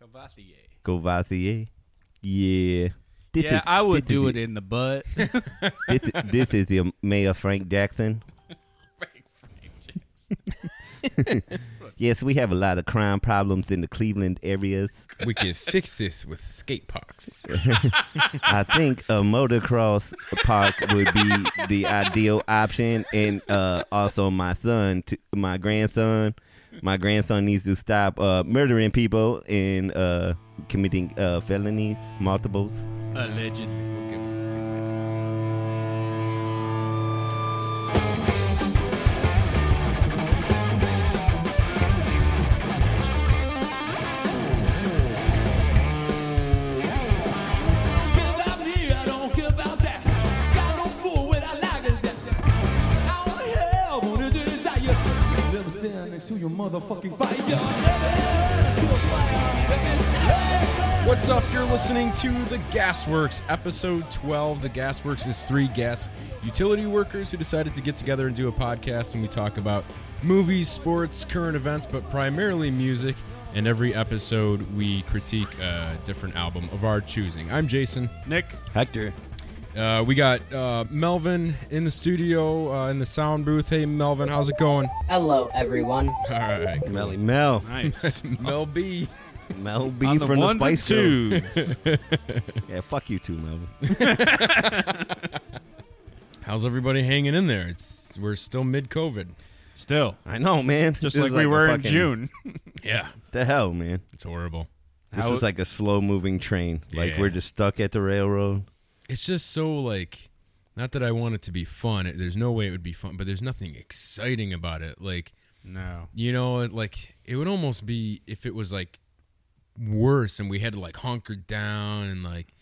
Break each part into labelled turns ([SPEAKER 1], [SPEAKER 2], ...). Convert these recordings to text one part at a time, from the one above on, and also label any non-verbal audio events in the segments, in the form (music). [SPEAKER 1] Cavatier.
[SPEAKER 2] Courvoisier. Yeah. This
[SPEAKER 1] yeah,
[SPEAKER 2] is-
[SPEAKER 1] I would
[SPEAKER 2] this is
[SPEAKER 1] do
[SPEAKER 2] the-
[SPEAKER 1] it in the (laughs) butt. Frank,
[SPEAKER 2] this, this is your Mayor Frank Jackson.
[SPEAKER 1] (laughs) Frank Jackson.
[SPEAKER 2] (laughs) Yes, we have a lot of crime problems in the Cleveland areas. (laughs)
[SPEAKER 3] We can fix this with skate parks.
[SPEAKER 2] I think a motocross park would be the ideal option, and uh, also my son, t- my grandson, my grandson needs to stop uh, murdering people and uh, committing uh, felonies, multiples.
[SPEAKER 1] Allegedly.
[SPEAKER 3] We'll give them
[SPEAKER 4] Motherfucking fire. Never
[SPEAKER 3] feedback. What's up? You're listening to The Gasworks, episode 12. The Gasworks is three gas utility workers who decided to get together and do a podcast, and we talk about movies, sports, current events, but primarily music. And every episode, we critique a different album of our choosing. I'm Jason.
[SPEAKER 1] Nick.
[SPEAKER 2] Hector.
[SPEAKER 3] Uh, we got uh, Melvin in the studio uh, in the sound booth. Hey, Melvin, how's it going?
[SPEAKER 5] Hello, everyone.
[SPEAKER 3] All right, (laughs)
[SPEAKER 2] Melly Mel.
[SPEAKER 1] Nice.
[SPEAKER 3] (laughs) Mel B.
[SPEAKER 2] Mel B
[SPEAKER 1] On the
[SPEAKER 2] from the
[SPEAKER 1] ones and
[SPEAKER 2] Spice Girls. (laughs)
[SPEAKER 1] twos.
[SPEAKER 2] Yeah, fuck you too, Melvin.
[SPEAKER 3] How's everybody hanging in there? It's we're still mid COVID.
[SPEAKER 1] Still.
[SPEAKER 2] I know, man.
[SPEAKER 1] Just
[SPEAKER 2] This
[SPEAKER 1] like,
[SPEAKER 2] is
[SPEAKER 1] we
[SPEAKER 2] a
[SPEAKER 1] were in
[SPEAKER 2] fucking-
[SPEAKER 1] June.
[SPEAKER 3] Yeah,
[SPEAKER 2] The hell, man.
[SPEAKER 3] it's horrible.
[SPEAKER 2] This
[SPEAKER 1] How-
[SPEAKER 2] is like a slow moving train. Like
[SPEAKER 3] Yeah.
[SPEAKER 2] we're just stuck at the railroad.
[SPEAKER 3] It's just so like, not that I want it to be fun. It- There's no way it would be fun, but there's nothing exciting about it. Like
[SPEAKER 1] No.
[SPEAKER 3] you know, it- like it would almost be if it was like worse and we had to like hunker down and like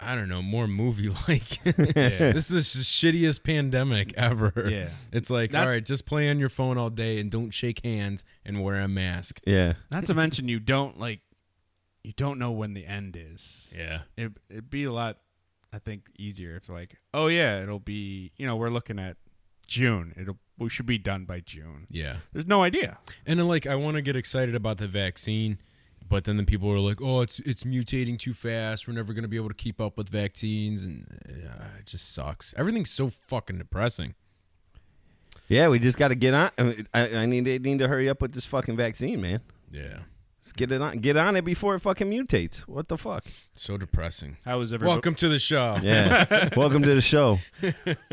[SPEAKER 3] I don't know, more movie like. (laughs) This is the shittiest pandemic ever.
[SPEAKER 1] Yeah.
[SPEAKER 3] It's like,
[SPEAKER 1] Not-
[SPEAKER 3] all right, just play on your phone all day and don't shake hands and wear a mask.
[SPEAKER 2] Yeah.
[SPEAKER 1] Not to mention you don't like you don't know when the end is.
[SPEAKER 3] Yeah.
[SPEAKER 1] It it'd be a lot I think easier if like, oh yeah, it'll be you know, we're looking at June. It'll we should be done by June.
[SPEAKER 3] Yeah.
[SPEAKER 1] There's no idea.
[SPEAKER 3] And then, like, I want to get excited about the vaccine, but then the people are like, "Oh, it's it's mutating too fast. We're never going to be able to keep up with vaccines," and uh, it just sucks. Everything's so fucking depressing.
[SPEAKER 2] Yeah, we just got to get on. I, I need they need to hurry up with this fucking vaccine, man.
[SPEAKER 3] Yeah,
[SPEAKER 2] Let's get it on. Get on it before it fucking mutates. What the fuck?
[SPEAKER 3] so depressing.
[SPEAKER 1] How was everybody
[SPEAKER 3] Welcome to the show.
[SPEAKER 1] (laughs)
[SPEAKER 2] Yeah. Welcome to the show.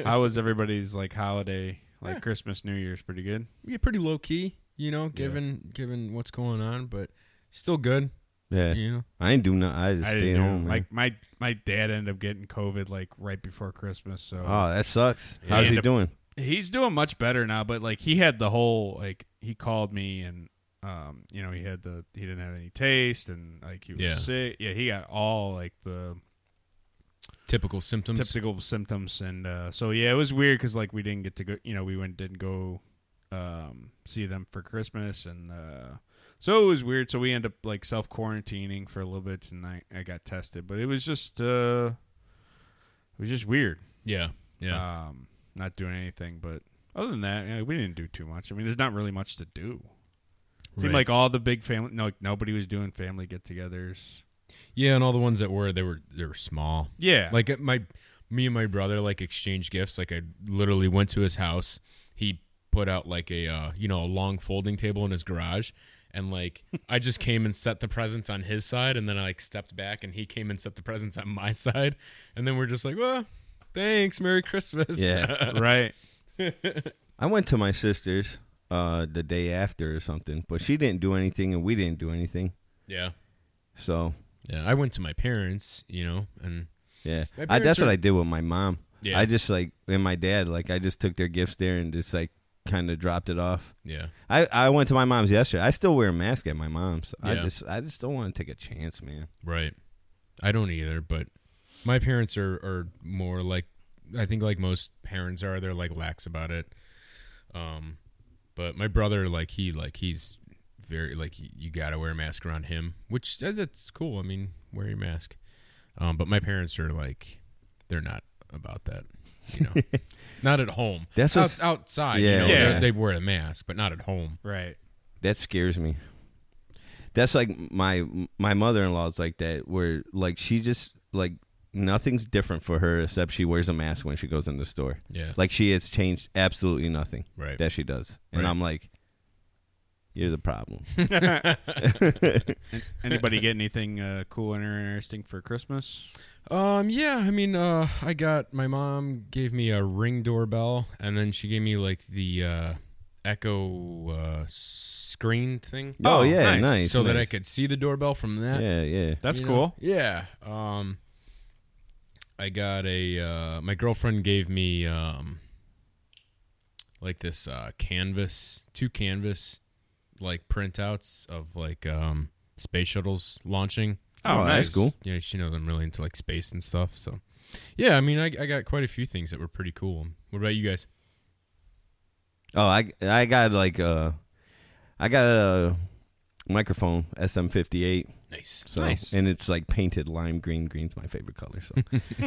[SPEAKER 1] how was everybody's like holiday
[SPEAKER 2] Eh.
[SPEAKER 1] like Christmas, New Year's pretty good?
[SPEAKER 3] Yeah, pretty low key, you know, given given what's going on, but still good.
[SPEAKER 2] Yeah.
[SPEAKER 3] You know,
[SPEAKER 2] I ain't do nothing. I just
[SPEAKER 1] I
[SPEAKER 2] stay
[SPEAKER 1] didn't know.
[SPEAKER 2] home. Man.
[SPEAKER 1] Like my my dad ended up getting COVID like right before Christmas, so
[SPEAKER 2] Oh, that sucks. How's
[SPEAKER 1] And
[SPEAKER 2] he
[SPEAKER 1] a-
[SPEAKER 2] doing?
[SPEAKER 1] he's doing much better now. But like he had the whole like he called me and um you know he had the he didn't have any taste and like he was
[SPEAKER 3] Yeah.
[SPEAKER 1] sick. Yeah, he got all like the
[SPEAKER 3] typical symptoms.
[SPEAKER 1] typical symptoms and uh, so yeah, it was weird because like we didn't get to go. You know, we went didn't go um see them for Christmas and. uh so it was weird. So we ended up like self quarantining for a little bit, and I, I got tested. But it was just uh, it was just weird.
[SPEAKER 3] Yeah, yeah.
[SPEAKER 1] um, not doing anything. But other than that, you know, we didn't do too much. I mean, there's not really much to do. It seemed
[SPEAKER 3] Right.
[SPEAKER 1] like all the big family, no, nobody was doing family get-togethers.
[SPEAKER 3] yeah, and all the ones that were they were they were small.
[SPEAKER 1] Yeah,
[SPEAKER 3] Like uh, my me and my brother like exchanged gifts. Like I literally went to his house. He put out like a uh, you know a long folding table in his garage, and like I just came and set the presents on his side, and then I like stepped back, and he came and set the presents on my (laughs) side, and then we're just like, well, thanks, Merry Christmas.
[SPEAKER 2] Yeah.
[SPEAKER 1] right.
[SPEAKER 2] I went to my sister's uh, the day after or something, but she didn't do anything and we didn't do anything.
[SPEAKER 3] (laughs) yeah,
[SPEAKER 2] So
[SPEAKER 3] yeah. I went to my parents, you know, and
[SPEAKER 2] Yeah,
[SPEAKER 3] My
[SPEAKER 2] I, that's
[SPEAKER 3] parents
[SPEAKER 2] what
[SPEAKER 3] are-
[SPEAKER 2] I did with my mom.
[SPEAKER 3] Yeah.
[SPEAKER 2] I just like and my dad, like I just took their gifts there and just like kind of dropped it off.
[SPEAKER 3] yeah,
[SPEAKER 2] I, I went to my mom's yesterday. I still wear a mask at my mom's. I
[SPEAKER 3] Yeah.
[SPEAKER 2] just I just don't want to take a chance, man.
[SPEAKER 3] right. I don't either, but my parents are are more like I think like most parents are. They're like lax about it. Um, but my brother, like he, like he's very like y- you gotta wear a mask around him, which that- that's cool. I mean, wear your mask. Um, but my parents are like, they're not about that. You
[SPEAKER 2] (laughs)
[SPEAKER 3] know, not at home.
[SPEAKER 2] That's
[SPEAKER 3] Out-
[SPEAKER 2] what's-
[SPEAKER 3] outside.
[SPEAKER 2] Yeah.
[SPEAKER 3] you know,
[SPEAKER 1] Yeah.
[SPEAKER 3] they they wear a mask, but not at home.
[SPEAKER 1] Right.
[SPEAKER 2] That scares me. that's like my my mother in law's like that, where like she just like nothing's different for her except she wears a mask when she goes in the store.
[SPEAKER 3] Yeah.
[SPEAKER 2] Like she has changed absolutely nothing
[SPEAKER 3] Right.
[SPEAKER 2] that she does, and
[SPEAKER 3] Right.
[SPEAKER 2] I'm like, you're the problem.
[SPEAKER 1] Anybody get anything uh, cool and interesting for Christmas?
[SPEAKER 3] Um. Yeah. I mean, uh, I got my mom gave me a ring doorbell, and then she gave me like the uh, Echo uh, screen thing.
[SPEAKER 2] oh, yeah,
[SPEAKER 1] nice.
[SPEAKER 2] nice.
[SPEAKER 3] so that I
[SPEAKER 2] nice.
[SPEAKER 3] could see the doorbell from that.
[SPEAKER 2] Yeah, yeah.
[SPEAKER 1] That's
[SPEAKER 3] you know?
[SPEAKER 1] cool.
[SPEAKER 3] Yeah. Um, I got a. Uh, my girlfriend gave me um, like this uh, canvas, two canvas, like printouts of like um, space shuttles launching.
[SPEAKER 1] Oh,
[SPEAKER 2] Oh,
[SPEAKER 1] nice.
[SPEAKER 2] that's cool.
[SPEAKER 3] Yeah, she knows I'm really into like space and stuff. So, yeah, I mean, I, I got quite a few things that were pretty cool. What about you guys?
[SPEAKER 2] Oh, I I got like uh, I got a microphone SM58.
[SPEAKER 3] Nice.
[SPEAKER 2] So
[SPEAKER 1] Nice.
[SPEAKER 2] and it's like painted lime green. Green's my favorite color. So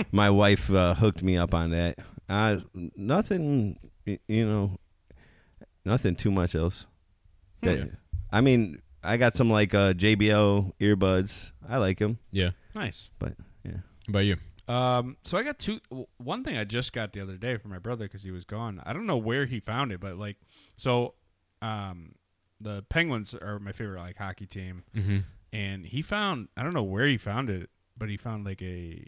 [SPEAKER 2] (laughs) my wife uh, hooked me up on that. Uh, nothing, y- you know, nothing too much else. That-
[SPEAKER 3] Okay.
[SPEAKER 2] I mean, I got some like uh, JBL earbuds. I like them,
[SPEAKER 3] Yeah.
[SPEAKER 1] Nice.
[SPEAKER 2] but yeah.
[SPEAKER 3] What about you?
[SPEAKER 1] Um, so I got two. w- One thing I just got the other day from my brother because he was gone. I don't know where he found it, but like, so, um, the Penguins are my favorite like hockey team,
[SPEAKER 3] Mm-hmm.
[SPEAKER 1] and he found I don't know where he found it, but he found like a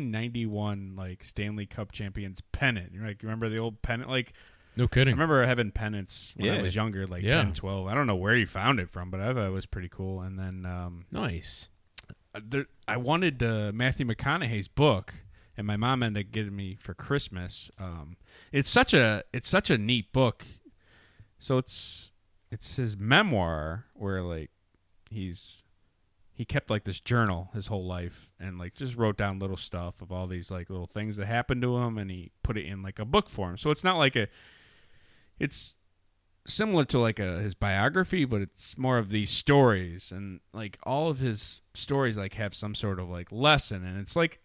[SPEAKER 1] 1991 like Stanley Cup champions pennant. You're like, remember the old pennant? Like,
[SPEAKER 3] No
[SPEAKER 1] I
[SPEAKER 3] kidding.
[SPEAKER 1] remember having pennants when I
[SPEAKER 2] Yeah.
[SPEAKER 1] was younger, like
[SPEAKER 3] Hmm. Yeah.
[SPEAKER 1] 10, 12. I don't know where he found it from, but I thought it was pretty cool. And then, um,
[SPEAKER 3] Nice.
[SPEAKER 1] there, I wanted uh, Matthew McConaughey's book, and my mom ended up getting me for Christmas. Um, it's such a it's such a neat book. So it's it's his memoir where like he's he kept like this journal his whole life and like just wrote down little stuff of all these like little things that happened to him and he put it in like a book form. So it's not like a it's similar to like a his biography, but it's more of these stories and like all of his stories like have some sort of like lesson and it's like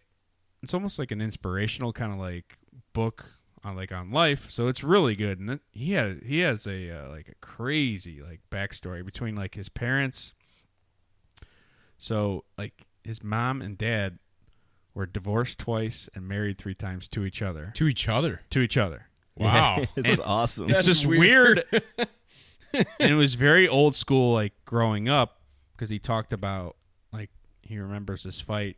[SPEAKER 1] it's almost like an inspirational kind of like book on like on life. So it's really good and it, he has he has a uh, like a crazy like backstory between like his parents. So like his mom and dad were divorced twice and married three times to each other.
[SPEAKER 3] To each other.
[SPEAKER 1] To each other
[SPEAKER 3] Wow.
[SPEAKER 2] (laughs) it's awesome.
[SPEAKER 1] it's just weird.
[SPEAKER 3] (laughs)
[SPEAKER 1] and it was very old school, like growing up, because he talked about like he remembers this fight.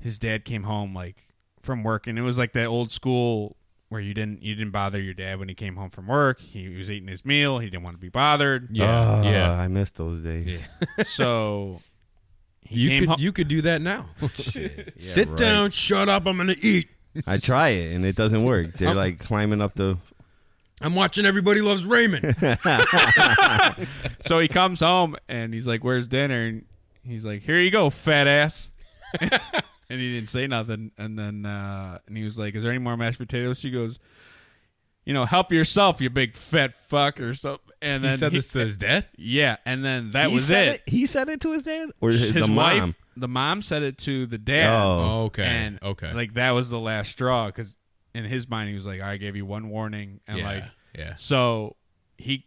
[SPEAKER 1] His dad came home like from work, and it was like that old school where you didn't you didn't bother your dad when he came home from work. He was eating his meal. He didn't want to be bothered.
[SPEAKER 3] yeah.
[SPEAKER 2] Ah,
[SPEAKER 3] yeah.
[SPEAKER 2] I miss those days.
[SPEAKER 1] So he
[SPEAKER 3] You
[SPEAKER 1] came
[SPEAKER 3] could
[SPEAKER 1] home.
[SPEAKER 3] you could do that (laughs) now. Sit
[SPEAKER 2] right.
[SPEAKER 3] down, shut up. I'm gonna eat.
[SPEAKER 2] I try it and it doesn't work. They're
[SPEAKER 3] Um,
[SPEAKER 2] like climbing up the.
[SPEAKER 3] I'm watching Everybody Loves (laughs) Raymond.
[SPEAKER 1] so he comes home and he's like, "Where's dinner?" And he's like, "Here you go, fat ass." (laughs) and he didn't say nothing. And then uh, and he was like, "Is there any more mashed potatoes?" She goes, "You know, help yourself, you big fat fuck," or something. And
[SPEAKER 3] he
[SPEAKER 1] then
[SPEAKER 3] said
[SPEAKER 1] he-
[SPEAKER 3] this to his dad.
[SPEAKER 1] Yeah, and then that
[SPEAKER 2] He
[SPEAKER 1] was
[SPEAKER 2] said
[SPEAKER 1] it.
[SPEAKER 2] He said it to his dad or his,
[SPEAKER 1] His
[SPEAKER 2] the
[SPEAKER 1] wife,
[SPEAKER 2] mom.
[SPEAKER 1] the mom, said it to the dad.
[SPEAKER 2] Oh.
[SPEAKER 3] (laughs) Oh, okay.
[SPEAKER 1] And
[SPEAKER 3] okay.
[SPEAKER 1] like that was the last straw because in his mind he was like, "I gave you one warning," and
[SPEAKER 3] yeah.
[SPEAKER 1] like
[SPEAKER 3] yeah.
[SPEAKER 1] so he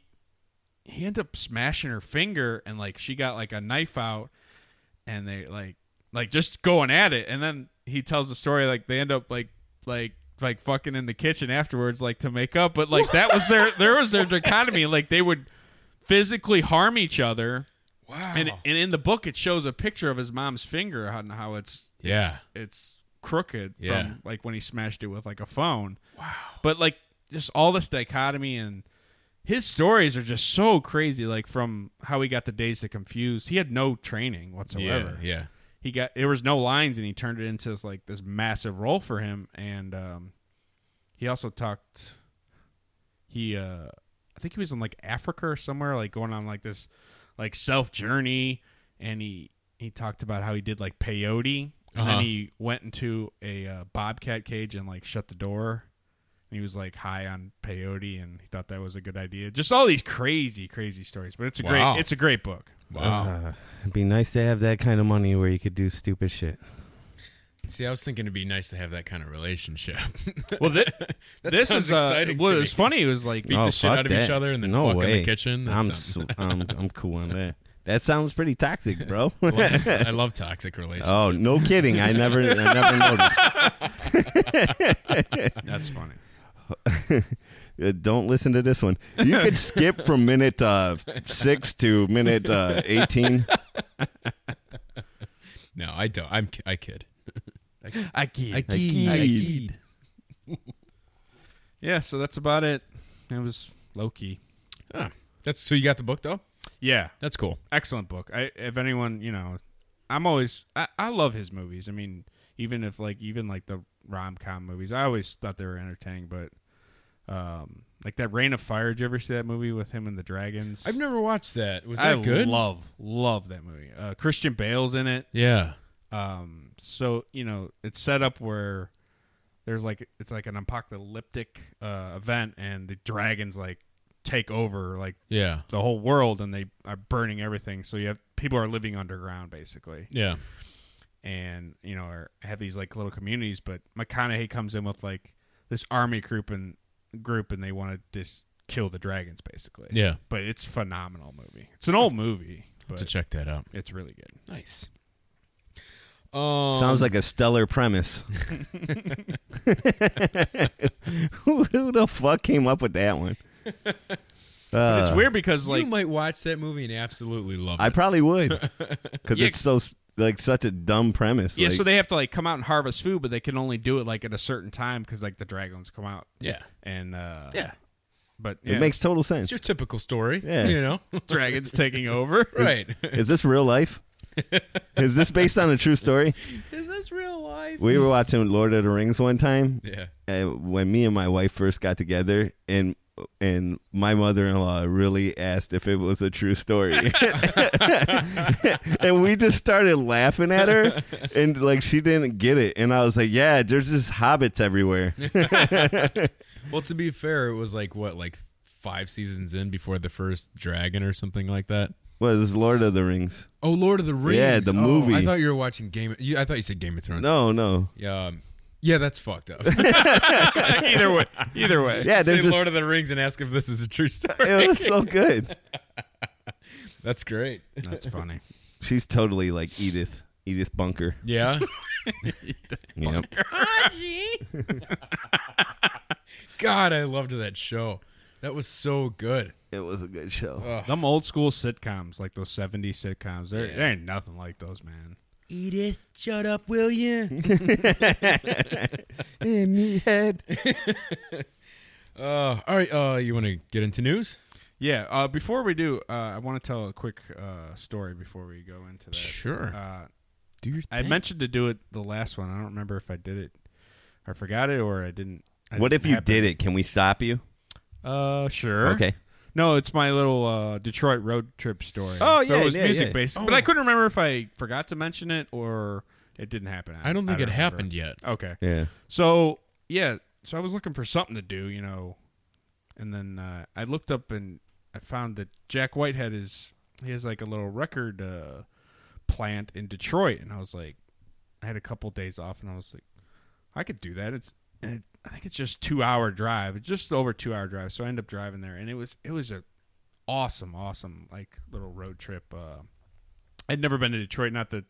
[SPEAKER 1] he ended up smashing her finger and like she got like a knife out and they like like just going at it and then he tells the story like they end up like like like fucking in the kitchen afterwards like to make up but like that was their there was their dichotomy like they would physically harm each other
[SPEAKER 3] Wow.
[SPEAKER 1] and and in the book it shows a picture of his mom's finger and how it's
[SPEAKER 3] Yeah.
[SPEAKER 1] it's, it's crooked
[SPEAKER 3] Yeah.
[SPEAKER 1] from like when he smashed it with like a phone. Wow. But like just all this dichotomy and his stories are just so crazy like from how he got the days to confused. He had no training
[SPEAKER 3] yeah.
[SPEAKER 1] whatsoever.
[SPEAKER 3] Yeah.
[SPEAKER 1] He got there was no lines and he turned it into this, like this massive role for him and um he also talked he uh I think he was in like Africa or somewhere, like going on like this like self journey, and he he talked about how he did like peyote, and
[SPEAKER 3] Uh-huh.
[SPEAKER 1] then he went into a uh, bobcat cage and like shut the door, and he was like high on peyote, and he thought that was a good idea. Just all these crazy, crazy stories, but it's a
[SPEAKER 3] Wow.
[SPEAKER 1] great it's a great book.
[SPEAKER 3] Wow. Uh-huh.
[SPEAKER 2] Uh, it'd be nice to have that kind of money where you could do stupid shit.
[SPEAKER 3] See, I was thinking it'd be nice to have that kind of (laughs) relationship.
[SPEAKER 1] Well, thi-
[SPEAKER 3] (laughs) That
[SPEAKER 1] this
[SPEAKER 3] sounds
[SPEAKER 1] is uh,
[SPEAKER 3] exciting to
[SPEAKER 1] what
[SPEAKER 3] me. (laughs)
[SPEAKER 1] was funny. It was like
[SPEAKER 3] Beat the shit
[SPEAKER 2] Oh, fuck
[SPEAKER 3] out of each other and then
[SPEAKER 2] no
[SPEAKER 3] fuck in the
[SPEAKER 2] way.
[SPEAKER 3] (laughs) kitchen? That
[SPEAKER 2] I'm,
[SPEAKER 3] sounds-
[SPEAKER 2] so- I'm I'm cool on that. That sounds pretty toxic,
[SPEAKER 3] (laughs)
[SPEAKER 2] bro.
[SPEAKER 3] I love, I love toxic
[SPEAKER 2] (laughs)
[SPEAKER 3] relationships.
[SPEAKER 2] oh, no kidding. I never I
[SPEAKER 3] (laughs)
[SPEAKER 2] never noticed.
[SPEAKER 1] That's funny.
[SPEAKER 2] Uh, Don't listen to this one. You could skip from minute uh, 6 to minute uh, 18.
[SPEAKER 3] No, I don't. I'm ki- I kid.
[SPEAKER 1] I kid.
[SPEAKER 3] I kid.
[SPEAKER 2] I
[SPEAKER 3] kid.
[SPEAKER 1] Yeah, so that's about it. It was low key.
[SPEAKER 3] Ah, that's so you got the book though.
[SPEAKER 1] Yeah,
[SPEAKER 3] That's cool.
[SPEAKER 1] excellent book. I if anyone you know, I'm always I, I love his movies. I mean, even if like even like the rom com movies, I always thought they were entertaining. But um, like that Rain of Fire, did you ever see that movie with him and the dragons?
[SPEAKER 3] I've never watched that. Was
[SPEAKER 1] I
[SPEAKER 3] that good?
[SPEAKER 1] love love that movie. Uh, Christian Bale's in it.
[SPEAKER 3] yeah.
[SPEAKER 1] Um, so you know it's set up where there's like it's like an apocalyptic uh, event, and the dragons like take over like
[SPEAKER 3] Yeah.
[SPEAKER 1] the whole world, and they are burning everything. So you have people are living underground basically,
[SPEAKER 3] Yeah.
[SPEAKER 1] and you know are, have these like little communities. But McConaughey comes in with like this army group and group, and they want to just kill the dragons basically.
[SPEAKER 3] Yeah.
[SPEAKER 1] but it's a phenomenal movie. It's an old movie,
[SPEAKER 3] To
[SPEAKER 1] but
[SPEAKER 3] check that out.
[SPEAKER 1] it's really good.
[SPEAKER 3] Nice. Um,
[SPEAKER 2] Sounds like a
[SPEAKER 1] (laughs)
[SPEAKER 2] stellar premise. (laughs) who, who the fuck came up with
[SPEAKER 1] (laughs)
[SPEAKER 2] that one? Uh,
[SPEAKER 1] it's weird because
[SPEAKER 3] you
[SPEAKER 1] like
[SPEAKER 3] might watch that movie and absolutely love
[SPEAKER 2] I
[SPEAKER 3] it.
[SPEAKER 2] probably would
[SPEAKER 1] (laughs)
[SPEAKER 2] because
[SPEAKER 1] Yeah.
[SPEAKER 2] it's so s- like such a dumb premise.
[SPEAKER 1] Yeah,
[SPEAKER 2] like,
[SPEAKER 1] so they have to like come out and harvest food, but they can only do it like at a certain time because like the dragons come out
[SPEAKER 3] yeah.
[SPEAKER 1] and uh
[SPEAKER 3] Yeah.
[SPEAKER 1] but
[SPEAKER 2] it
[SPEAKER 1] yeah,
[SPEAKER 2] makes total sense.
[SPEAKER 3] It's your typical story.
[SPEAKER 2] Yeah. (laughs)
[SPEAKER 3] You know.
[SPEAKER 1] (laughs) dragons taking over.
[SPEAKER 3] right. (laughs)
[SPEAKER 2] Is this real life? Is this based on a
[SPEAKER 1] (laughs)
[SPEAKER 2] true story?
[SPEAKER 3] Is this real life?
[SPEAKER 2] We were watching Lord of the Rings one time
[SPEAKER 3] Yeah.
[SPEAKER 2] uh, when me and my wife first got together, and and my mother in law really asked if it was a true story, (laughs) and we just started laughing at her, and like she didn't get it, and I was like, yeah, there's just hobbits everywhere. (laughs)
[SPEAKER 3] Well, to be fair, it was like what, like five seasons in before the first dragon or something like that.
[SPEAKER 2] What is Lord of the Rings?
[SPEAKER 3] Oh, Lord of the Rings.
[SPEAKER 2] Yeah, the
[SPEAKER 3] Oh,
[SPEAKER 2] movie.
[SPEAKER 3] I thought you were watching Game. Of, you, I thought you said Game of Thrones.
[SPEAKER 2] No, no.
[SPEAKER 3] Yeah. um, yeah, that's
[SPEAKER 2] (laughs)
[SPEAKER 3] fucked up.
[SPEAKER 1] (laughs) either way, either
[SPEAKER 3] (laughs)
[SPEAKER 1] way.
[SPEAKER 2] Yeah,
[SPEAKER 3] Say
[SPEAKER 2] there's this,
[SPEAKER 3] Lord of the Rings and ask if this is a true (laughs) story.
[SPEAKER 2] it was so good.
[SPEAKER 3] That's great.
[SPEAKER 1] that's funny.
[SPEAKER 2] (laughs) She's totally like Edith, Edith Bunker.
[SPEAKER 3] Yeah.
[SPEAKER 2] Yep.
[SPEAKER 3] God, I loved that show. That was so good.
[SPEAKER 2] It was a good show.
[SPEAKER 1] Them old school sitcoms, like those '70s sitcoms, there, there ain't nothing like those, man.
[SPEAKER 3] Edith, shut up, will (laughs) you?
[SPEAKER 2] In me head.
[SPEAKER 3] (laughs) uh, all right. Uh, you want to get into news?
[SPEAKER 1] Yeah. Uh, before we do, uh, I want to tell a quick uh, story before we go into that.
[SPEAKER 3] Sure.
[SPEAKER 1] Uh,
[SPEAKER 3] Do your
[SPEAKER 1] I mentioned to do it the last one. I don't remember if I did it, I forgot it, or I didn't. I
[SPEAKER 2] What if
[SPEAKER 1] didn't
[SPEAKER 2] you
[SPEAKER 1] happen.
[SPEAKER 2] did it? Can we stop you?
[SPEAKER 1] Uh, sure.
[SPEAKER 2] Okay.
[SPEAKER 1] No, it's my little uh, Detroit road trip story.
[SPEAKER 2] Oh,
[SPEAKER 1] so
[SPEAKER 2] yeah,
[SPEAKER 1] it was
[SPEAKER 2] yeah,
[SPEAKER 1] music
[SPEAKER 2] yeah.
[SPEAKER 1] based,
[SPEAKER 3] Oh.
[SPEAKER 1] but I couldn't remember if I forgot to mention it or it didn't happen.
[SPEAKER 3] I don't think it
[SPEAKER 1] remember.
[SPEAKER 3] happened yet.
[SPEAKER 1] Okay,
[SPEAKER 2] Yeah.
[SPEAKER 1] so yeah, so I was looking for something to do, you know, and then uh, I looked up and I found that Jack Whitehead is he has like a little record uh, plant in Detroit, and I was like, I had a couple days off, and I was like, I could do that. It's and it, I think it's just two hour drive. It's just over two hour drive. So I ended up driving there, and it was it was a awesome, awesome like little road trip. Uh, I'd never been to Detroit. Not that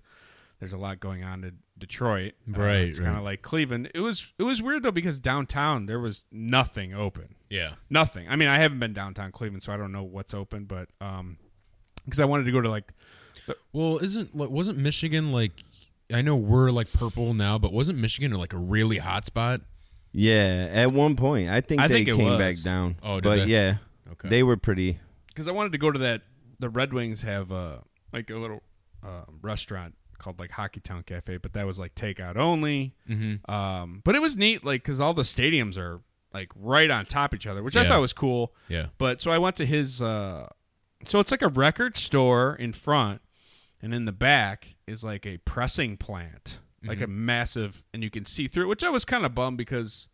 [SPEAKER 1] there's a lot going on in Detroit. Uh,
[SPEAKER 3] Right,
[SPEAKER 1] it's kind
[SPEAKER 3] right.
[SPEAKER 1] of like Cleveland. It was it was weird though because downtown there was nothing open.
[SPEAKER 3] Yeah.
[SPEAKER 1] Nothing. I mean, I haven't been downtown Cleveland, so I don't know what's open, but um, because I wanted to go to like
[SPEAKER 3] Well, isn't like wasn't Michigan like? I know we're like purple now, but wasn't Michigan like a really hot spot?
[SPEAKER 2] Yeah. At one point, I think
[SPEAKER 1] I
[SPEAKER 2] they
[SPEAKER 1] think it
[SPEAKER 2] came
[SPEAKER 1] was.
[SPEAKER 2] back down.
[SPEAKER 3] Oh, did
[SPEAKER 2] but
[SPEAKER 3] they?
[SPEAKER 2] yeah,
[SPEAKER 3] Okay.
[SPEAKER 2] they were pretty.
[SPEAKER 1] because I wanted to go to that. The Red Wings have uh like a little uh, restaurant called like Hockey Town Cafe, but that was like takeout only. Mm-hmm. Um, but it was neat, like because all the stadiums are like right on top of each other, which I
[SPEAKER 3] Yeah.
[SPEAKER 1] thought was cool.
[SPEAKER 3] Yeah.
[SPEAKER 1] But so I went to his. Uh, so it's like a record store in front, and in the back is like a pressing plant, like a
[SPEAKER 3] Mm-hmm.
[SPEAKER 1] massive, and you can see through it. Which I was kind of bummed because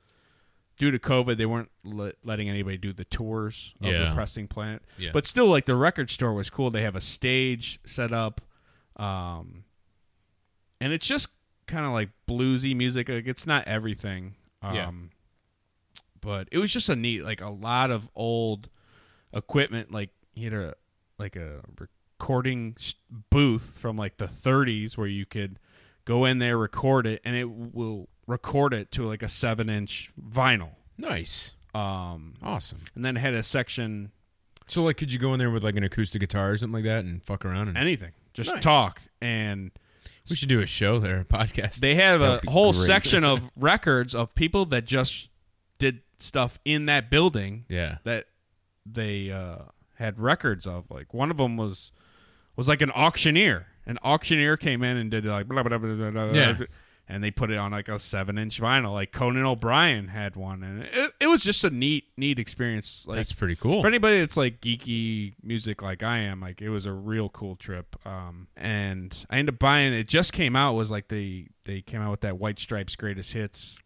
[SPEAKER 1] due to COVID, they weren't le- letting anybody do the tours of
[SPEAKER 3] Yeah.
[SPEAKER 1] the pressing plant.
[SPEAKER 3] Yeah.
[SPEAKER 1] But still, like the record store was cool. They have a stage set up, um, and it's just kind of like bluesy music. Like it's not everything. Um,
[SPEAKER 3] Yeah.
[SPEAKER 1] But it was just a neat, like a lot of old equipment. Like he had a like a re- recording s- booth from like the 30s where you could go in there record it and it will record it to like a seven inch vinyl
[SPEAKER 3] Nice.
[SPEAKER 1] um
[SPEAKER 3] Awesome.
[SPEAKER 1] and then it had a section
[SPEAKER 3] So like, could you go in there with like an acoustic guitar or something like that and fuck around? And
[SPEAKER 1] anything just
[SPEAKER 3] Nice.
[SPEAKER 1] talk and
[SPEAKER 3] we should do a show there, a podcast.
[SPEAKER 1] they have a
[SPEAKER 3] That'd be
[SPEAKER 1] whole
[SPEAKER 3] great.
[SPEAKER 1] section of (laughs) records of people that just did stuff in that building
[SPEAKER 3] yeah.
[SPEAKER 1] that they uh, had records of. Like one of them was was like an auctioneer. An auctioneer came in and did like blah blah blah blah, blah, blah
[SPEAKER 3] Yeah.
[SPEAKER 1] and they put it on like a seven inch vinyl. Like Conan O'Brien had one, and it, it was just a neat neat experience. Like
[SPEAKER 3] That's pretty cool.
[SPEAKER 1] for anybody that's like geeky music like I am, like it was a real cool trip. Um, and I ended up buying it. Just came out was like they they came out with that White Stripes Greatest Hits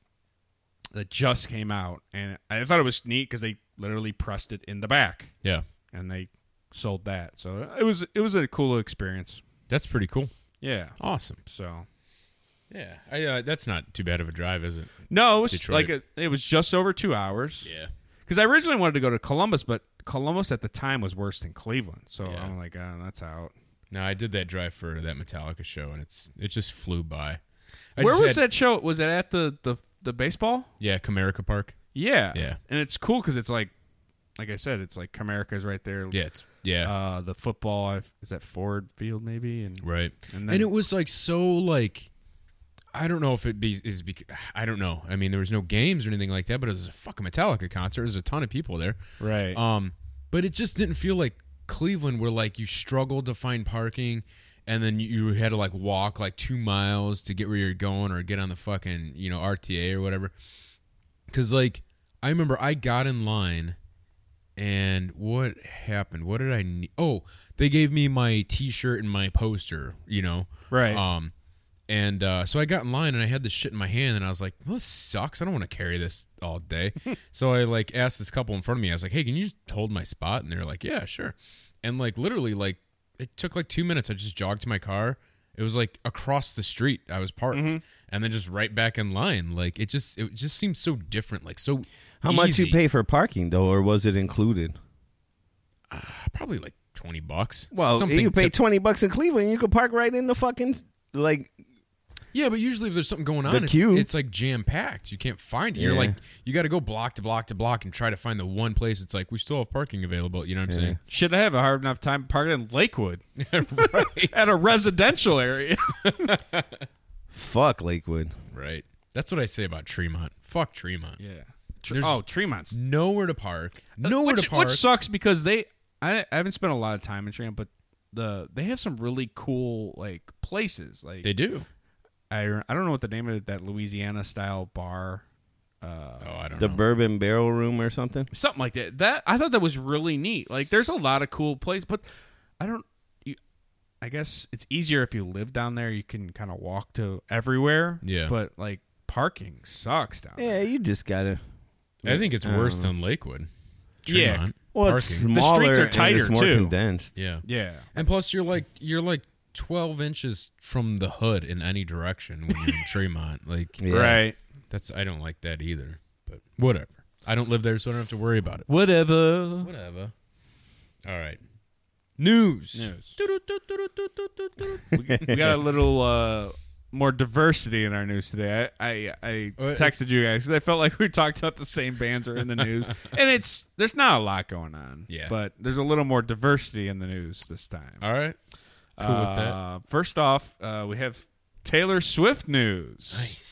[SPEAKER 1] that just came out, and I thought it was neat because they literally pressed it in the back
[SPEAKER 3] yeah.
[SPEAKER 1] and they sold that. So it was it was a cool experience.
[SPEAKER 3] That's pretty cool.
[SPEAKER 1] Yeah.
[SPEAKER 3] Awesome.
[SPEAKER 1] So
[SPEAKER 3] Yeah. I, uh, that's not too bad of a drive, is it?
[SPEAKER 1] no, it was
[SPEAKER 3] Detroit.
[SPEAKER 1] like a, it was just over two hours.
[SPEAKER 3] Yeah.
[SPEAKER 1] Because I originally wanted to go to Columbus, but Columbus at the time was worse than Cleveland. So
[SPEAKER 3] Yeah.
[SPEAKER 1] I'm like, oh, that's out.
[SPEAKER 3] No, I did that drive for that Metallica show, and it's it just flew by. I
[SPEAKER 1] Where
[SPEAKER 3] just
[SPEAKER 1] was
[SPEAKER 3] had-
[SPEAKER 1] that show? Was it at the the, the baseball?
[SPEAKER 3] Yeah, Comerica Park.
[SPEAKER 1] Yeah,
[SPEAKER 3] Yeah.
[SPEAKER 1] And it's cool because it's like, like I said, it's like Comerica's right there.
[SPEAKER 3] Yeah, it's, yeah,
[SPEAKER 1] Uh, the football I- is that Ford Field maybe, and
[SPEAKER 3] right.
[SPEAKER 1] and
[SPEAKER 3] And,
[SPEAKER 1] then
[SPEAKER 3] it was like so like I don't know if it be is bec I don't know. I mean, there was no games or anything like that, but it was a fucking Metallica concert. There's a ton of people there.
[SPEAKER 1] right.
[SPEAKER 3] Um, but it just didn't feel like Cleveland, where like you struggled to find parking, and then you you had to like walk like two miles to get where you're going, or get on the fucking you know RTA or whatever. Because like I remember, I got in line, and what happened? What did I need? Oh, they gave me my T-shirt and my poster. You know,
[SPEAKER 1] Right.
[SPEAKER 3] Um. And uh, so I got in line and I had this shit in my hand and I was like, well, this sucks. I don't want to carry this
[SPEAKER 2] (laughs)
[SPEAKER 3] all day. so I like asked this couple in front of me. I was like, hey, can you just hold my spot? And they were like, yeah, sure. And like literally, like it took like two minutes. I just jogged to my car. It was like across the street. I was parked
[SPEAKER 2] Mm-hmm.
[SPEAKER 3] and then just right back in line. Like it just it just seems so different. Like so
[SPEAKER 2] How much you
[SPEAKER 3] easy.
[SPEAKER 2] pay for parking though, or was it included?
[SPEAKER 3] Probably like twenty bucks.
[SPEAKER 2] Well,
[SPEAKER 3] Something
[SPEAKER 2] you pay
[SPEAKER 3] to-
[SPEAKER 2] twenty bucks in Cleveland, you could park right in the fucking like.
[SPEAKER 3] Yeah, but usually if there's something going on, it's,
[SPEAKER 2] queue.
[SPEAKER 3] it's like jam packed. You can't find it. You're
[SPEAKER 2] Yeah.
[SPEAKER 3] like you got to go block to block to block and try to find the one place. It's like we still have parking available. You know what I'm
[SPEAKER 1] Should I have a hard enough time parking in Lakewood (laughs)
[SPEAKER 3] saying? (laughs) right.
[SPEAKER 1] at a residential
[SPEAKER 3] (laughs)
[SPEAKER 1] area?
[SPEAKER 2] Fuck Lakewood.
[SPEAKER 3] Right. That's what I say about Tremont. Fuck Tremont.
[SPEAKER 1] yeah.
[SPEAKER 3] There's-
[SPEAKER 1] oh, Tremont's
[SPEAKER 3] Nowhere to park. Nowhere
[SPEAKER 1] which,
[SPEAKER 3] to park.
[SPEAKER 1] Which sucks because they I, I haven't spent a lot of time in Tremont, but the they have some really cool like places. Like
[SPEAKER 3] they do.
[SPEAKER 1] I I don't know what the name of that Louisiana style bar
[SPEAKER 3] Oh, I don't
[SPEAKER 2] The
[SPEAKER 3] know.
[SPEAKER 2] Bourbon Barrel Room or something.
[SPEAKER 1] something like that. That I thought that was really neat. Like, there's a lot of cool places, but I don't. You, I guess it's easier if you live down there. You can kind of walk to everywhere.
[SPEAKER 3] Yeah.
[SPEAKER 1] But like parking sucks down. there.
[SPEAKER 2] Yeah, you just gotta.
[SPEAKER 3] I think it's
[SPEAKER 2] I don't
[SPEAKER 3] worse
[SPEAKER 2] know.
[SPEAKER 3] than Lakewood.
[SPEAKER 1] Yeah.
[SPEAKER 3] Tremont.
[SPEAKER 2] Well, it's
[SPEAKER 3] Parking.
[SPEAKER 2] smaller
[SPEAKER 1] The streets are
[SPEAKER 2] and it's
[SPEAKER 1] tighter,
[SPEAKER 2] more
[SPEAKER 1] too.
[SPEAKER 2] condensed.
[SPEAKER 3] Yeah.
[SPEAKER 1] Yeah.
[SPEAKER 3] And plus, you're like you're like twelve inches from the hood in any direction when
[SPEAKER 2] (laughs)
[SPEAKER 3] you're in Tremont. Like
[SPEAKER 2] Yeah.
[SPEAKER 1] Right.
[SPEAKER 3] That's I don't like that either. But whatever. I don't live there, so I don't have to worry about it.
[SPEAKER 1] Whatever.
[SPEAKER 3] Whatever. All right. News.
[SPEAKER 1] News. we got a little uh, more diversity in our news today. I I, I
[SPEAKER 3] Uh,
[SPEAKER 1] texted you guys because I felt like we talked about the same bands that are in the news, and it's there's not a lot going on.
[SPEAKER 3] Yeah.
[SPEAKER 1] But there's a little more diversity in the news this time.
[SPEAKER 3] (laughs) All right. Cool with that.
[SPEAKER 1] Uh, First off, uh, we have Taylor Swift news. Nice.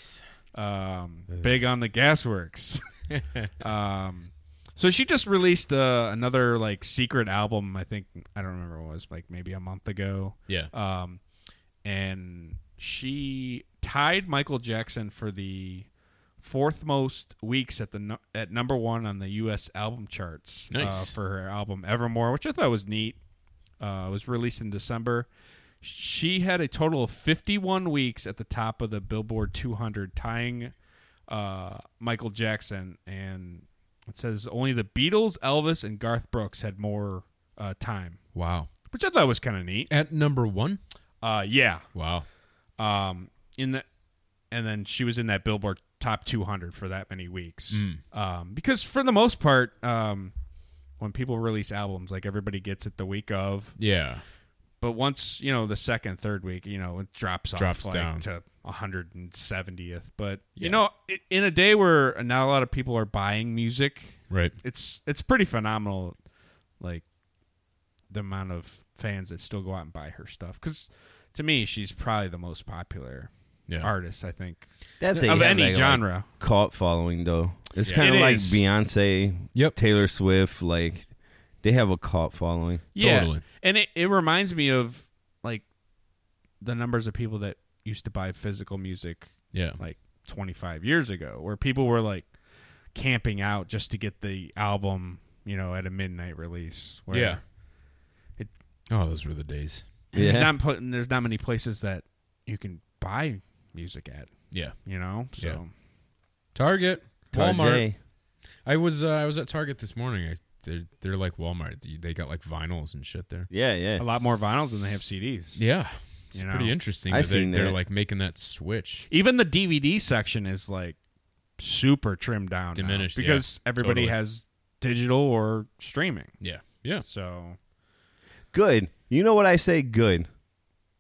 [SPEAKER 1] Um, big on the gasworks. um, so she just released uh, another like secret album. I think I don't remember what it was like maybe a month ago.
[SPEAKER 3] Yeah.
[SPEAKER 1] Um, and she tied Michael Jackson for the fourth most weeks at the nu- at number one on the U.S. album charts uh,
[SPEAKER 3] Nice.
[SPEAKER 1] for her album Evermore, which I thought was neat. Uh, it was released in December. She had a total of 51 weeks at the top of the Billboard 200, tying uh, Michael Jackson. And it says only the Beatles, Elvis, and Garth Brooks had more uh, time,
[SPEAKER 3] wow.
[SPEAKER 1] which I thought was kind of neat.
[SPEAKER 3] At number one.
[SPEAKER 1] Uh, yeah,
[SPEAKER 3] Wow.
[SPEAKER 1] um, in the and then she was in that Billboard top 200 for that many weeks.
[SPEAKER 3] Hmm.
[SPEAKER 1] Um, because for the most part, um, when people release albums, like everybody gets it the week of,
[SPEAKER 3] Yeah.
[SPEAKER 1] But once you know the second, third week, you know it drops off
[SPEAKER 3] Drops
[SPEAKER 1] like
[SPEAKER 3] down.
[SPEAKER 1] to 170th. But
[SPEAKER 3] Yeah.
[SPEAKER 1] you know, i in a day where not a lot of people are buying music,
[SPEAKER 3] Right.
[SPEAKER 1] it's it's pretty phenomenal. Like the amount of fans that still go out and buy her stuff because to me, she's probably the most popular
[SPEAKER 3] Yeah.
[SPEAKER 1] artist. I think
[SPEAKER 2] That's it.
[SPEAKER 1] of
[SPEAKER 2] You have,
[SPEAKER 1] any
[SPEAKER 2] like, a, like,
[SPEAKER 1] genre.
[SPEAKER 2] cult following though. It's
[SPEAKER 3] Yeah.
[SPEAKER 2] kind
[SPEAKER 1] It
[SPEAKER 2] of like
[SPEAKER 1] is.
[SPEAKER 2] Beyonce,
[SPEAKER 3] Yep.
[SPEAKER 2] Taylor Swift. Like they have a cult following.
[SPEAKER 1] Yeah.
[SPEAKER 3] Totally.
[SPEAKER 1] And it, it reminds me of like the numbers of people that used to buy physical music
[SPEAKER 3] Yeah.
[SPEAKER 1] like 25 years ago where people were like camping out just to get the album, you know, at a midnight release. Where
[SPEAKER 3] Yeah.
[SPEAKER 1] It-
[SPEAKER 3] oh, those were the days.
[SPEAKER 1] There's,
[SPEAKER 2] Yeah.
[SPEAKER 1] not, pla- there's not many places that you can buy music at,
[SPEAKER 3] Yeah.
[SPEAKER 1] you know? So
[SPEAKER 3] Yeah. Target,
[SPEAKER 2] Tar
[SPEAKER 3] Walmart.
[SPEAKER 2] J.
[SPEAKER 3] I was uh, I was at Target this morning. I, they're they're like Walmart. They- They got like vinyls and shit there.
[SPEAKER 2] Yeah, yeah.
[SPEAKER 1] a lot more vinyls than they have CDs.
[SPEAKER 3] Yeah. It's
[SPEAKER 1] You know,
[SPEAKER 3] pretty interesting.
[SPEAKER 2] I
[SPEAKER 3] that they,
[SPEAKER 2] seen
[SPEAKER 3] they're
[SPEAKER 2] that.
[SPEAKER 3] like making that switch.
[SPEAKER 1] even the DVD section is like super trimmed down, now
[SPEAKER 3] Diminished, yeah.
[SPEAKER 1] because everybody
[SPEAKER 3] Totally.
[SPEAKER 1] has digital or streaming.
[SPEAKER 3] Yeah. Yeah.
[SPEAKER 1] So
[SPEAKER 2] Good. You know what I say? Good.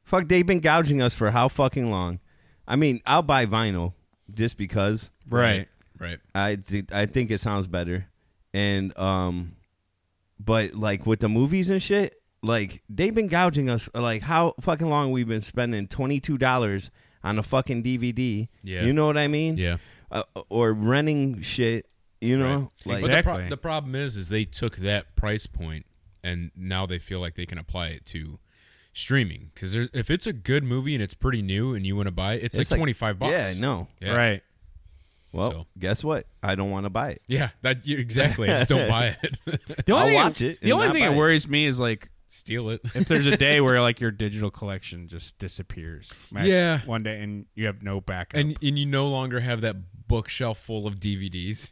[SPEAKER 2] Fuck, they've been gouging us for how fucking long? I mean, I'll buy vinyl just because
[SPEAKER 1] right,
[SPEAKER 3] Right.
[SPEAKER 2] I thi- I think it sounds better, and um, but like with the movies and shit, like they've been gouging us. Like how fucking long we've been spending twenty two dollars on a fucking DVD?
[SPEAKER 3] Yeah.
[SPEAKER 2] you know what I mean?
[SPEAKER 3] Yeah.
[SPEAKER 2] uh, or renting shit. You know,
[SPEAKER 1] Right.
[SPEAKER 2] like
[SPEAKER 1] Exact-
[SPEAKER 3] But the,
[SPEAKER 1] Exactly.
[SPEAKER 3] the problem is, is they took that price point and now they feel like they can apply it to streaming. Because if it's a good movie and it's pretty new and you want to buy it, it's,
[SPEAKER 2] It's
[SPEAKER 3] like,
[SPEAKER 2] like-
[SPEAKER 3] twenty five bucks.
[SPEAKER 2] yeah, no.
[SPEAKER 3] Yeah.
[SPEAKER 1] right.
[SPEAKER 2] Well,
[SPEAKER 3] So-
[SPEAKER 2] guess what? I don't want to buy it.
[SPEAKER 3] Yeah. That you, exactly. Just don't buy it. (laughs)
[SPEAKER 1] The
[SPEAKER 2] I'll
[SPEAKER 1] only thing,
[SPEAKER 2] watch it
[SPEAKER 1] The
[SPEAKER 2] and
[SPEAKER 1] only
[SPEAKER 2] not
[SPEAKER 1] thing
[SPEAKER 2] buy
[SPEAKER 1] that
[SPEAKER 2] it.
[SPEAKER 1] worries me is like
[SPEAKER 3] Steal it.
[SPEAKER 1] if there's a
[SPEAKER 2] (laughs)
[SPEAKER 1] day where like your digital collection just disappears. like,
[SPEAKER 3] Yeah.
[SPEAKER 1] one day and you have no backup.
[SPEAKER 3] (laughs) and and you no longer have that bookshelf full of DVDs.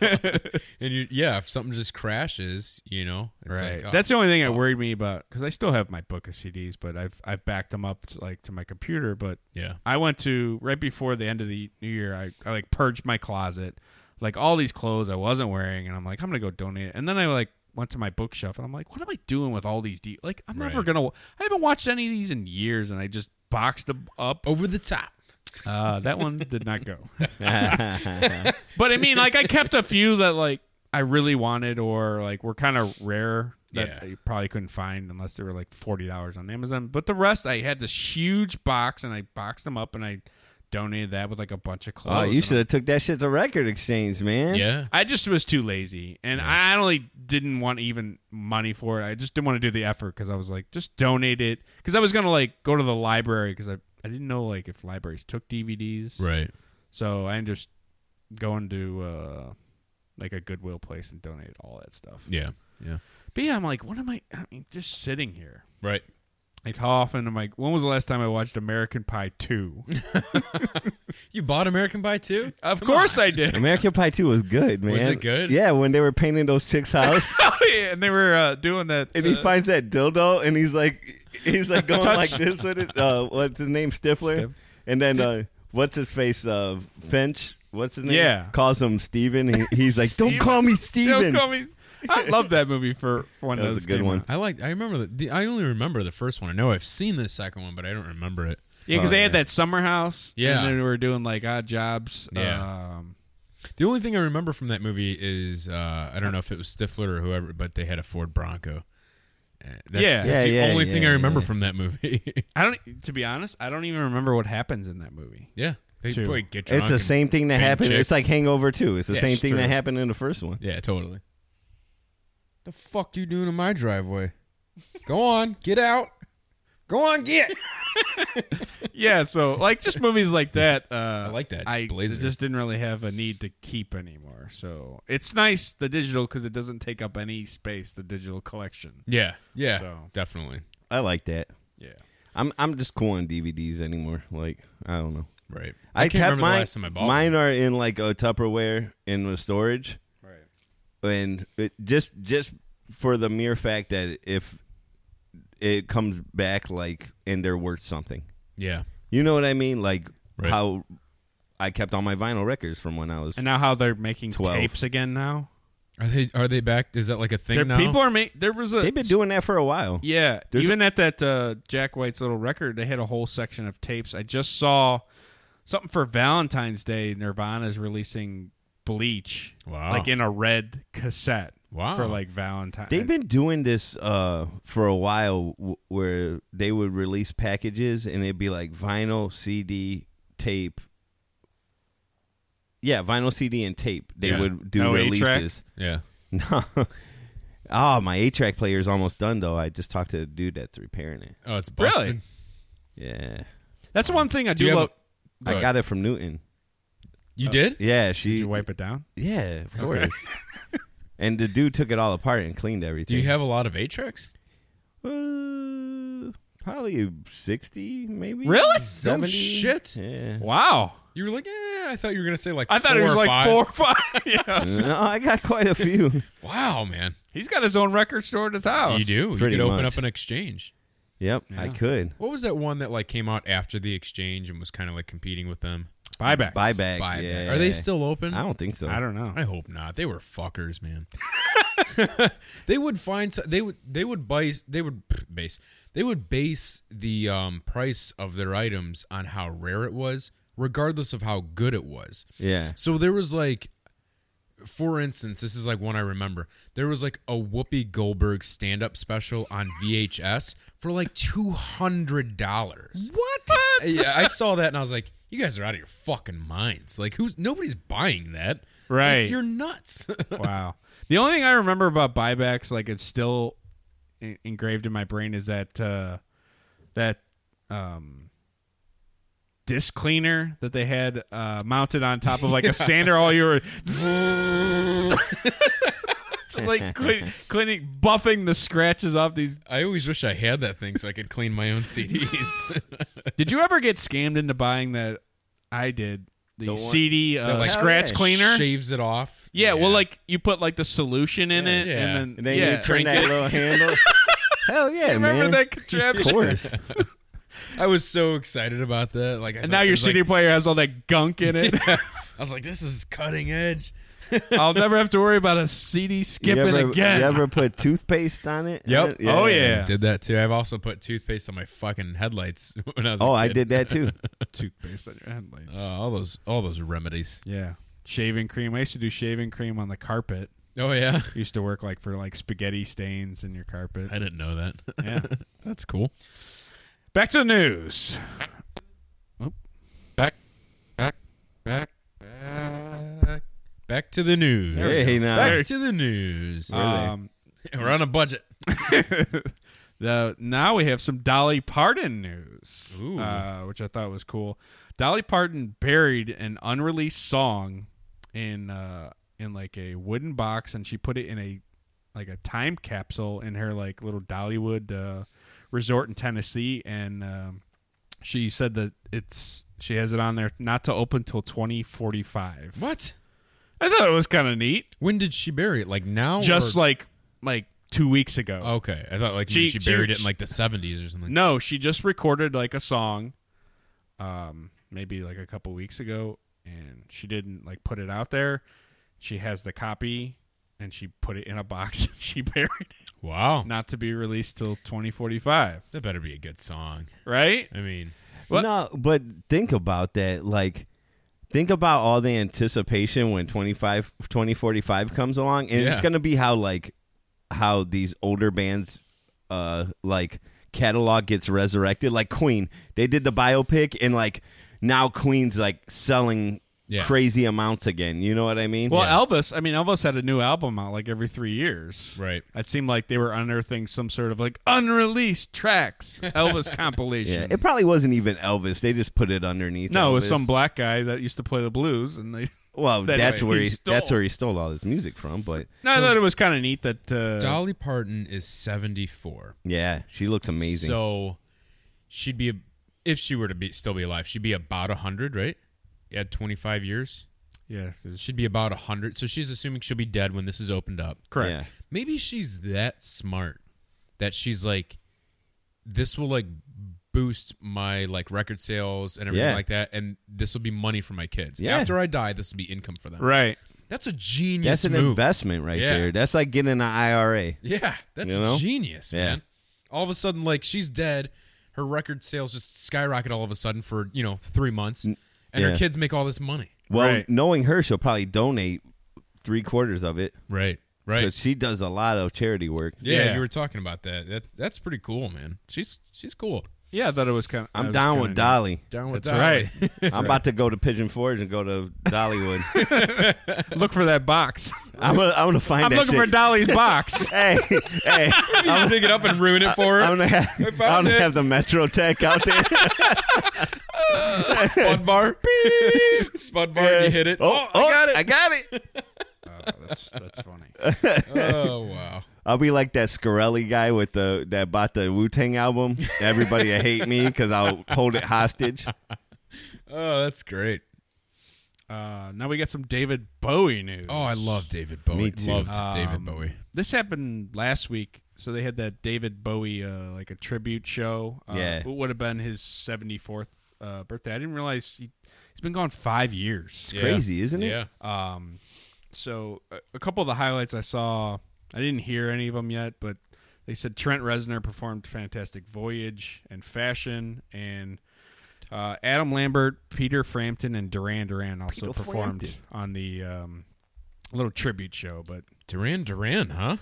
[SPEAKER 3] and you, yeah, if something just crashes, you know, it's
[SPEAKER 1] Right.
[SPEAKER 3] like, oh,
[SPEAKER 1] That's the only thing that worried me about because I still have my book of CDs, but I've I've backed them up to, like to my computer. But
[SPEAKER 3] yeah,
[SPEAKER 1] I went to right before the end of the new year. I, I like purged my closet, like all these clothes I wasn't wearing, and I'm like, I'm gonna go donate. it. And then I like went to my bookshelf, and I'm like, what am I doing with all these? De- like I'm never
[SPEAKER 3] Right.
[SPEAKER 1] gonna. wa- I haven't watched any of these in years, and I just boxed them up.
[SPEAKER 3] over the top.
[SPEAKER 1] Uh, that one did not go. (laughs)
[SPEAKER 3] (laughs)
[SPEAKER 2] (laughs)
[SPEAKER 1] but I mean, like I kept a few that like I really wanted, or like were kind of rare that
[SPEAKER 3] Yeah.
[SPEAKER 1] I probably couldn't find unless they were like forty dollars on Amazon. But the rest, I had this huge box, and I boxed them up, and I donated that with like a bunch of clothes.
[SPEAKER 2] Oh, you
[SPEAKER 1] And
[SPEAKER 2] should have took that shit to Record Exchange, man.
[SPEAKER 3] Yeah,
[SPEAKER 1] I just was too lazy, and I not only didn't want even money for it. I just didn't want to do the effort because I was like, just donate it. Because I was gonna like go to the library because I I didn't know like if libraries took DVDs,
[SPEAKER 3] right.
[SPEAKER 1] So I ended up just going to uh, like a Goodwill place and donated all that stuff.
[SPEAKER 3] Yeah, yeah,
[SPEAKER 1] But yeah, I'm like, what am I? I mean, just sitting here.
[SPEAKER 3] right.
[SPEAKER 1] Like how often am I? When was the last time I watched American Pie
[SPEAKER 2] (laughs)
[SPEAKER 1] two?
[SPEAKER 3] You bought American Pie too?
[SPEAKER 1] of course I did. (laughs)
[SPEAKER 2] American Pie 2 was good, man.
[SPEAKER 3] Was it good?
[SPEAKER 2] Yeah, when they were painting those chicks' house,
[SPEAKER 1] Oh, yeah, and they were uh, doing that.
[SPEAKER 2] and he
[SPEAKER 1] uh,
[SPEAKER 2] finds that dildo, and he's like, he's like going
[SPEAKER 1] Touch-
[SPEAKER 2] like this with it. Uh, what's his name? Stifler.
[SPEAKER 1] Stif-
[SPEAKER 2] And then uh, what's his face? Uh, Finch. What's his name?
[SPEAKER 1] Yeah.
[SPEAKER 2] Calls him Steven. He, he's like, don't
[SPEAKER 1] Steven.
[SPEAKER 2] call me
[SPEAKER 1] Don't
[SPEAKER 2] Steven.
[SPEAKER 1] call me. I love that movie for, for when
[SPEAKER 2] That was
[SPEAKER 1] those
[SPEAKER 2] a good
[SPEAKER 1] came
[SPEAKER 2] one.
[SPEAKER 1] out.
[SPEAKER 3] I like. I remember the, the. I only remember the first one. I know I've seen the second one, but I don't remember it.
[SPEAKER 1] Yeah, because
[SPEAKER 2] Oh,
[SPEAKER 1] they
[SPEAKER 2] yeah.
[SPEAKER 1] had that summer house.
[SPEAKER 3] Yeah.
[SPEAKER 1] and then they were doing like odd jobs.
[SPEAKER 3] Yeah.
[SPEAKER 1] um,
[SPEAKER 3] The only thing I remember from that movie is uh, I don't know if it was Stifler or whoever, but they had a Ford Bronco. Uh, That's,
[SPEAKER 1] Yeah.
[SPEAKER 3] that's the
[SPEAKER 2] Yeah, yeah,
[SPEAKER 3] only thing
[SPEAKER 2] yeah,
[SPEAKER 3] I remember
[SPEAKER 2] yeah.
[SPEAKER 3] from that movie. (laughs)
[SPEAKER 1] I don't. e, To be honest, I don't even remember what happens in that movie.
[SPEAKER 3] yeah, they
[SPEAKER 1] Two.
[SPEAKER 3] boy, get drunk
[SPEAKER 2] It's the
[SPEAKER 3] and-
[SPEAKER 2] same thing that
[SPEAKER 3] bang
[SPEAKER 2] happened.
[SPEAKER 3] chicks.
[SPEAKER 2] It's like Hangover 2. It's the
[SPEAKER 3] Yeah,
[SPEAKER 2] same
[SPEAKER 3] it's
[SPEAKER 2] thing
[SPEAKER 3] true.
[SPEAKER 2] that happened in the first one.
[SPEAKER 3] Yeah, totally. The fuck you doing in my driveway? Go on, get out. Go on, get.
[SPEAKER 1] yeah, so like just movies like that. Uh, I
[SPEAKER 3] like that,
[SPEAKER 1] I
[SPEAKER 3] Blazer.
[SPEAKER 1] just didn't really have a need to keep anymore. So it's nice the digital because it doesn't take up any space. The digital collection.
[SPEAKER 3] Yeah, yeah,
[SPEAKER 1] So.
[SPEAKER 3] definitely.
[SPEAKER 2] I like that.
[SPEAKER 1] Yeah.
[SPEAKER 2] I'm I'm just cool on DVDs anymore. Like I don't know.
[SPEAKER 3] Right.
[SPEAKER 2] I,
[SPEAKER 3] can't
[SPEAKER 2] kept
[SPEAKER 3] remember
[SPEAKER 2] mine,
[SPEAKER 3] the last time I bought
[SPEAKER 2] mine are in like a Tupperware in the storage,
[SPEAKER 1] Right.
[SPEAKER 2] and it just just for the mere fact that if it comes back like and they're worth something,
[SPEAKER 3] one. Yeah,
[SPEAKER 2] you know what I mean? Like
[SPEAKER 3] Right.
[SPEAKER 2] how I kept all my vinyl records from when I was.
[SPEAKER 1] And now how they're making
[SPEAKER 2] 12.
[SPEAKER 1] tapes again now?
[SPEAKER 3] Are they are they back? Is that like a thing
[SPEAKER 1] There,
[SPEAKER 3] now?
[SPEAKER 1] People are ma- there was a
[SPEAKER 2] They've been doing that for a while.
[SPEAKER 1] Yeah,
[SPEAKER 2] There's
[SPEAKER 1] even at that uh, Jack White's little record, they had a whole section of tapes. I just saw something for Valentine's Day. Nirvana's releasing Bleach,
[SPEAKER 3] Wow.
[SPEAKER 1] like in a red cassette.
[SPEAKER 3] Wow.
[SPEAKER 1] for like Valentine.
[SPEAKER 2] They've been doing this uh, for a while, w- where they would release packages and it'd be like vinyl, CD, tape. Yeah, vinyl, CD, and tape. They
[SPEAKER 3] Yeah.
[SPEAKER 2] would do
[SPEAKER 1] No eight-track?
[SPEAKER 2] releases. (laughs)
[SPEAKER 3] yeah.
[SPEAKER 2] No. oh, my eight track player is almost done though. I just talked to a dude that's repairing it.
[SPEAKER 3] Oh, it's
[SPEAKER 1] Really?
[SPEAKER 3] busted.
[SPEAKER 2] Yeah,
[SPEAKER 1] That's the one thing I
[SPEAKER 3] Do
[SPEAKER 1] do,
[SPEAKER 3] you have
[SPEAKER 1] love.
[SPEAKER 3] Go
[SPEAKER 2] I
[SPEAKER 3] ahead.
[SPEAKER 2] got it from Newton.
[SPEAKER 1] Oh,
[SPEAKER 3] You did?
[SPEAKER 2] Yeah, she.
[SPEAKER 1] Did you wipe it down?
[SPEAKER 2] Yeah, of course.
[SPEAKER 3] Okay. (laughs)
[SPEAKER 2] and the dude took it all apart and cleaned everything.
[SPEAKER 3] Do you have a lot of eight tracks?
[SPEAKER 2] Uh, probably 60, maybe.
[SPEAKER 1] Really? No
[SPEAKER 2] 70.
[SPEAKER 1] (laughs)
[SPEAKER 3] shit.
[SPEAKER 2] Yeah.
[SPEAKER 1] Wow.
[SPEAKER 3] You were like, eh, I thought you were gonna say like.
[SPEAKER 1] I thought
[SPEAKER 3] four
[SPEAKER 1] it was
[SPEAKER 3] or
[SPEAKER 1] like
[SPEAKER 3] five.
[SPEAKER 1] four or five. (laughs) yeah.
[SPEAKER 2] No, I got quite a few.
[SPEAKER 3] Wow, man.
[SPEAKER 1] He's got his own record store at his house.
[SPEAKER 3] You do. You
[SPEAKER 2] pretty
[SPEAKER 3] could open
[SPEAKER 2] much.
[SPEAKER 3] up an exchange.
[SPEAKER 2] (laughs) yep, I
[SPEAKER 1] Yeah.
[SPEAKER 2] could.
[SPEAKER 3] What was that one that like came out after the exchange and was kind of like competing with them?
[SPEAKER 1] Buyback.
[SPEAKER 2] Buyback.
[SPEAKER 3] Buy
[SPEAKER 2] yeah.
[SPEAKER 3] Are they still open?
[SPEAKER 2] I don't think so.
[SPEAKER 1] I don't know.
[SPEAKER 3] (laughs) I hope not. They were fuckers, man. (laughs) they would find so- they would they would base they would (sniffs) base they would base the um, price of their items on how rare it was, regardless of how good it was.
[SPEAKER 2] Yeah.
[SPEAKER 3] So there was like, for instance, this is like one I remember. There was like a Whoopi Goldberg stand up special on VHS for like two hundred dollars.
[SPEAKER 1] What?
[SPEAKER 3] Yeah, I saw that and I was like, you guys are out of your fucking minds. Like, who's nobody's buying that?
[SPEAKER 1] Right.
[SPEAKER 3] Like, you're nuts. (laughs)
[SPEAKER 1] wow. The only thing I remember about buybacks, like it's still en- engraved in my brain, is that uh, that um, disc cleaner that they had uh, mounted on top of like a sander all (laughs) year. Just like clean, cleaning, buffing the scratches off these.
[SPEAKER 3] I always wish I had that thing so I could clean my own CDs.
[SPEAKER 1] Did you ever get scammed into buying that? I did the,
[SPEAKER 2] one- "Oh,
[SPEAKER 1] CD uh,
[SPEAKER 3] like,
[SPEAKER 1] scratch (laughs)
[SPEAKER 2] yeah,
[SPEAKER 1] cleaner.
[SPEAKER 3] Shaves it off.
[SPEAKER 1] yeah, well, like you put like the solution in it,
[SPEAKER 3] Yeah.
[SPEAKER 1] and then
[SPEAKER 2] And then
[SPEAKER 1] yeah,
[SPEAKER 2] you turn that little handle.
[SPEAKER 1] (laughs)
[SPEAKER 2] Hell yeah,
[SPEAKER 1] Remember
[SPEAKER 2] man.
[SPEAKER 1] that
[SPEAKER 2] Of
[SPEAKER 1] contraption? (laughs)
[SPEAKER 2] course.
[SPEAKER 3] I was so excited about that. Like, I
[SPEAKER 1] And
[SPEAKER 3] thought
[SPEAKER 1] now
[SPEAKER 3] it
[SPEAKER 1] your
[SPEAKER 3] was,
[SPEAKER 1] CD
[SPEAKER 3] like-
[SPEAKER 1] player has all that gunk in
[SPEAKER 2] (laughs)
[SPEAKER 1] it.
[SPEAKER 3] I was like, this is cutting edge.
[SPEAKER 1] I'll never have to worry about a CD
[SPEAKER 2] you
[SPEAKER 1] skipping
[SPEAKER 2] ever,
[SPEAKER 1] again.
[SPEAKER 2] You ever put toothpaste on it?
[SPEAKER 3] Yep.
[SPEAKER 1] Oh, yeah.
[SPEAKER 3] Did that too. I've also put toothpaste on my fucking headlights (laughs) when I was. a
[SPEAKER 2] Oh, I
[SPEAKER 3] kid.
[SPEAKER 2] did
[SPEAKER 1] (laughs)
[SPEAKER 2] that too.
[SPEAKER 1] (laughs) Toothpaste on your headlights.
[SPEAKER 3] Uh,
[SPEAKER 2] Oh.
[SPEAKER 3] all those, all those remedies.
[SPEAKER 1] yeah. Shaving cream. I used to do shaving cream on the carpet.
[SPEAKER 3] Oh yeah, (laughs)
[SPEAKER 1] It used to work like for like spaghetti stains in your carpet.
[SPEAKER 3] I didn't know that. (laughs)
[SPEAKER 1] Yeah.
[SPEAKER 3] That's cool.
[SPEAKER 1] Back to the news.
[SPEAKER 3] Back, back, back, back, back to the news.
[SPEAKER 2] Hey, now.
[SPEAKER 3] Back to the news.
[SPEAKER 2] Really?
[SPEAKER 1] Um,
[SPEAKER 3] We're on a budget.
[SPEAKER 1] the now we have some Dolly Parton news,
[SPEAKER 3] Ooh.
[SPEAKER 1] uh, which I thought was cool. Dolly Parton buried an unreleased song in uh, in like a wooden box, and she put it in a like a time capsule in her like little Dollywood uh, resort in Tennessee, and um, she said that it's she has it on there not to open till twenty forty five.
[SPEAKER 3] What?
[SPEAKER 1] I thought it was kind of neat,
[SPEAKER 3] When did she bury it? Like now?
[SPEAKER 1] just
[SPEAKER 3] or-
[SPEAKER 1] like like two weeks ago.
[SPEAKER 3] Okay, I thought like maybe
[SPEAKER 1] She-
[SPEAKER 3] she, buried it in
[SPEAKER 1] she-
[SPEAKER 3] like the seventies or something.
[SPEAKER 1] No, she just recorded like a song, um, maybe like a couple weeks ago, and she didn't like put it out there. She has the copy, and she put it in a box (laughs) and she buried it,
[SPEAKER 3] Wow,
[SPEAKER 1] not to be released till 2045.
[SPEAKER 3] that better be a good song.
[SPEAKER 1] Right?
[SPEAKER 3] I mean,
[SPEAKER 1] What-
[SPEAKER 2] No, but think about that. Like, think about all the anticipation when 25, 2045 comes along, and it's
[SPEAKER 3] Yeah.
[SPEAKER 2] going to be how like how these older bands, uh, like catalog gets resurrected. Like Queen, they did the biopic, and like now Queen's like selling
[SPEAKER 3] Yeah.
[SPEAKER 2] crazy amounts again. You know what I mean?
[SPEAKER 1] Well, Elvis. I mean, Elvis had a new album out like every three years.
[SPEAKER 3] right?
[SPEAKER 1] It seemed like they were unearthing some sort of like unreleased tracks
[SPEAKER 2] (laughs)
[SPEAKER 1] Elvis compilation.
[SPEAKER 2] yeah, it probably wasn't even Elvis. They just put it
[SPEAKER 1] (laughs)
[SPEAKER 2] underneath.
[SPEAKER 1] no, it was
[SPEAKER 2] Elvis.
[SPEAKER 1] some black guy that used to play the blues, and they
[SPEAKER 2] Well,
[SPEAKER 1] that
[SPEAKER 2] that's
[SPEAKER 1] he
[SPEAKER 2] where he,
[SPEAKER 1] stole.
[SPEAKER 2] that's where he stole all his music from. But
[SPEAKER 1] No, (laughs) I thought it was kind of neat that uh,
[SPEAKER 3] Dolly Parton is seventy four.
[SPEAKER 2] yeah, she looks amazing.
[SPEAKER 3] So she'd be if she were to be still be alive, she'd be about hundred, right? At twenty five years,
[SPEAKER 1] yeah,
[SPEAKER 3] she'd be about hundred. So she's assuming she'll be dead when this is opened up.
[SPEAKER 1] correct.
[SPEAKER 2] Yeah.
[SPEAKER 3] Maybe she's that smart that she's like, this will like boost my like record sales and everything
[SPEAKER 2] Yeah.
[SPEAKER 3] like that, and this will be money for my kids.
[SPEAKER 2] Yeah.
[SPEAKER 3] After I die, this will be income for them.
[SPEAKER 1] Right.
[SPEAKER 3] That's a genius
[SPEAKER 2] That's an
[SPEAKER 3] move.
[SPEAKER 2] investment right
[SPEAKER 3] Yeah.
[SPEAKER 2] there. That's like getting an IRA.
[SPEAKER 3] Yeah, that's
[SPEAKER 2] You know?
[SPEAKER 3] genius,
[SPEAKER 2] Yeah.
[SPEAKER 3] man. All of a sudden, like she's dead, her record sales just skyrocket all of a sudden for you know three months, and
[SPEAKER 2] yeah.
[SPEAKER 3] her kids make all this money.
[SPEAKER 2] Well,
[SPEAKER 1] Right.
[SPEAKER 2] knowing her, she'll probably donate three quarters of it
[SPEAKER 3] Right, right.
[SPEAKER 2] because she does a lot of charity work.
[SPEAKER 3] yeah,
[SPEAKER 1] Yeah.
[SPEAKER 3] you were talking about that. That that's pretty cool, man. She's she's cool.
[SPEAKER 1] Yeah, I thought it was kind of.
[SPEAKER 2] I'm down with Dolly.
[SPEAKER 3] Down
[SPEAKER 1] That's
[SPEAKER 3] Dolly.
[SPEAKER 1] (laughs) right.
[SPEAKER 2] I'm about to go to Pigeon Forge and go to Dollywood.
[SPEAKER 1] Look for that
[SPEAKER 2] (laughs)
[SPEAKER 1] box.
[SPEAKER 2] I'm gonna, I'm gonna find
[SPEAKER 1] I'm
[SPEAKER 2] that
[SPEAKER 1] looking
[SPEAKER 2] shit.
[SPEAKER 1] for Dolly's
[SPEAKER 2] (laughs)
[SPEAKER 1] box.
[SPEAKER 2] Hey, hey,
[SPEAKER 3] you dig it up and ruin it
[SPEAKER 1] (laughs)
[SPEAKER 3] for her.
[SPEAKER 2] I'm gonna have, I'm
[SPEAKER 3] found
[SPEAKER 2] gonna
[SPEAKER 3] it.
[SPEAKER 2] have the Metro Tech out there.
[SPEAKER 3] Spud bar, beep. (laughs) Spud bar. You hit it.
[SPEAKER 2] Oh, I got it. I got it.
[SPEAKER 1] that's that's funny. (laughs)
[SPEAKER 3] Oh, wow.
[SPEAKER 2] I'll be like that Scarelli guy with the that bought the Wu Tang album. Everybody will hate me because I'll hold it hostage.
[SPEAKER 3] Oh, that's great.
[SPEAKER 1] Uh, now we got some David Bowie news.
[SPEAKER 3] Oh, I love David Bowie.
[SPEAKER 2] Me too.
[SPEAKER 3] Loved David
[SPEAKER 1] Um,
[SPEAKER 3] Bowie.
[SPEAKER 1] This happened last week. So they had that David Bowie uh, like a tribute show. Uh,
[SPEAKER 2] Yeah.
[SPEAKER 1] it would have been his seventy fourth uh, birthday. I didn't realize he, he's been gone five years.
[SPEAKER 3] Yeah.
[SPEAKER 2] Crazy, isn't it?
[SPEAKER 3] Yeah.
[SPEAKER 1] Um, so a, a couple of the highlights I saw, I didn't hear any of them yet, but they said Trent Reznor performed "Fantastic Voyage" and "Fashion," and uh, Adam Lambert, Peter Frampton, and Duran Duran also
[SPEAKER 2] Peter
[SPEAKER 1] performed
[SPEAKER 2] Frampton.
[SPEAKER 1] on the um, little tribute show. But
[SPEAKER 3] Duran Duran, huh?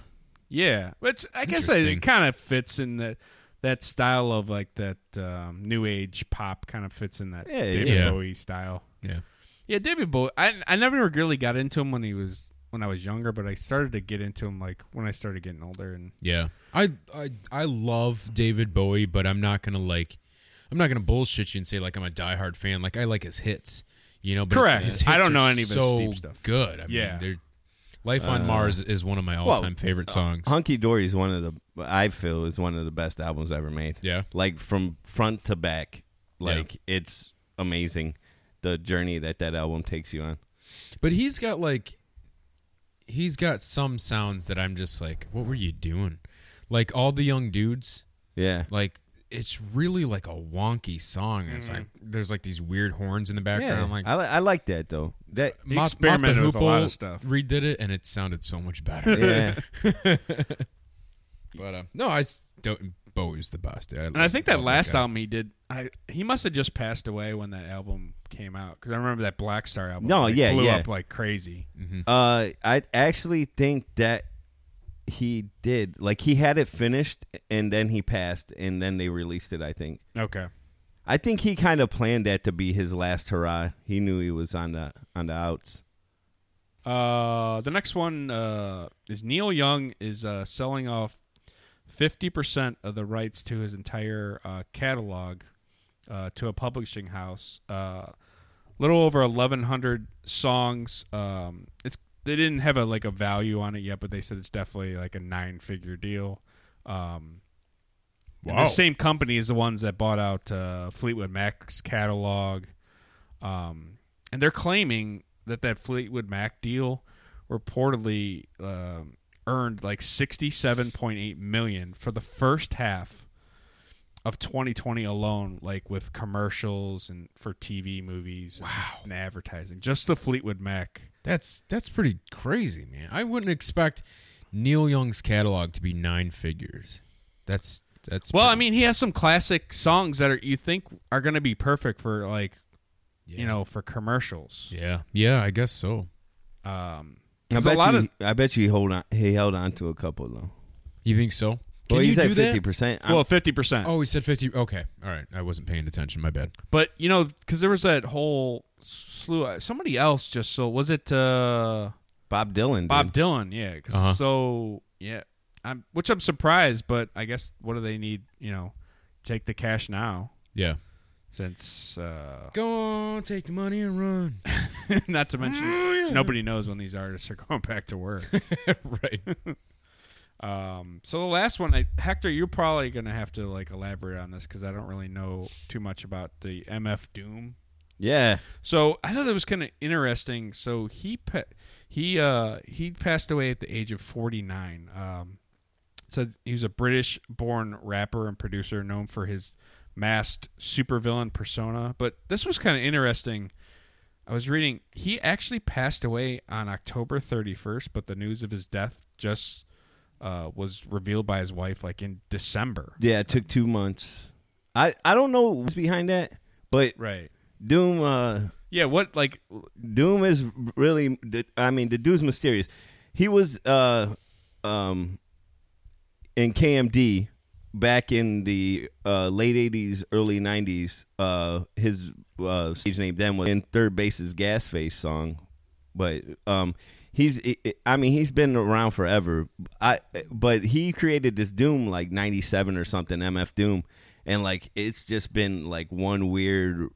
[SPEAKER 1] yeah, it's I guess I,
[SPEAKER 3] Interesting.
[SPEAKER 1] it kind of fits in that that style of like that um, new age pop kind of fits in that
[SPEAKER 2] Yeah,
[SPEAKER 1] David
[SPEAKER 3] yeah.
[SPEAKER 1] Bowie style.
[SPEAKER 3] Yeah.
[SPEAKER 1] Yeah, David Bowie. I I never really got into him when he was when I was younger, but I started to get into him like when I started getting older. And
[SPEAKER 3] Yeah. I I I love David Bowie, but I'm not gonna like I'm not gonna bullshit you and say like I'm a diehard fan. Like I like his hits. You know, but
[SPEAKER 1] Correct.
[SPEAKER 3] his hits
[SPEAKER 1] I don't know
[SPEAKER 3] are
[SPEAKER 1] any of his
[SPEAKER 3] so
[SPEAKER 1] deep stuff.
[SPEAKER 3] Good. I mean,
[SPEAKER 1] Yeah. Uh,
[SPEAKER 3] they're- Life on Mars is one of my all
[SPEAKER 2] well,
[SPEAKER 3] time favorite songs.
[SPEAKER 2] Hunky Dory is one of the I feel is one of the best albums ever made.
[SPEAKER 3] Yeah.
[SPEAKER 2] like from front to back,
[SPEAKER 3] Yeah.
[SPEAKER 2] like it's amazing the journey that that album takes you on.
[SPEAKER 3] but he's got like he's got some sounds that I'm just like, what were you doing? Like all the young dudes,
[SPEAKER 2] Yeah,
[SPEAKER 3] like it's really like a wonky song. It's
[SPEAKER 1] Mm-hmm.
[SPEAKER 3] like there's like these weird horns in the background.
[SPEAKER 2] yeah.
[SPEAKER 3] I'm like
[SPEAKER 2] I, li- I like that though. That
[SPEAKER 3] (laughs)
[SPEAKER 1] He
[SPEAKER 3] Mott-
[SPEAKER 1] experimented
[SPEAKER 3] Mott
[SPEAKER 1] with
[SPEAKER 3] the
[SPEAKER 1] a lot of
[SPEAKER 3] Hoople
[SPEAKER 1] stuff.
[SPEAKER 3] Redid it, and it sounded so much better.
[SPEAKER 1] (laughs)
[SPEAKER 3] (laughs)
[SPEAKER 2] yeah,
[SPEAKER 3] But uh, no, I s- don't. Bowie's the best. dude. I
[SPEAKER 1] and I think that last
[SPEAKER 3] guy.
[SPEAKER 1] album he did, I he must have just passed away when that album came out because I remember that Black Star album.
[SPEAKER 2] No,
[SPEAKER 1] like,
[SPEAKER 2] yeah,
[SPEAKER 1] blew
[SPEAKER 2] yeah.
[SPEAKER 1] up like crazy.
[SPEAKER 3] Mm.
[SPEAKER 2] Uh, I actually think that he did. Like he had it finished, and then he passed, and then they released it. I think.
[SPEAKER 1] Okay,
[SPEAKER 2] I think he kind of planned that to be his last hurrah. He knew he was on the on the outs.
[SPEAKER 1] uh, the next one uh, is Neil Young is uh, selling off fifty percent of the rights to his entire uh, catalog uh, to a publishing house. Uh, little over 1,100 songs. Um, it's they didn't have a like a value on it yet, but they said it's definitely like a nine figure deal. Um, and
[SPEAKER 3] Wow.
[SPEAKER 1] the same company is the ones that bought out uh, Fleetwood Mac's catalog, um, and they're claiming that that Fleetwood Mac deal reportedly um, earned like 67.8 million for the first half of 2020 alone, like with commercials and for TV movies and- and advertising. Just the Fleetwood Mac.
[SPEAKER 3] That's that's pretty crazy, man. I wouldn't expect Neil Young's catalog to be nine figures. That's that's
[SPEAKER 1] Well, I
[SPEAKER 3] pretty-
[SPEAKER 1] mean, he has some classic songs that are you think are going to be perfect for like,
[SPEAKER 3] Yeah.
[SPEAKER 1] you know, for commercials.
[SPEAKER 3] yeah, yeah, I guess so.
[SPEAKER 1] Um,
[SPEAKER 2] I
[SPEAKER 1] 'cause
[SPEAKER 2] bet
[SPEAKER 1] a lot
[SPEAKER 2] you.
[SPEAKER 1] of
[SPEAKER 2] I bet you he hold on. He held on to a couple though.
[SPEAKER 3] You think so? Can
[SPEAKER 2] well,
[SPEAKER 3] you
[SPEAKER 2] he's
[SPEAKER 3] do
[SPEAKER 2] at
[SPEAKER 3] that?
[SPEAKER 2] fifty percent.
[SPEAKER 1] well, fifty percent.
[SPEAKER 3] Oh, he said fifty. Okay, all right. I wasn't paying attention. My bad.
[SPEAKER 1] But you know, because there was that whole slew. Somebody else just so was it uh,
[SPEAKER 2] Bob Dylan.
[SPEAKER 1] Bob
[SPEAKER 2] Bob.
[SPEAKER 1] Dylan? Yeah, 'cause
[SPEAKER 3] Uh-huh.
[SPEAKER 1] so yeah, I'm which I'm surprised, but I guess what do they need? You know, take the cash now
[SPEAKER 3] Yeah.
[SPEAKER 1] since
[SPEAKER 3] (laughs)
[SPEAKER 1] uh,
[SPEAKER 3] Go on, take the money and run.
[SPEAKER 1] not to mention nobody knows when these artists are (laughs) going back to work.
[SPEAKER 3] (laughs) right.
[SPEAKER 1] Um, so the last one, I, Hector, you're probably gonna have to like elaborate on this because I don't really know too much about the MF Doom
[SPEAKER 2] Yeah.
[SPEAKER 1] So I thought that was kind of interesting. So he pa- he uh, he passed away at the age of 49. Um, so he was a British-born rapper and producer known for his masked supervillain persona. But this was kind of interesting I was reading he actually passed away on October 31st, but the news of his death just uh, was revealed by his wife like in December.
[SPEAKER 2] Yeah, it took two months. I I don't know what's behind that, but
[SPEAKER 1] Right.
[SPEAKER 2] Doom uh
[SPEAKER 1] Yeah. What like
[SPEAKER 2] Doom is really I mean the dude's mysterious. He was uh um in KMD back in the uh, late 80s early 90s uh his uh stage name then was in third base's gas face song but um he's i mean he's been around forever i but he created this doom like 97 or something mf doom and like it's just been like one weird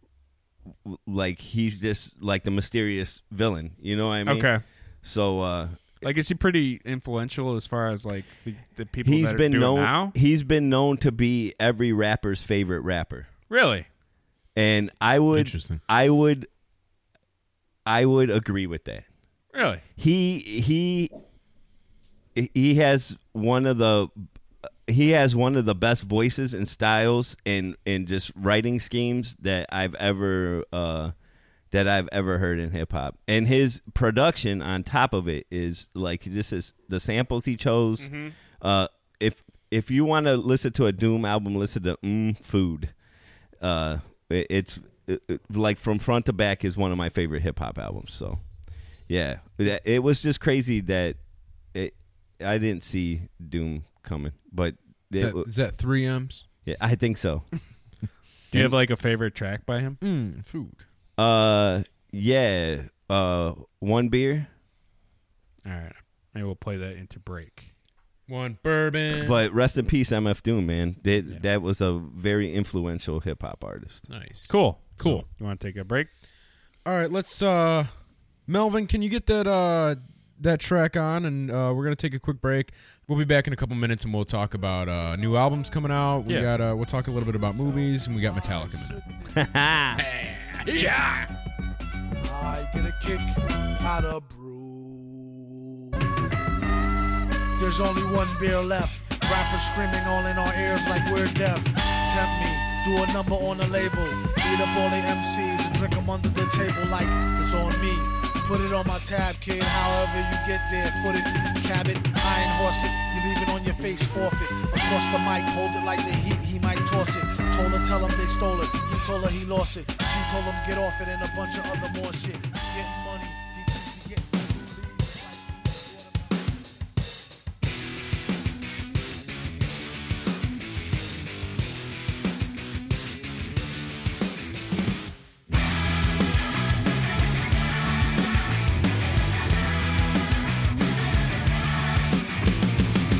[SPEAKER 2] like he's just like the mysterious villain you know what i mean
[SPEAKER 1] okay.
[SPEAKER 2] so uh
[SPEAKER 1] Like is he pretty influential as far as like the, the people
[SPEAKER 2] he's
[SPEAKER 1] that
[SPEAKER 2] been
[SPEAKER 1] are doing
[SPEAKER 2] known
[SPEAKER 1] now?
[SPEAKER 2] he's been known to be every rapper's favorite rapper
[SPEAKER 1] Really?
[SPEAKER 2] and i would
[SPEAKER 3] Interesting.
[SPEAKER 2] i would i would agree with that
[SPEAKER 1] Really?
[SPEAKER 2] he he he has one of the he has one of the best voices and styles and and just writing schemes that I've ever uh that I've ever heard in hip hop. And his production on top of it is like just his, the samples he chose. Uh if if you want to listen to a Doom album, listen to Mm Food. Uh it, it's it, it- like from front to back is one of my favorite hip hop albums, so yeah, that- it was just crazy that it. I didn't see Doom coming, but it,
[SPEAKER 3] Is that, is that three M's?
[SPEAKER 2] yeah, I think so. (laughs)
[SPEAKER 1] Do you have like a favorite track by him?
[SPEAKER 3] Mm, food.
[SPEAKER 2] Uh, yeah. Uh, one beer,
[SPEAKER 1] All right. Maybe we'll play that into break.
[SPEAKER 3] One bourbon.
[SPEAKER 2] but rest in peace, MF Doom, man. That
[SPEAKER 1] Yeah.
[SPEAKER 2] that was a very influential hip hop artist.
[SPEAKER 3] nice.
[SPEAKER 1] Cool. Cool. you want to take a break?
[SPEAKER 3] All right, let's uh Melvin, can you get that uh that track on and uh we're going to take a quick break. We'll be back in a couple minutes and we'll talk about uh new albums coming out. We
[SPEAKER 1] Yeah.
[SPEAKER 3] got uh we'll talk a little bit about movies and we got Metallica in a minute.
[SPEAKER 5] I get a kick out of brew. There's only one beer left. Rappers screaming all in our ears like we're deaf. Tempt me, do a number on a label. Beat up all the MCs and drink 'em under the table like it's on me. Put it on my tab, kid. However you get there, foot it, cab it, iron horse it. You leave it on your face, forfeit. Across the mic, hold it like the heat. He might toss it. Told her, tell him they stole it. He told her he lost it. She told him get off it and a bunch of other more shit. Get money. DTC, get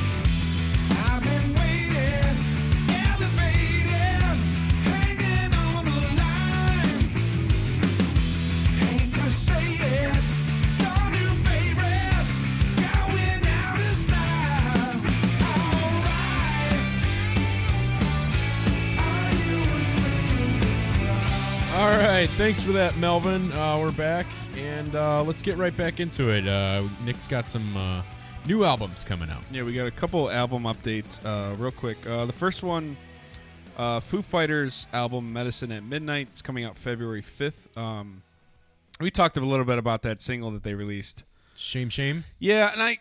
[SPEAKER 6] I've been waiting, elevated, hanging on the line. Hate to say it, your new favorites going out of style. Alright, are you
[SPEAKER 3] All right, thanks for that, Melvin. Uh, we're back, and uh, let's get right back into it. Uh, Nick's got some uh, new albums coming out.
[SPEAKER 1] Yeah, we got a couple album updates uh, real quick. Uh, the first one, uh, Foo Fighters album Medicine at Midnight. It's coming out February 5th. Um, we talked a little bit about that single that they released.
[SPEAKER 3] Shame, shame.
[SPEAKER 1] Yeah, and I,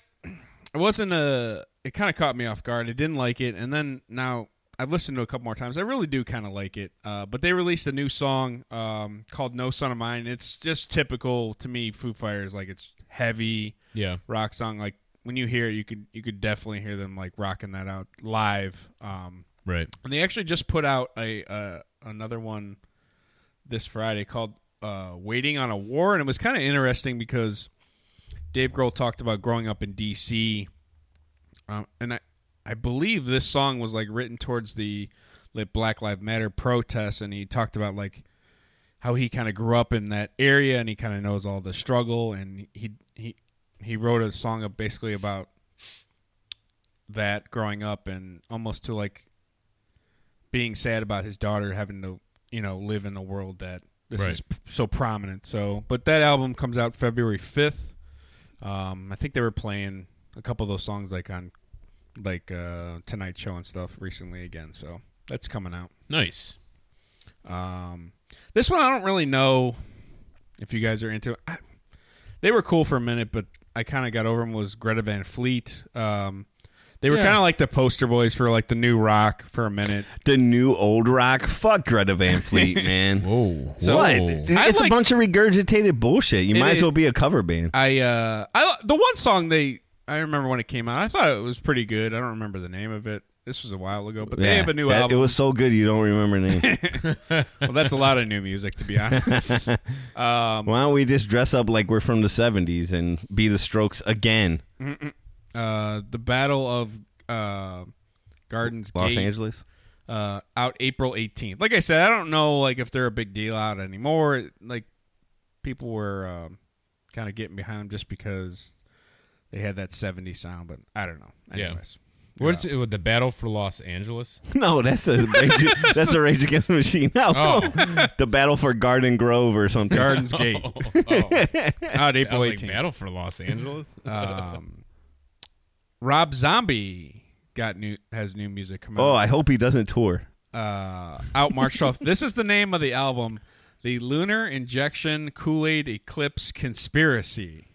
[SPEAKER 1] I wasn't a. It kind of caught me off guard. I didn't like it, and then now I've listened to it a couple more times. I really do kind of like it. Uh, but they released a new song um, called "No Son of Mine." It's just typical to me Foo Fighters. Like it's heavy
[SPEAKER 3] Yeah,
[SPEAKER 1] rock song. Like when you hear it, you could you could definitely hear them like rocking that out live. Um,
[SPEAKER 3] right.
[SPEAKER 1] and they actually just put out a uh, another one this Friday called uh, "Waiting on a War," and it was kind of interesting because Dave Grohl talked about growing up in D.C. Um, and I, I believe this song was like written towards the like Black Lives Matter protests, and he talked about like how he kind of grew up in that area, and he kind of knows all the struggle, and he he he wrote a song of basically about that growing up and almost to like being sad about his daughter having to you know live in a world that this
[SPEAKER 3] Right.
[SPEAKER 1] is p- so prominent so but that album comes out february 5th um, i think they were playing a couple of those songs like on like uh tonight show and stuff recently again so that's coming out
[SPEAKER 3] Nice.
[SPEAKER 1] um, this one I don't really know. If you guys are into it, I, they were cool for a minute, but I kind of got over them. Was Greta Van Fleet? Um, they were
[SPEAKER 3] Yeah.
[SPEAKER 1] kind of like the poster boys for like the new rock for a minute.
[SPEAKER 2] The new old rock. Fuck Greta Van (laughs) Fleet, man.
[SPEAKER 3] Whoa.
[SPEAKER 1] So-
[SPEAKER 2] what?
[SPEAKER 3] Oh, Whoa.
[SPEAKER 2] It's
[SPEAKER 1] I
[SPEAKER 2] a
[SPEAKER 1] like-
[SPEAKER 2] bunch of regurgitated bullshit. You
[SPEAKER 1] It
[SPEAKER 2] might
[SPEAKER 1] is-
[SPEAKER 2] as well be a cover band.
[SPEAKER 1] I uh I the one song they I remember when it came out. I thought it was pretty good. I don't remember the name of it. This was a while ago, but they
[SPEAKER 2] Yeah,
[SPEAKER 1] have a new
[SPEAKER 2] that-
[SPEAKER 1] album.
[SPEAKER 2] It was so good you
[SPEAKER 1] (laughs)
[SPEAKER 2] don't remember the name.
[SPEAKER 1] well, that's a lot of new music to
[SPEAKER 2] (laughs)
[SPEAKER 1] be honest. um
[SPEAKER 2] Why don't we just dress up like we're from the '70s and be the Strokes again?
[SPEAKER 1] uh the Battle of uh Gardens
[SPEAKER 2] Los
[SPEAKER 1] Gate,
[SPEAKER 2] Angeles.
[SPEAKER 1] uh out April 18th. Like I said, I don't know like if they're a big deal out anymore. Like people were um, kind of getting behind them just because they had that 70 sound, but I don't know.
[SPEAKER 3] Yeah.
[SPEAKER 1] (laughs) Anyways.
[SPEAKER 3] What's it, with the battle for Los Angeles?
[SPEAKER 2] No, that's a rage,
[SPEAKER 1] (laughs)
[SPEAKER 2] that's a Rage Against the Machine album.
[SPEAKER 1] Oh.
[SPEAKER 2] (laughs) the Battle for Garden Grove or something.
[SPEAKER 1] Gardens Gate
[SPEAKER 3] Oh, oh.
[SPEAKER 1] (laughs) out
[SPEAKER 3] I
[SPEAKER 1] April
[SPEAKER 3] was like,
[SPEAKER 1] 18th.
[SPEAKER 3] battle for Los Angeles.
[SPEAKER 1] Um, Rob Zombie got new has new music coming
[SPEAKER 2] (laughs) oh,
[SPEAKER 1] out.
[SPEAKER 2] I hope he doesn't tour.
[SPEAKER 1] uh, (laughs) out March 12th. this is the name of the album, The Lunar Injection Kool-Aid Eclipse Conspiracy.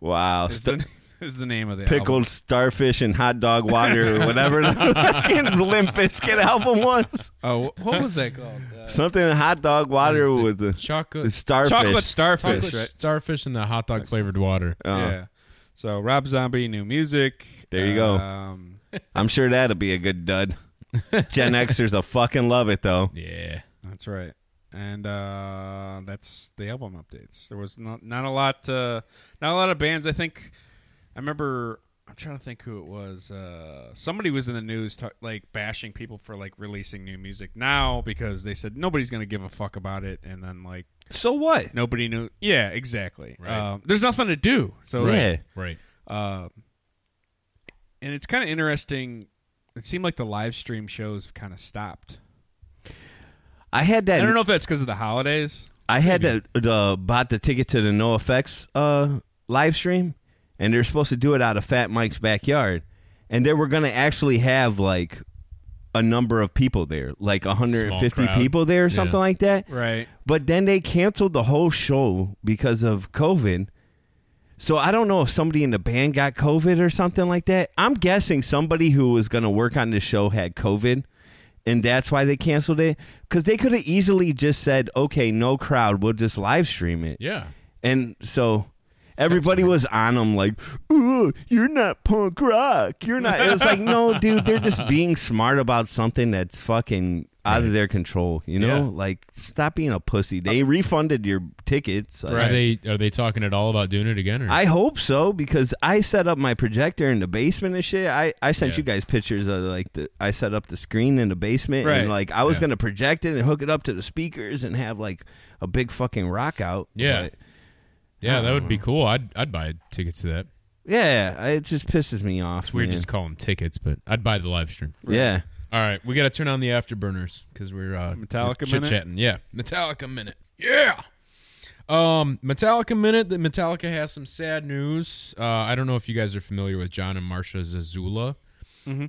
[SPEAKER 2] Wow,
[SPEAKER 1] Is,
[SPEAKER 2] St-
[SPEAKER 1] the, (laughs) is the name of the
[SPEAKER 2] pickled
[SPEAKER 1] album.
[SPEAKER 2] starfish and hot dog water or
[SPEAKER 1] (laughs)
[SPEAKER 2] whatever the fucking Limp Bizkit album was.
[SPEAKER 1] Oh, wh- what was that called? Uh,
[SPEAKER 2] Something hot dog water with the
[SPEAKER 3] (laughs) chocolate,
[SPEAKER 2] the starfish.
[SPEAKER 1] Chocolate Starfish,
[SPEAKER 3] chocolate
[SPEAKER 1] right?
[SPEAKER 3] starfish and the hot dog flavored water.
[SPEAKER 2] Uh,
[SPEAKER 1] yeah. So Rob Zombie, new music.
[SPEAKER 2] There you go.
[SPEAKER 1] Um,
[SPEAKER 2] I'm sure that'll be a good dud.
[SPEAKER 3] (laughs)
[SPEAKER 2] Gen Xers will fucking love it though.
[SPEAKER 3] Yeah.
[SPEAKER 1] That's right. And uh, that's the album updates. There was not not a lot uh, not a lot of bands. I think I remember. I'm trying to think who it was. Uh, somebody was in the news ta- like bashing people for like releasing new music now because they said nobody's gonna give a fuck about it, and then like
[SPEAKER 2] So what?
[SPEAKER 1] nobody knew. Yeah, exactly.
[SPEAKER 3] Right.
[SPEAKER 1] Um, there's nothing to do. So
[SPEAKER 2] Right.
[SPEAKER 3] Right.
[SPEAKER 1] uh, and it's kind of interesting. It seemed like the live stream shows have kind of stopped.
[SPEAKER 2] I had that.
[SPEAKER 1] I don't know if that's because of the holidays.
[SPEAKER 2] I had to, uh, bought the ticket to the No Effects uh, live stream, and they're supposed to do it out of Fat Mike's backyard, and they were going to actually have like a number of people there, like 150
[SPEAKER 3] Small crowd.
[SPEAKER 2] people there or something
[SPEAKER 3] Yeah.
[SPEAKER 2] like that.
[SPEAKER 1] Right.
[SPEAKER 2] But then they canceled the whole show because of COVID. So I don't know if somebody in the band got COVID or something like that. I'm guessing somebody who was going to work on the show had COVID, and that's why they canceled it. Because they could have easily just said, "Okay, no crowd. We'll just live stream it."
[SPEAKER 3] Yeah.
[SPEAKER 2] And so everybody was on them like, "Ooh, you're not punk rock. You're not." It's like,
[SPEAKER 3] (laughs)
[SPEAKER 2] no, dude, they're just being smart about something that's fucking out of their control. You know,
[SPEAKER 3] Yeah.
[SPEAKER 2] like stop being a pussy. They refunded your tickets. Like,
[SPEAKER 3] Are they are they talking at all about doing it again? Or?
[SPEAKER 2] I hope so because I set up my projector in the basement and shit. I, I sent
[SPEAKER 3] Yeah.
[SPEAKER 2] you guys pictures of like the I set up the screen in the basement
[SPEAKER 1] Right.
[SPEAKER 2] and like I was
[SPEAKER 3] Yeah.
[SPEAKER 2] gonna project it and hook it up to the speakers and have like a big fucking rock out.
[SPEAKER 3] Yeah.
[SPEAKER 2] but-
[SPEAKER 3] yeah, that would be cool. I'd I'd buy tickets to that.
[SPEAKER 2] yeah, I- it just pisses me off.
[SPEAKER 3] It's weird
[SPEAKER 2] man.
[SPEAKER 3] just call them tickets, but I'd buy the live stream.
[SPEAKER 2] Yeah.
[SPEAKER 3] All right, we got to turn on the afterburners because we're uh,
[SPEAKER 1] Metallica
[SPEAKER 3] chit
[SPEAKER 1] minute?
[SPEAKER 3] chatting. Yeah, Metallica minute. Yeah. Um, Metallica minute. That Metallica has some sad news. Uh, I don't know if you guys are familiar with John and Marsha Zazula.
[SPEAKER 1] Mm-hmm.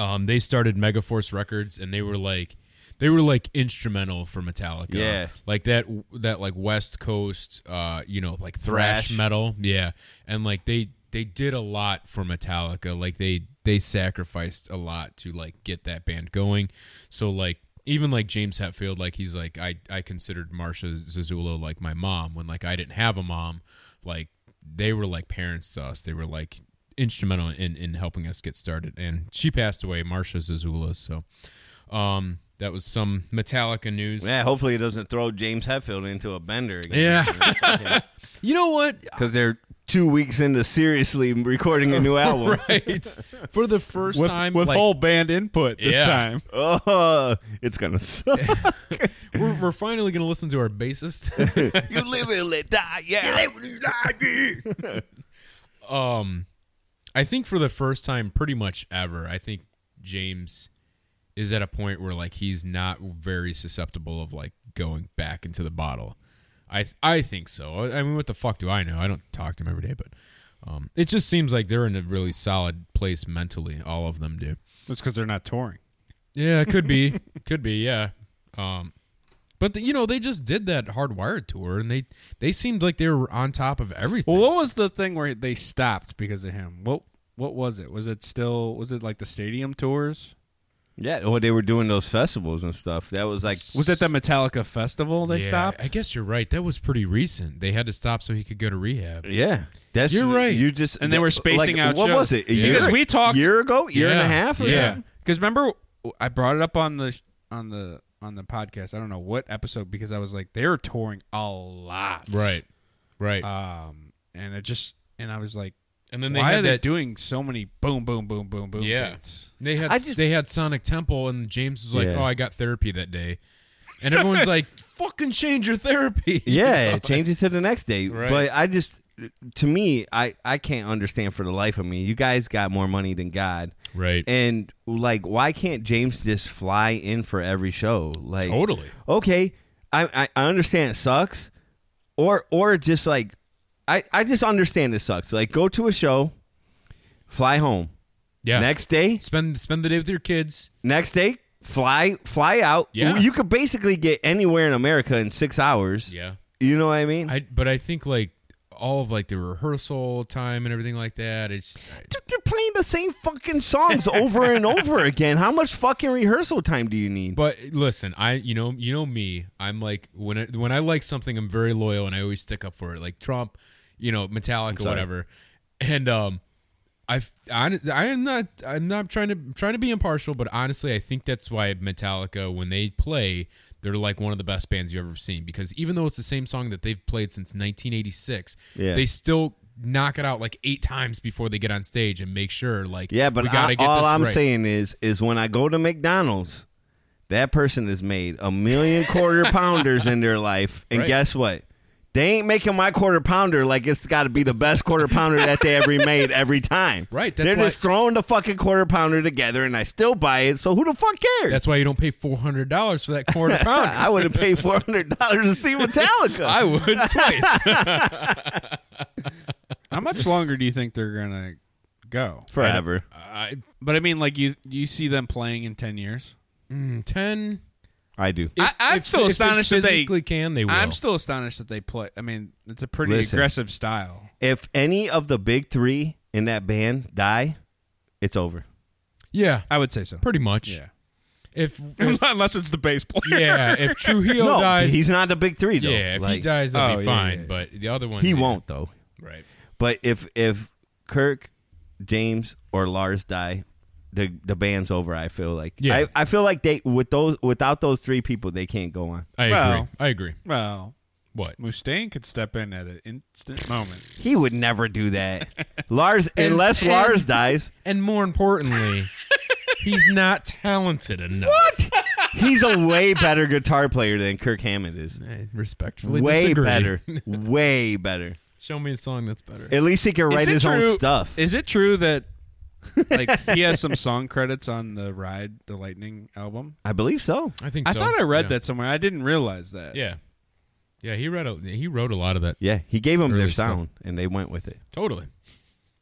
[SPEAKER 3] Um, they started Megaforce Records, and they were like, they were like instrumental for Metallica.
[SPEAKER 2] Yeah.
[SPEAKER 3] like that that like West Coast, uh, you know, like thrash,
[SPEAKER 2] Thrash.
[SPEAKER 3] metal. Yeah, and like they they did a lot for Metallica. Like they they sacrificed a lot to like get that band going. So like even like James Hetfield, like he's like I I considered Marsha Zazula like my mom when like I didn't have a mom. Like they were like parents to us. They were like instrumental in in helping us get started. And she passed away, Marsha Zazula. So um that was some Metallica news.
[SPEAKER 2] Yeah, hopefully it doesn't throw James Hetfield into a bender again.
[SPEAKER 3] Yeah. you know what?
[SPEAKER 2] (laughs) Because they're two weeks into seriously recording a new album.
[SPEAKER 3] (laughs) right. For the first
[SPEAKER 1] with,
[SPEAKER 3] time,
[SPEAKER 1] with
[SPEAKER 3] like,
[SPEAKER 1] whole band input this
[SPEAKER 3] Yeah.
[SPEAKER 1] time.
[SPEAKER 2] Oh, it's going to suck.
[SPEAKER 3] we're, we're finally gonna listen to our bassist.
[SPEAKER 2] (laughs) you live and let die. Yeah.
[SPEAKER 3] (laughs) um, I think for the first time, pretty much ever, I think James is at a point where like he's not very susceptible of like going back into the bottle. I I think so. I I mean, what the fuck do I know? I don't talk to him every day, but um, it just seems like they're in a really solid place mentally. All of them do.
[SPEAKER 1] (laughs) That's because they're not touring.
[SPEAKER 3] Yeah, it could be. could be, yeah. Um But the, you know, they just did that Hardwired tour, and they they seemed like they were on top of everything.
[SPEAKER 1] Well, what was the thing where they stopped because of him? What what was it? Was it still was it like the stadium tours?
[SPEAKER 2] Yeah, or they were doing those festivals and stuff. That was like
[SPEAKER 1] Was it the Metallica festival they
[SPEAKER 3] Yeah,
[SPEAKER 1] stopped?
[SPEAKER 3] I guess you're right. That was pretty recent. They had to stop so he could go to rehab.
[SPEAKER 2] Yeah, that's
[SPEAKER 3] You're right.
[SPEAKER 2] You just
[SPEAKER 1] And they were spacing
[SPEAKER 2] like,
[SPEAKER 1] out
[SPEAKER 2] What
[SPEAKER 1] shows.
[SPEAKER 2] was it? A
[SPEAKER 1] Yeah.
[SPEAKER 2] year,
[SPEAKER 1] Because we talked-
[SPEAKER 2] year ago, year and a
[SPEAKER 3] Yeah.
[SPEAKER 2] half. Or
[SPEAKER 1] yeah. (laughs)
[SPEAKER 2] something?
[SPEAKER 1] Because remember I brought it up on the sh- on the on the podcast. I don't know what episode because I was like they're touring a lot.
[SPEAKER 3] Right, right.
[SPEAKER 1] Um and it just and I was like
[SPEAKER 3] and then they
[SPEAKER 1] why
[SPEAKER 3] had
[SPEAKER 1] are they
[SPEAKER 3] that.
[SPEAKER 1] doing so many boom boom boom boom boom
[SPEAKER 3] Yeah.
[SPEAKER 1] beats?
[SPEAKER 3] they had
[SPEAKER 2] I just-
[SPEAKER 3] they had Sonic Temple, and James was like,
[SPEAKER 2] Yeah.
[SPEAKER 3] "Oh, I got therapy that day," and everyone's
[SPEAKER 1] (laughs)
[SPEAKER 3] like, "Fucking change your therapy."
[SPEAKER 2] yeah, it changes to the next day.
[SPEAKER 3] Right.
[SPEAKER 2] But I just, to me, I I can't understand for the life of me. You guys got more money than God,
[SPEAKER 3] Right.
[SPEAKER 2] and like, why can't James just fly in for every show? Like,
[SPEAKER 3] totally.
[SPEAKER 2] okay, I, I I understand it sucks, or or just like, I I just understand it sucks. Like, go to a show, fly home.
[SPEAKER 3] Yeah.
[SPEAKER 2] Next day,
[SPEAKER 3] spend spend the day with your kids.
[SPEAKER 2] Next day, fly fly out.
[SPEAKER 3] Yeah.
[SPEAKER 2] You could basically get anywhere in America in six hours.
[SPEAKER 3] Yeah.
[SPEAKER 2] You know what I mean?
[SPEAKER 3] I but I think like all of like the rehearsal time and everything like that. It's
[SPEAKER 2] Dude, They're playing the same fucking songs over and
[SPEAKER 3] (laughs)
[SPEAKER 2] over again. How much fucking rehearsal time do you need?
[SPEAKER 3] but listen, I you know you know me. I'm like when I, when I like something, I'm very loyal and I always stick up for it. Like Trump, you know Metallica, whatever. And um, I've I I am not I'm not trying to trying to be impartial, but honestly, I think that's why Metallica when they play. They're like one of the best bands you've ever seen because even though it's the same song that they've played since 1986,
[SPEAKER 2] Yeah.
[SPEAKER 3] they still knock it out like eight times before they get on stage and make sure like
[SPEAKER 2] yeah, but
[SPEAKER 3] we gotta
[SPEAKER 2] I,
[SPEAKER 3] get
[SPEAKER 2] all
[SPEAKER 3] this
[SPEAKER 2] I'm
[SPEAKER 3] right.
[SPEAKER 2] saying is, is when I go to McDonald's, that person has made a million quarter pounders in their life, and
[SPEAKER 3] Right.
[SPEAKER 2] guess what? They ain't making my quarter pounder like it's got to be the best quarter pounder that they ever made every time.
[SPEAKER 3] (laughs) Right, that's
[SPEAKER 2] They're
[SPEAKER 3] why-
[SPEAKER 2] just throwing the fucking quarter pounder together, and I still buy it. So who the fuck cares?
[SPEAKER 3] That's why you don't pay four hundred dollars for that
[SPEAKER 2] (laughs)
[SPEAKER 3] quarter pounder.
[SPEAKER 2] I would have paid four hundred dollars to see Metallica.
[SPEAKER 3] (laughs) I would twice.
[SPEAKER 1] How much longer do you think they're gonna go?
[SPEAKER 2] Forever.
[SPEAKER 3] I,
[SPEAKER 1] But I mean, like you you see them playing in ten years.
[SPEAKER 3] mm, Ten.
[SPEAKER 2] I do.
[SPEAKER 1] I- I'm still astonished
[SPEAKER 3] if
[SPEAKER 1] that
[SPEAKER 3] they
[SPEAKER 1] they-
[SPEAKER 3] physically can. They will.
[SPEAKER 1] I'm still astonished that they play. I mean, it's a pretty
[SPEAKER 2] Listen.
[SPEAKER 1] aggressive style.
[SPEAKER 2] If any of the big three in that band die, it's over.
[SPEAKER 3] yeah,
[SPEAKER 1] I would say so.
[SPEAKER 3] pretty much.
[SPEAKER 1] Yeah.
[SPEAKER 3] If,
[SPEAKER 1] (laughs)
[SPEAKER 3] if-
[SPEAKER 1] Unless it's the bass player.
[SPEAKER 3] yeah, if
[SPEAKER 2] (laughs)
[SPEAKER 3] Trujillo
[SPEAKER 2] no,
[SPEAKER 3] dies,
[SPEAKER 2] he's not the big three though.
[SPEAKER 3] yeah, if he
[SPEAKER 2] Like,
[SPEAKER 3] dies, that'll
[SPEAKER 1] Oh,
[SPEAKER 3] be
[SPEAKER 1] yeah,
[SPEAKER 3] fine.
[SPEAKER 1] yeah, yeah.
[SPEAKER 3] But the other one,
[SPEAKER 2] he
[SPEAKER 3] yeah.
[SPEAKER 2] won't though.
[SPEAKER 3] Right.
[SPEAKER 2] But if if Kirk, James, or Lars die, the the band's over. I feel like.
[SPEAKER 3] Yeah.
[SPEAKER 2] I, I feel like they with those without those three people they can't go on.
[SPEAKER 3] I agree.
[SPEAKER 1] Well-
[SPEAKER 3] I agree.
[SPEAKER 1] (laughs) Well,
[SPEAKER 3] What?
[SPEAKER 1] Mustaine could step in at an instant moment.
[SPEAKER 2] He would never do
[SPEAKER 3] (laughs)
[SPEAKER 2] that. Lars,
[SPEAKER 3] And-
[SPEAKER 2] unless
[SPEAKER 3] and-
[SPEAKER 2] Lars dies,
[SPEAKER 3] And
[SPEAKER 1] (laughs)
[SPEAKER 3] more importantly, he's not talented enough.
[SPEAKER 2] he's a way better guitar player than Kirk Hammond is.
[SPEAKER 3] I respectfully
[SPEAKER 2] way
[SPEAKER 3] disagree. (laughs)
[SPEAKER 2] better. way better.
[SPEAKER 3] Show me a song that's better.
[SPEAKER 2] At least he can
[SPEAKER 1] Is
[SPEAKER 2] write
[SPEAKER 1] it
[SPEAKER 2] his
[SPEAKER 1] true-
[SPEAKER 2] own stuff.
[SPEAKER 1] Is it true (laughs) that like he has some song credits on the Ride the Lightning album?
[SPEAKER 2] I believe so.
[SPEAKER 3] I think.
[SPEAKER 1] I
[SPEAKER 3] so.
[SPEAKER 1] thought I read
[SPEAKER 3] Yeah.
[SPEAKER 1] that somewhere. I didn't realize that.
[SPEAKER 3] Yeah. Yeah, he read a, he wrote a lot of that.
[SPEAKER 2] Yeah, he gave them their
[SPEAKER 3] Early stuff.
[SPEAKER 2] sound and they went with it.
[SPEAKER 3] Totally.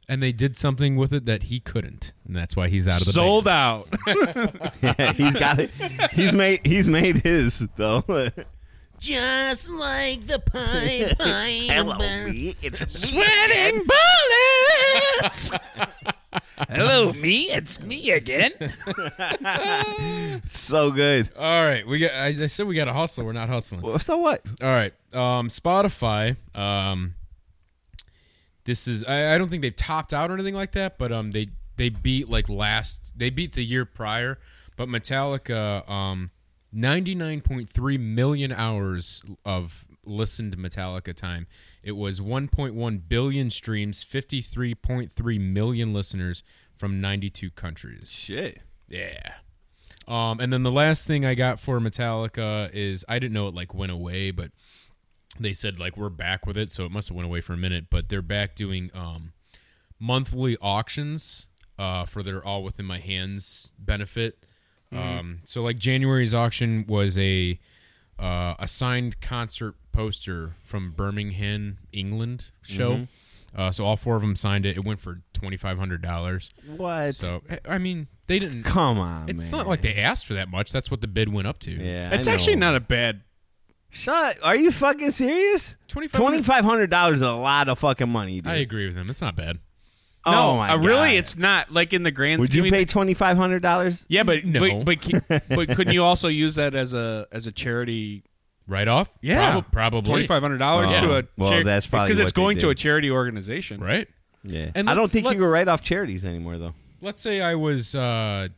[SPEAKER 3] And they did something with it that he couldn't, and that's why he's out of the
[SPEAKER 1] Sold
[SPEAKER 3] band.
[SPEAKER 1] out. (laughs)
[SPEAKER 2] Yeah, (laughs) he's got it. He's made he's made his though. (laughs) Just like the (laughs) pie pie. Hello, me. It's (laughs) sweating bullets. Hello, me. It's me again. (laughs) so good.
[SPEAKER 3] All right, we got. I, I said we got to hustle. We're not hustling. All
[SPEAKER 2] Well, So what?
[SPEAKER 3] right, um, Spotify. Um, this is. I, I don't think they've topped out or anything like that, but um, they they beat like last. They beat the year prior, but Metallica um, ninety nine point three million hours of listened Metallica time. It was one point one billion streams, fifty three point three million listeners from ninety two countries.
[SPEAKER 2] Shit.
[SPEAKER 3] Yeah. Um, and then the last thing I got for Metallica is I didn't know it like went away, but they said like we're back with it, so it must have went away for a minute. But they're back doing um, monthly auctions uh, for their All Within My Hands benefit. Um, so like January's auction was a uh, a signed concert poster from Birmingham, England show. Uh, so all four of them signed it. It went for twenty five hundred dollars.
[SPEAKER 2] What?
[SPEAKER 3] So I mean, they didn't.
[SPEAKER 2] (laughs) Come on.
[SPEAKER 3] It's
[SPEAKER 2] Oh, man.
[SPEAKER 3] not like they asked for that much. That's what the bid went up to.
[SPEAKER 2] Yeah,
[SPEAKER 1] it's
[SPEAKER 2] I
[SPEAKER 1] actually
[SPEAKER 2] know.
[SPEAKER 1] not a bad
[SPEAKER 2] Shut. Are you fucking serious? Twenty
[SPEAKER 3] 2500
[SPEAKER 2] five hundred dollars is a lot of fucking money, dude.
[SPEAKER 3] I agree with him. It's not bad.
[SPEAKER 2] oh
[SPEAKER 1] no,
[SPEAKER 2] my
[SPEAKER 1] uh, really,
[SPEAKER 2] God.
[SPEAKER 1] it's not like in the grand
[SPEAKER 2] Would
[SPEAKER 1] scheme
[SPEAKER 2] you
[SPEAKER 1] of
[SPEAKER 2] pay twenty five hundred dollars?
[SPEAKER 1] Yeah, but
[SPEAKER 3] No.
[SPEAKER 1] but but,
[SPEAKER 3] (laughs)
[SPEAKER 1] ki- but couldn't you also use that as a as a charity?
[SPEAKER 3] Right off? Prob- probably.
[SPEAKER 1] twenty five hundred dollars
[SPEAKER 3] Yeah.
[SPEAKER 1] to a
[SPEAKER 2] Well,
[SPEAKER 1] chari-
[SPEAKER 2] that's probably
[SPEAKER 1] because
[SPEAKER 2] what
[SPEAKER 1] it's
[SPEAKER 2] they
[SPEAKER 1] going to
[SPEAKER 2] do.
[SPEAKER 1] a charity organization,
[SPEAKER 3] Right.
[SPEAKER 2] Yeah.
[SPEAKER 3] And
[SPEAKER 2] I don't
[SPEAKER 3] let's-
[SPEAKER 2] think you
[SPEAKER 3] let's-
[SPEAKER 2] can write off charities anymore, though.
[SPEAKER 3] Let's say I was uh,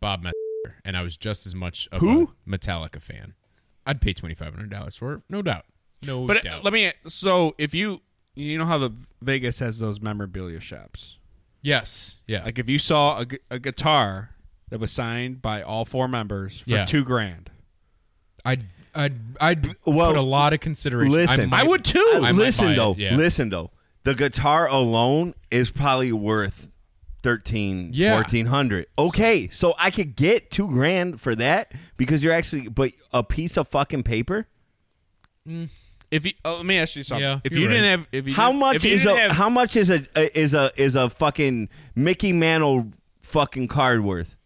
[SPEAKER 3] Bob Metzger and I was just as much of
[SPEAKER 2] Who?
[SPEAKER 3] a Metallica fan. I'd pay twenty five hundred dollars for it, no doubt. No
[SPEAKER 1] But uh,
[SPEAKER 3] doubt.
[SPEAKER 1] let me. So if you you know how the Vegas has those memorabilia shops,
[SPEAKER 3] yes. Yeah.
[SPEAKER 1] like if you saw a, gu- a guitar that was signed by all four members for
[SPEAKER 3] Yeah.
[SPEAKER 1] two grand,
[SPEAKER 3] I'd I'd I'd
[SPEAKER 2] Well,
[SPEAKER 3] put a lot of consideration.
[SPEAKER 2] listen.
[SPEAKER 3] might-
[SPEAKER 1] I would too.
[SPEAKER 3] I might buy
[SPEAKER 2] listen
[SPEAKER 3] it,
[SPEAKER 2] though,
[SPEAKER 3] yeah.
[SPEAKER 2] listen though. The guitar alone is probably worth thirteen,
[SPEAKER 3] Yeah.
[SPEAKER 2] fourteen hundred. Okay, so I could get two grand for that because you're actually, but a piece of fucking paper.
[SPEAKER 1] if you oh, let me ask you something,
[SPEAKER 3] Yeah,
[SPEAKER 1] if
[SPEAKER 3] you're
[SPEAKER 1] you didn't
[SPEAKER 3] right.
[SPEAKER 1] have if you
[SPEAKER 2] How
[SPEAKER 1] didn't-
[SPEAKER 2] much
[SPEAKER 1] if you
[SPEAKER 2] is a
[SPEAKER 1] didn't have-
[SPEAKER 2] how much is a is a is a fucking Mickey Mantle fucking card worth?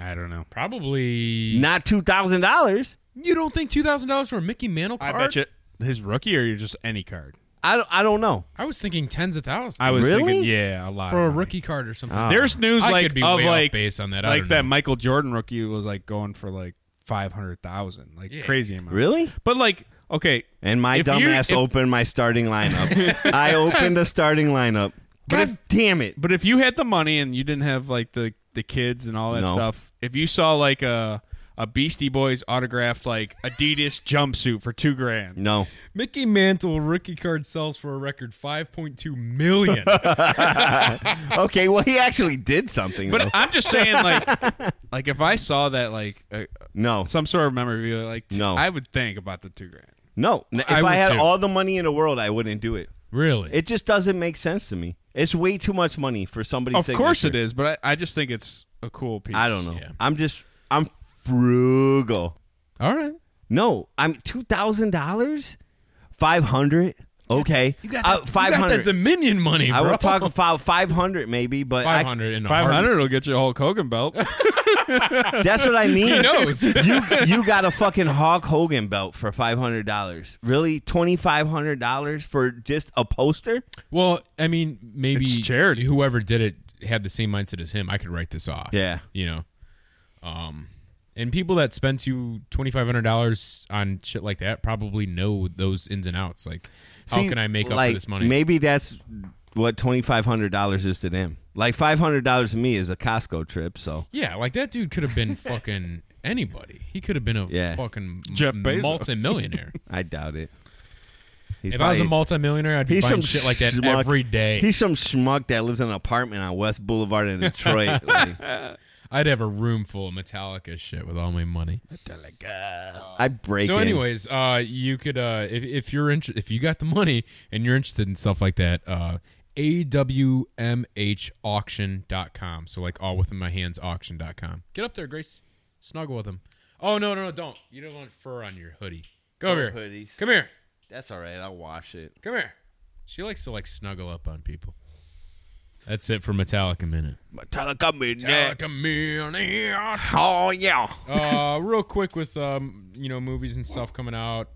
[SPEAKER 1] I don't know.
[SPEAKER 3] probably.
[SPEAKER 2] Not two thousand dollars.
[SPEAKER 3] You don't think two thousand dollars for a Mickey Mantle
[SPEAKER 1] I
[SPEAKER 3] card?
[SPEAKER 1] bet you his rookie or just any card.
[SPEAKER 2] I don't, I don't know.
[SPEAKER 3] I was thinking tens of thousands.
[SPEAKER 1] I was
[SPEAKER 2] Really?
[SPEAKER 1] thinking, yeah, a lot
[SPEAKER 3] for
[SPEAKER 1] of
[SPEAKER 3] a
[SPEAKER 1] money.
[SPEAKER 3] rookie card or something.
[SPEAKER 1] There's news
[SPEAKER 3] I
[SPEAKER 1] like
[SPEAKER 3] could be
[SPEAKER 1] of
[SPEAKER 3] way off
[SPEAKER 1] like
[SPEAKER 3] base on that. I
[SPEAKER 1] like
[SPEAKER 3] don't
[SPEAKER 1] that
[SPEAKER 3] know.
[SPEAKER 1] Michael Jordan rookie was like going for like five hundred thousand, like crazy amount.
[SPEAKER 2] Really?
[SPEAKER 1] But like, okay,
[SPEAKER 2] And my
[SPEAKER 1] if you-
[SPEAKER 2] dumbass
[SPEAKER 1] if-
[SPEAKER 2] opened my starting (laughs) lineup. I opened the starting lineup. God damn it!
[SPEAKER 1] But if you had the money and you didn't have like the the kids and all that
[SPEAKER 2] No.
[SPEAKER 1] stuff, if you saw like a a Beastie Boys autographed like Adidas jumpsuit for two grand,
[SPEAKER 2] No.
[SPEAKER 3] Mickey Mantle rookie card sells for a record five point
[SPEAKER 1] (laughs)
[SPEAKER 3] two million.
[SPEAKER 2] Okay, well, he actually did something.
[SPEAKER 1] but
[SPEAKER 2] though.
[SPEAKER 1] I'm just saying
[SPEAKER 2] (laughs)
[SPEAKER 1] like like if I saw that like uh,
[SPEAKER 2] no,
[SPEAKER 1] some sort of memorabilia, like t-
[SPEAKER 2] No.
[SPEAKER 1] I would think about the two grand.
[SPEAKER 2] no. N- If
[SPEAKER 3] I
[SPEAKER 2] I,
[SPEAKER 3] would
[SPEAKER 2] had
[SPEAKER 3] too.
[SPEAKER 2] all the money in the world, I wouldn't do it.
[SPEAKER 3] really?
[SPEAKER 2] It just doesn't make sense to me. It's way too much money for somebody's.
[SPEAKER 1] Of course it
[SPEAKER 2] signature.
[SPEAKER 1] is, but I, I just think it's a cool piece.
[SPEAKER 2] I don't know.
[SPEAKER 3] Yeah.
[SPEAKER 2] I'm just. I'm frugal.
[SPEAKER 3] All right.
[SPEAKER 2] No, I'm two thousand dollars, five hundred. Okay,
[SPEAKER 3] You got
[SPEAKER 2] Uh,
[SPEAKER 3] that, you got that Dominion money,
[SPEAKER 2] I
[SPEAKER 3] bro.
[SPEAKER 2] would talk about five hundred maybe, but I-
[SPEAKER 3] five hundred and
[SPEAKER 1] Five hundred will get you a Hulk Hogan belt.
[SPEAKER 2] that's what I mean.
[SPEAKER 3] Who knows?
[SPEAKER 2] you you got a fucking Hulk Hogan belt for five hundred dollars. Really, twenty five hundred dollars for just a poster?
[SPEAKER 3] (laughs) Well, I mean, maybe
[SPEAKER 1] It's charity.
[SPEAKER 3] Whoever did it had the same mindset as him. I could write this off.
[SPEAKER 2] Yeah.
[SPEAKER 3] you know, um, and people that spent you twenty five hundred dollars on shit like that probably know those ins and outs. Like,
[SPEAKER 2] See,
[SPEAKER 3] how can I make up
[SPEAKER 2] like,
[SPEAKER 3] for this money?
[SPEAKER 2] Maybe that's what twenty five hundred dollars is to them. Like five hundred dollars to me is a Costco trip. So
[SPEAKER 3] yeah, like that dude could
[SPEAKER 2] (laughs)
[SPEAKER 3] have been fucking anybody. He could have been a
[SPEAKER 2] Yeah.
[SPEAKER 3] fucking
[SPEAKER 1] Jeff Bezos.
[SPEAKER 3] multimillionaire.
[SPEAKER 2] I doubt it. (laughs) He's
[SPEAKER 3] if I was a
[SPEAKER 2] probably-
[SPEAKER 3] multimillionaire, I'd be
[SPEAKER 2] he's
[SPEAKER 3] buying
[SPEAKER 2] some
[SPEAKER 3] shit like that
[SPEAKER 2] schmuck.
[SPEAKER 3] every day.
[SPEAKER 2] He's some schmuck that lives in an apartment on West Boulevard in
[SPEAKER 3] (laughs)
[SPEAKER 2] Detroit. Like,
[SPEAKER 3] I'd have a room full of Metallica shit with all my money.
[SPEAKER 2] I break.
[SPEAKER 3] So,
[SPEAKER 2] in.
[SPEAKER 3] anyways, uh, you could uh, if if you're inter- if you got the money and you're interested in stuff like that, uh, awmhauction.com. So like all within my hands auction.com. Get up there, Grace. Snuggle with him. Oh no no no! Don't you don't want fur on your hoodie? Go over here.
[SPEAKER 2] hoodies.
[SPEAKER 3] Come here.
[SPEAKER 2] That's all right. I'll wash it.
[SPEAKER 3] Come here. She likes to like snuggle up on people. That's it for Metallica minute.
[SPEAKER 2] Metallica Midnight.
[SPEAKER 3] Metallica minute.
[SPEAKER 2] Oh yeah.
[SPEAKER 3] uh, real quick with um, you know movies and stuff coming out.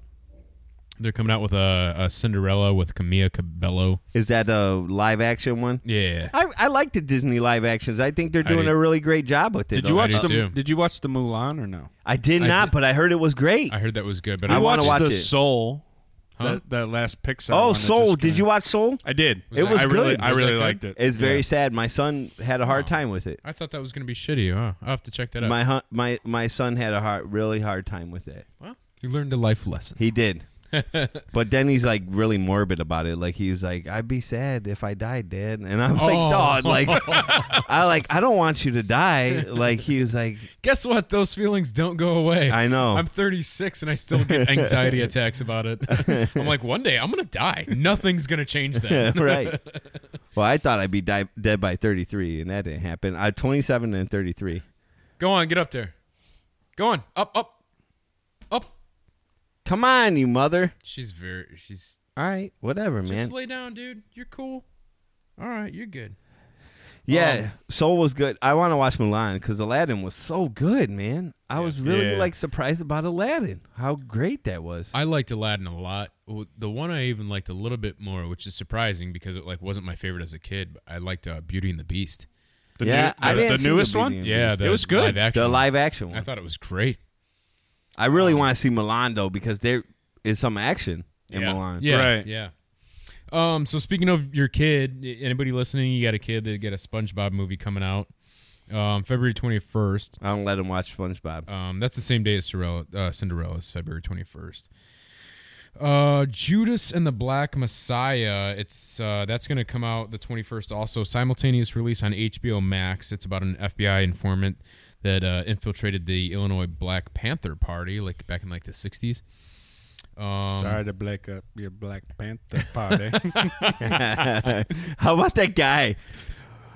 [SPEAKER 3] They're coming out with a, a Cinderella with Camilla Cabello.
[SPEAKER 2] Is that a live action one?
[SPEAKER 3] Yeah,
[SPEAKER 2] I, I like the Disney live actions. I think they're
[SPEAKER 3] I
[SPEAKER 2] doing
[SPEAKER 3] did-
[SPEAKER 2] a really great job with it.
[SPEAKER 1] Did you
[SPEAKER 2] though.
[SPEAKER 1] watch
[SPEAKER 3] I do
[SPEAKER 1] the
[SPEAKER 3] too.
[SPEAKER 1] Did you watch the Mulan or no?
[SPEAKER 2] I did not, but I heard it was great.
[SPEAKER 3] I heard that was good, but
[SPEAKER 2] I
[SPEAKER 3] I
[SPEAKER 2] wa-
[SPEAKER 3] watched.
[SPEAKER 2] watch
[SPEAKER 1] the
[SPEAKER 2] it.
[SPEAKER 1] Soul.
[SPEAKER 3] Huh?
[SPEAKER 1] That, that last Pixar.
[SPEAKER 2] oh,
[SPEAKER 1] one that
[SPEAKER 2] Soul.
[SPEAKER 1] just
[SPEAKER 2] Did
[SPEAKER 1] came-
[SPEAKER 2] you watch Soul?
[SPEAKER 1] I did.
[SPEAKER 2] It was
[SPEAKER 1] I really,
[SPEAKER 2] good.
[SPEAKER 1] I
[SPEAKER 3] Was that
[SPEAKER 1] really
[SPEAKER 3] good?
[SPEAKER 1] liked it.
[SPEAKER 2] It's very sad. My son had a hard time with it.
[SPEAKER 3] I thought that was gonna be shitty. Huh? I will have to check that out.
[SPEAKER 2] My hu- my my son had a hard, really hard time with it.
[SPEAKER 3] well, you learned a life lesson.
[SPEAKER 2] He did. but then he's like really morbid about it. Like he's like, I'd be sad if I died, Dad. And I'm
[SPEAKER 3] Oh.
[SPEAKER 2] like, Dog, like I like I don't want you to die. Like he was like,
[SPEAKER 3] Guess what? Those feelings don't go away.
[SPEAKER 2] I know.
[SPEAKER 3] I'm 36 and I still get anxiety attacks about it. I'm like, one day I'm gonna die. Nothing's gonna change (laughs) that.
[SPEAKER 2] right. (laughs) Well, I thought I'd be di- dead by 33, and that didn't happen. I 27 and 33.
[SPEAKER 3] Go on, get up there. Go on, up, up, up.
[SPEAKER 2] Come on, you mother.
[SPEAKER 3] She's very. She's
[SPEAKER 2] All right, whatever, man.
[SPEAKER 3] Just lay down, dude. You're cool. All right, you're good.
[SPEAKER 2] Yeah, Soul was good. I want to watch Mulan because Aladdin was so good, man. I was really
[SPEAKER 1] Yeah.
[SPEAKER 2] like surprised about Aladdin, how great that was.
[SPEAKER 3] I liked Aladdin a lot. W- The one I even liked a little bit more, which is surprising because it like wasn't my favorite as a kid. But I liked uh, Beauty and the Beast.
[SPEAKER 1] The
[SPEAKER 2] Yeah,
[SPEAKER 1] new-
[SPEAKER 2] I
[SPEAKER 1] the,
[SPEAKER 2] didn't
[SPEAKER 1] the
[SPEAKER 2] see the
[SPEAKER 1] newest one.
[SPEAKER 2] beginning.
[SPEAKER 3] Yeah, the
[SPEAKER 1] It was good.
[SPEAKER 3] Live action.
[SPEAKER 2] the live action
[SPEAKER 3] I
[SPEAKER 2] one.
[SPEAKER 3] thought it was great.
[SPEAKER 2] I really want to see Mulan though because there is some action in
[SPEAKER 1] Yeah.
[SPEAKER 2] Milan.
[SPEAKER 3] Yeah,
[SPEAKER 1] Right.
[SPEAKER 3] yeah. Um. So speaking of your kid, y- anybody listening, you got a kid that got a SpongeBob movie coming out, um, February twenty first.
[SPEAKER 2] I don't let him watch SpongeBob.
[SPEAKER 3] Um, that's the same day as Cinderella. Uh, Cinderella's February twenty first. Uh, Judas and the Black Messiah. It's uh, that's going to come out the twenty first. Also, simultaneous release on HBO Max. It's about an FBI informant that uh, infiltrated the Illinois Black Panther Party, like back in like the sixties. Um,
[SPEAKER 1] Sorry to black up your Black (laughs) Panther party.
[SPEAKER 2] (laughs) How about that guy?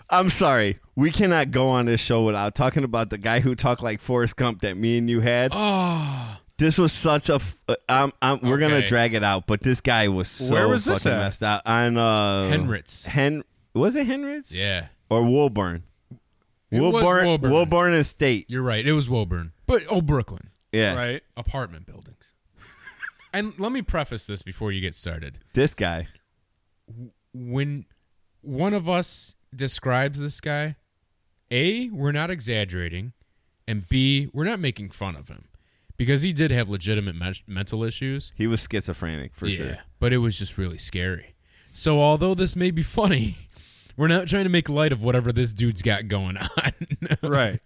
[SPEAKER 2] I'm sorry, we cannot go on this show without talking about the guy who talked like Forrest Gump that me and you had. Oh, this was such a. F- uh, I'm, I'm, we're gonna
[SPEAKER 3] Okay.
[SPEAKER 2] drag it out, but this guy was so
[SPEAKER 1] Where was
[SPEAKER 2] fucking
[SPEAKER 1] this at?
[SPEAKER 2] messed out. On uh,
[SPEAKER 3] Henritz.
[SPEAKER 2] Hen was it Henritz?
[SPEAKER 3] Yeah.
[SPEAKER 2] or Woolburn.
[SPEAKER 3] It was
[SPEAKER 2] Woolburn,
[SPEAKER 3] Woolburn.
[SPEAKER 2] Woolburn Estate.
[SPEAKER 3] You're right. It was Woburn, but oh, Brooklyn
[SPEAKER 2] Yeah,
[SPEAKER 1] right?
[SPEAKER 3] apartment buildings. (laughs) and let me preface this before you get started.
[SPEAKER 2] this guy.
[SPEAKER 3] When one of us describes this guy, a we're not exaggerating, and b we're not making fun of him because he did have legitimate me- mental issues.
[SPEAKER 2] He was schizophrenic for sure.
[SPEAKER 3] But it was just really scary. So although this may be funny, (laughs) we're not trying to make light of whatever this dude's got going (laughs) on.
[SPEAKER 1] Right.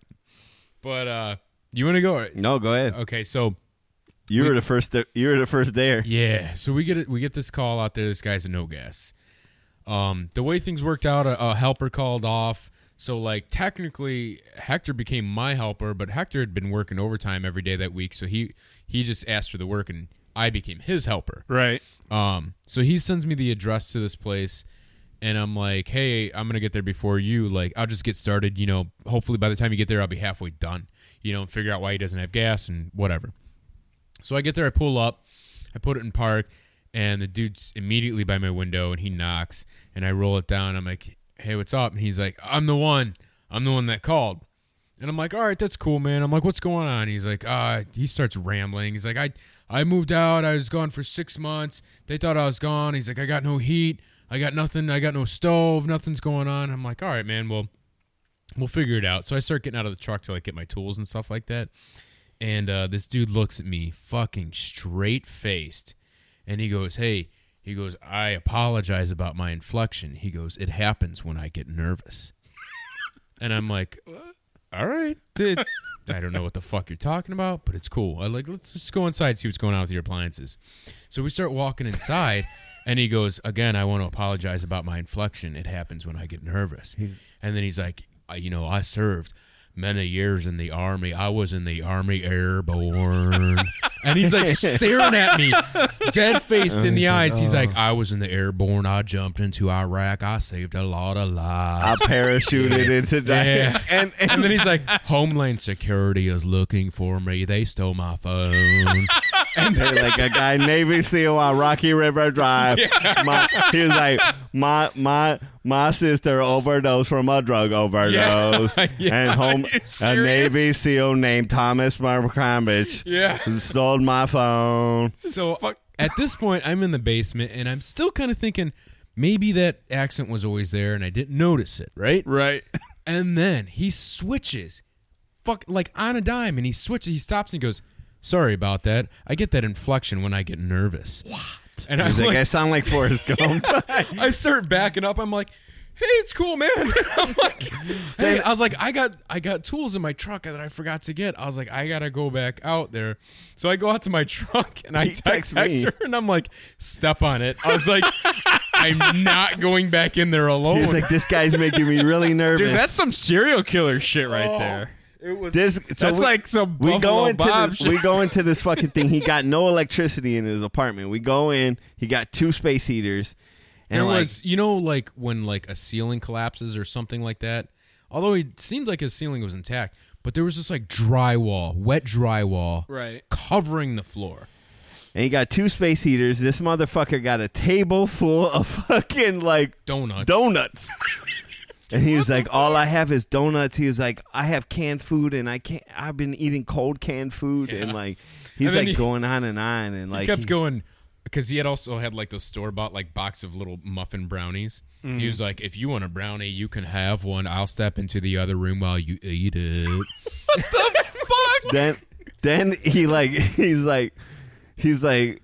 [SPEAKER 3] but uh you want to go?
[SPEAKER 2] (laughs) No, go ahead.
[SPEAKER 3] Okay, so
[SPEAKER 2] You were the first. th- you were the first there.
[SPEAKER 3] Yeah. So we get it. We get this call out there. This guy's a no gas. Um, the way things worked out, a, a helper called off. So like technically, Hector became my helper, but Hector had been working overtime every day that week. So he he just asked for the work, and I became his helper.
[SPEAKER 1] Right.
[SPEAKER 3] Um, so he sends me the address to this place, and I'm like, hey, I'm gonna get there before you. Like, I'll just get started. You know, hopefully by the time you get there, I'll be halfway done. You know, and figure out why he doesn't have gas and whatever. So I get there, I pull up, I put it in park, and the dude's immediately by my window, and he knocks, and I roll it down. I'm like, hey, what's up? And he's like, I'm the one, I'm the one that called. And I'm like, all right, that's cool, man. I'm like, what's going on? He's like, uh, he starts rambling. He's like, I, I moved out. I was gone for six months. They thought I was gone. He's like, I got no heat. I got nothing. I got no stove. Nothing's going on. I'm like, all right, man. Well, we'll figure it out. So I start getting out of the truck to like get my tools and stuff like that. And uh, this dude looks at me fucking straight faced and he goes, Hey, he goes, I apologize about my inflection. He goes, It happens when I get nervous. and I'm like, All right. dude. I don't know what the fuck you're talking about, but it's cool. I like, let's just go inside and see what's going on with your appliances. So we start walking inside, and he goes, Again, I want to apologize about my inflection. It happens when I get nervous. and then he's like, "I- You know, I served many years in the army. I was in the army airborne. and he's like staring at me, dead faced in the eyes. He's like, I was in the airborne. I jumped into Iraq. I saved a lot of
[SPEAKER 2] I
[SPEAKER 3] lives.
[SPEAKER 2] parachuted into that.
[SPEAKER 3] (laughs) Yeah.
[SPEAKER 2] And,
[SPEAKER 1] (laughs)
[SPEAKER 2] and
[SPEAKER 3] And then he's like, Homeland Security is looking for me. They stole my phone.
[SPEAKER 2] They're like a guy Navy SEAL on Rocky River Drive. My, he was like, my my my sister overdosed from a drug overdose,
[SPEAKER 3] Yeah. Yeah.
[SPEAKER 2] and home
[SPEAKER 3] Are you
[SPEAKER 2] a
[SPEAKER 3] serious?
[SPEAKER 2] Navy SEAL named Thomas Marcambridge
[SPEAKER 3] Yeah.
[SPEAKER 2] stole my phone.
[SPEAKER 3] So at this point, I'm in the basement and I'm still kind of thinking maybe that accent was always there and I didn't notice it, right?
[SPEAKER 1] Right.
[SPEAKER 3] And then he switches, fuck, like on a dime, and he switches. He stops and goes, "Sorry about that. I get that inflection when I get nervous." What? And I'm
[SPEAKER 2] He's like, I
[SPEAKER 3] like,
[SPEAKER 2] sound like Forrest Gump.
[SPEAKER 3] I start backing up. I'm like, "Hey, it's cool, man." (laughs) I'm like, "Hey," I was like, "I got, I got tools in my truck that I forgot to get." I was like, "I gotta go back out there." So I go out to my (laughs) truck and I
[SPEAKER 2] He
[SPEAKER 3] text
[SPEAKER 2] texts me.
[SPEAKER 3] Hector, and I'm like, "Step on it." I
[SPEAKER 2] (laughs)
[SPEAKER 3] was like, "I'm not going back in there alone."
[SPEAKER 2] He's like, this guy's making me really nervous.
[SPEAKER 1] Dude, that's some serial killer shit right
[SPEAKER 3] Oh,
[SPEAKER 1] there.
[SPEAKER 3] It was
[SPEAKER 2] this, so
[SPEAKER 1] That's
[SPEAKER 2] we-
[SPEAKER 1] like some
[SPEAKER 2] we go
[SPEAKER 1] Buffalo
[SPEAKER 2] into
[SPEAKER 1] Bob
[SPEAKER 2] this,
[SPEAKER 1] shit.
[SPEAKER 2] we go into this fucking thing. He got no electricity in his apartment. We go in. He got two space heaters. And
[SPEAKER 3] There
[SPEAKER 2] like,
[SPEAKER 3] was, you know, like when like a ceiling collapses or something like that. Although it seemed like his ceiling was intact, but there was just like drywall, wet drywall,
[SPEAKER 1] Right.
[SPEAKER 3] covering the floor.
[SPEAKER 2] and he got two space heaters. This (laughs) motherfucker got a table full of fucking like
[SPEAKER 3] (laughs) Donuts.
[SPEAKER 2] donuts. And he was like, "All I have is donuts." He was like, "I have canned food, and I can't. I've been eating cold canned food, and
[SPEAKER 3] (laughs)
[SPEAKER 2] like, he's
[SPEAKER 3] And then
[SPEAKER 2] like
[SPEAKER 3] he-
[SPEAKER 2] going on and on, and like,
[SPEAKER 3] he kept
[SPEAKER 2] he-
[SPEAKER 3] going because he had also had like the store bought like box of little muffin brownies. He was like, "If you want a brownie, you can have one. I'll step into the other room while you eat (laughs) it."
[SPEAKER 2] then then he like (laughs) he's like he's like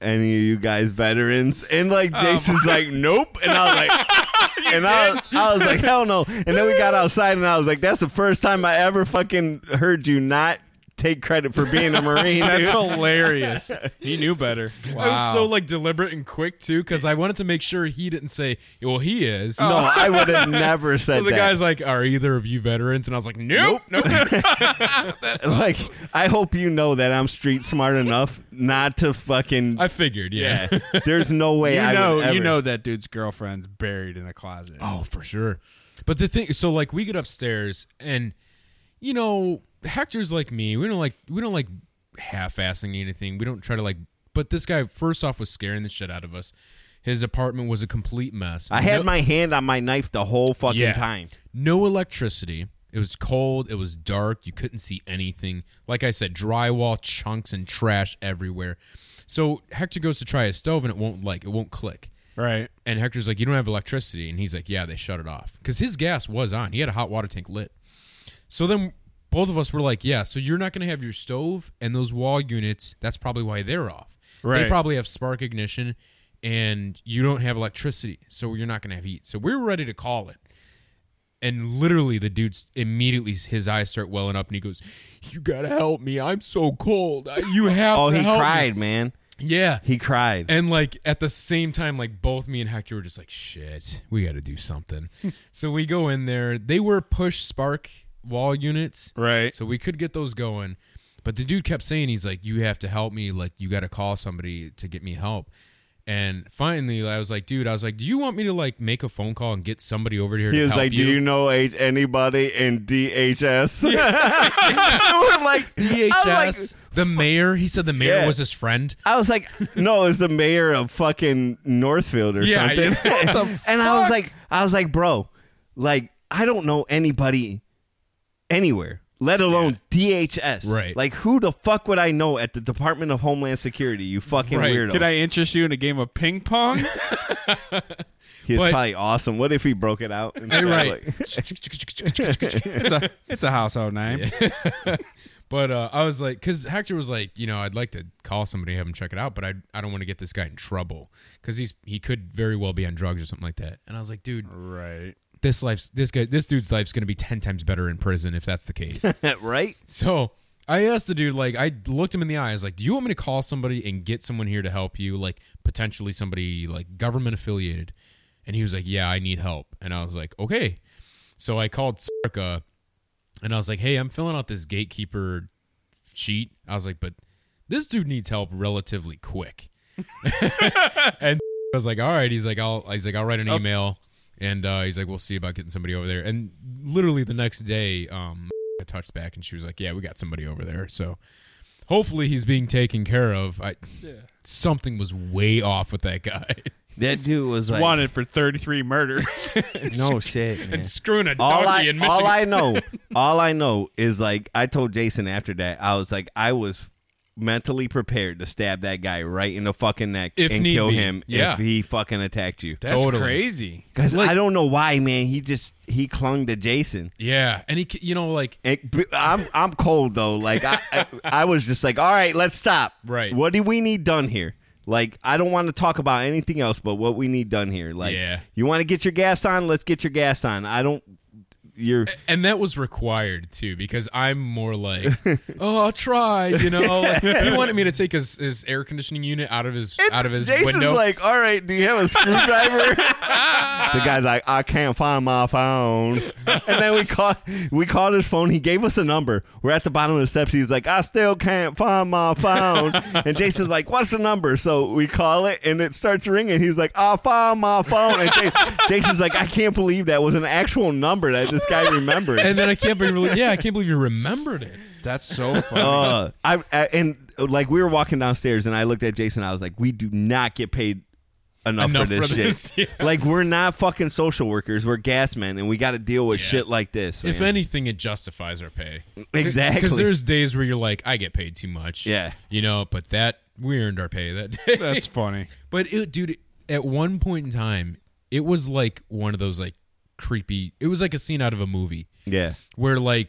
[SPEAKER 2] any of you guys veterans and like jason's like nope and i was like and I, was- I was like hell no and then we got outside and i was like that's the first time i ever fucking heard you not take credit for being a marine
[SPEAKER 1] That's
[SPEAKER 2] dude.
[SPEAKER 3] (laughs)
[SPEAKER 1] hilarious. He knew (laughs) better. Wow.
[SPEAKER 3] It was so like deliberate and quick too, because I wanted to make sure he didn't say, "Well, he is."
[SPEAKER 2] no i would have never said
[SPEAKER 3] so the
[SPEAKER 2] that
[SPEAKER 3] guy's like, "Are either of you veterans?" And I was like, "Nope, nope."
[SPEAKER 2] (laughs) like i hope you know that i'm street smart enough not to fucking
[SPEAKER 3] I figured, yeah.
[SPEAKER 2] yeah there's no way
[SPEAKER 1] you
[SPEAKER 2] i
[SPEAKER 1] know,
[SPEAKER 2] would ever.
[SPEAKER 1] you know that dude's girlfriend's buried in the closet.
[SPEAKER 3] (laughs) Oh, for sure. But the thing, so like we get upstairs, and you know, Hector's like me. We don't like we don't like half-assing anything. We don't try to like. But this guy, first off, was scaring the shit out of us. His apartment was a complete mess.
[SPEAKER 2] i had
[SPEAKER 3] No-
[SPEAKER 2] my hand on my knife the whole fucking
[SPEAKER 3] Yeah.
[SPEAKER 2] time
[SPEAKER 3] no electricity. It was cold. It was dark. You couldn't see anything. Like I said, drywall chunks and trash everywhere. So Hector goes to try a stove, and it won't like it won't click.
[SPEAKER 1] Right.
[SPEAKER 3] And Hector's like, "You don't have electricity," and he's like, "Yeah, they shut it off because his gas was on. He had a hot water tank lit." So then both of us were like, "Yeah, so you're not going to have your stove and those wall units. That's probably why they're off.
[SPEAKER 1] Right.
[SPEAKER 3] They probably have spark ignition, and you don't have electricity, so you're not going to have heat. So we're ready to call it." And literally, the dude's immediately his eyes start welling up, and he goes, "You gotta help me! I'm so cold. I- You have
[SPEAKER 2] oh
[SPEAKER 3] to
[SPEAKER 2] he
[SPEAKER 3] help me."
[SPEAKER 2] cried man
[SPEAKER 3] Yeah,
[SPEAKER 2] He cried.
[SPEAKER 3] And like at the same time, like both me and Hector were just like, shit, we got to
[SPEAKER 2] (laughs)
[SPEAKER 3] do something. so we go in there. They were push spark wall units.
[SPEAKER 1] Right.
[SPEAKER 3] So we could get those going. But the dude kept saying, he's like, you have to help me. Like, you got to call somebody to get me help. And finally, I was like, dude, I was like, do you want me to like make a phone call and get somebody over here
[SPEAKER 2] He
[SPEAKER 3] to
[SPEAKER 2] was
[SPEAKER 3] help
[SPEAKER 2] like,
[SPEAKER 3] you?
[SPEAKER 2] "Do you know a- anybody in
[SPEAKER 3] (laughs)
[SPEAKER 2] DHS?" (laughs) And we're like
[SPEAKER 3] DHS,
[SPEAKER 2] I was like,
[SPEAKER 3] the mayor. He said the mayor
[SPEAKER 2] Yeah.
[SPEAKER 3] was his friend.
[SPEAKER 2] I was like, "No, it's the mayor of fucking Northfield or
[SPEAKER 3] Yeah,
[SPEAKER 2] something." (laughs)
[SPEAKER 3] yeah. What the
[SPEAKER 2] and I was like, "I was like, bro, like I don't know anybody anywhere." Let alone DHS.
[SPEAKER 3] Right.
[SPEAKER 2] Like, who the fuck would I know at the Department of Homeland Security? You fucking
[SPEAKER 3] Right.
[SPEAKER 2] weirdo.
[SPEAKER 1] Could I interest you in a game of ping
[SPEAKER 2] (laughs)
[SPEAKER 1] pong?
[SPEAKER 2] he was
[SPEAKER 3] but-
[SPEAKER 2] probably awesome. What if he broke it out? And
[SPEAKER 3] right.
[SPEAKER 1] it's a it's a household name.
[SPEAKER 3] But uh, I was like, because Hector was like, you know, I'd like to call somebody, have him check it out, but I, I don't want to get this guy in trouble because he's he could very well be on drugs or something like that. And I was like, dude,
[SPEAKER 1] Right.
[SPEAKER 3] this life's this guy, this dude's life's gonna be ten times better in prison if that's the case.
[SPEAKER 2] (laughs) right?
[SPEAKER 3] so I asked the dude, like, I looked him in the eye. I was like, do you want me to call somebody and get someone here to help you, like potentially somebody like government affiliated? And he was like, yeah, I need help. And I was like, okay. So I called Sarka and I was like, hey, I'm filling out this gatekeeper sheet. I was like, but this dude needs help relatively quick. (laughs) and I was like, all right. He's like, I'll. He's like, I'll write an email. And uh, he's like, we'll see about getting somebody over there. And literally the next day, um, I touched back and she was like, yeah, we got somebody over there. So hopefully he's being taken care of. I, Something was way off with that guy. (laughs)
[SPEAKER 2] That dude was like,
[SPEAKER 1] Wanted for thirty three murders.
[SPEAKER 2] no shit, man.
[SPEAKER 3] and (laughs) screwing a
[SPEAKER 2] all
[SPEAKER 3] donkey
[SPEAKER 2] I,
[SPEAKER 3] in Michigan.
[SPEAKER 2] all I
[SPEAKER 3] (laughs)
[SPEAKER 2] know, all I know is like I told Jason after that, I was like, I was mentally prepared to stab that guy right in the fucking neck
[SPEAKER 3] If
[SPEAKER 2] and
[SPEAKER 3] need
[SPEAKER 2] kill
[SPEAKER 3] be.
[SPEAKER 2] him
[SPEAKER 3] Yeah.
[SPEAKER 2] if he fucking attacked you.
[SPEAKER 1] That's
[SPEAKER 3] Totally.
[SPEAKER 1] crazy.
[SPEAKER 2] Because I don't know why, man. He just he clung to Jason.
[SPEAKER 3] yeah. And he, c- you know, like,
[SPEAKER 2] And b- I'm I'm cold though. Like I, I I was just like, all right, let's stop.
[SPEAKER 3] Right.
[SPEAKER 2] What do we need done here? Like I don't want to talk about anything else but what we need done here. Like
[SPEAKER 3] Yeah.
[SPEAKER 2] you want to get your gas on, let's get your gas on. I don't. You're
[SPEAKER 3] and that was required too because I'm more like,
[SPEAKER 2] (laughs)
[SPEAKER 3] oh, I'll try. You know, like, he wanted me to take his, his air conditioning unit out of his out of his
[SPEAKER 2] Jason's
[SPEAKER 3] window.
[SPEAKER 2] like, all right, do you have a
[SPEAKER 3] (laughs)
[SPEAKER 2] screwdriver? the guy's like, I can't find my phone. And then we call we called his phone. He gave us a number. We're at the bottom of the steps. He's like, I still can't find my phone. and Jason's like, what's the number? So we call it, and it starts ringing. He's like, I found my phone. And Ja- Jason's like, I can't believe that was an actual number that this guy remembered.
[SPEAKER 3] and then I can't believe, (laughs) yeah, I can't believe you remembered it.
[SPEAKER 1] That's so funny.
[SPEAKER 2] Uh, I, I and like we were walking downstairs, and I looked at Jason. I was like, "We do not get paid enough,
[SPEAKER 3] Enough
[SPEAKER 2] for this
[SPEAKER 3] for
[SPEAKER 2] shit.
[SPEAKER 3] this, (laughs) yeah.
[SPEAKER 2] Like we're not fucking social workers. We're gas men, and we got to deal with
[SPEAKER 3] Yeah.
[SPEAKER 2] shit like this.
[SPEAKER 3] If
[SPEAKER 2] man.
[SPEAKER 3] anything, it justifies our pay.
[SPEAKER 2] Exactly.
[SPEAKER 3] Because there's days where you're like, I get paid too much.
[SPEAKER 2] Yeah.
[SPEAKER 3] You know, but that we earned our pay that
[SPEAKER 2] (laughs)
[SPEAKER 3] day.
[SPEAKER 1] That's funny.
[SPEAKER 3] but it, dude, at one point in time, it was like one of those like creepy. It was like a scene out of a movie
[SPEAKER 2] yeah,
[SPEAKER 3] where like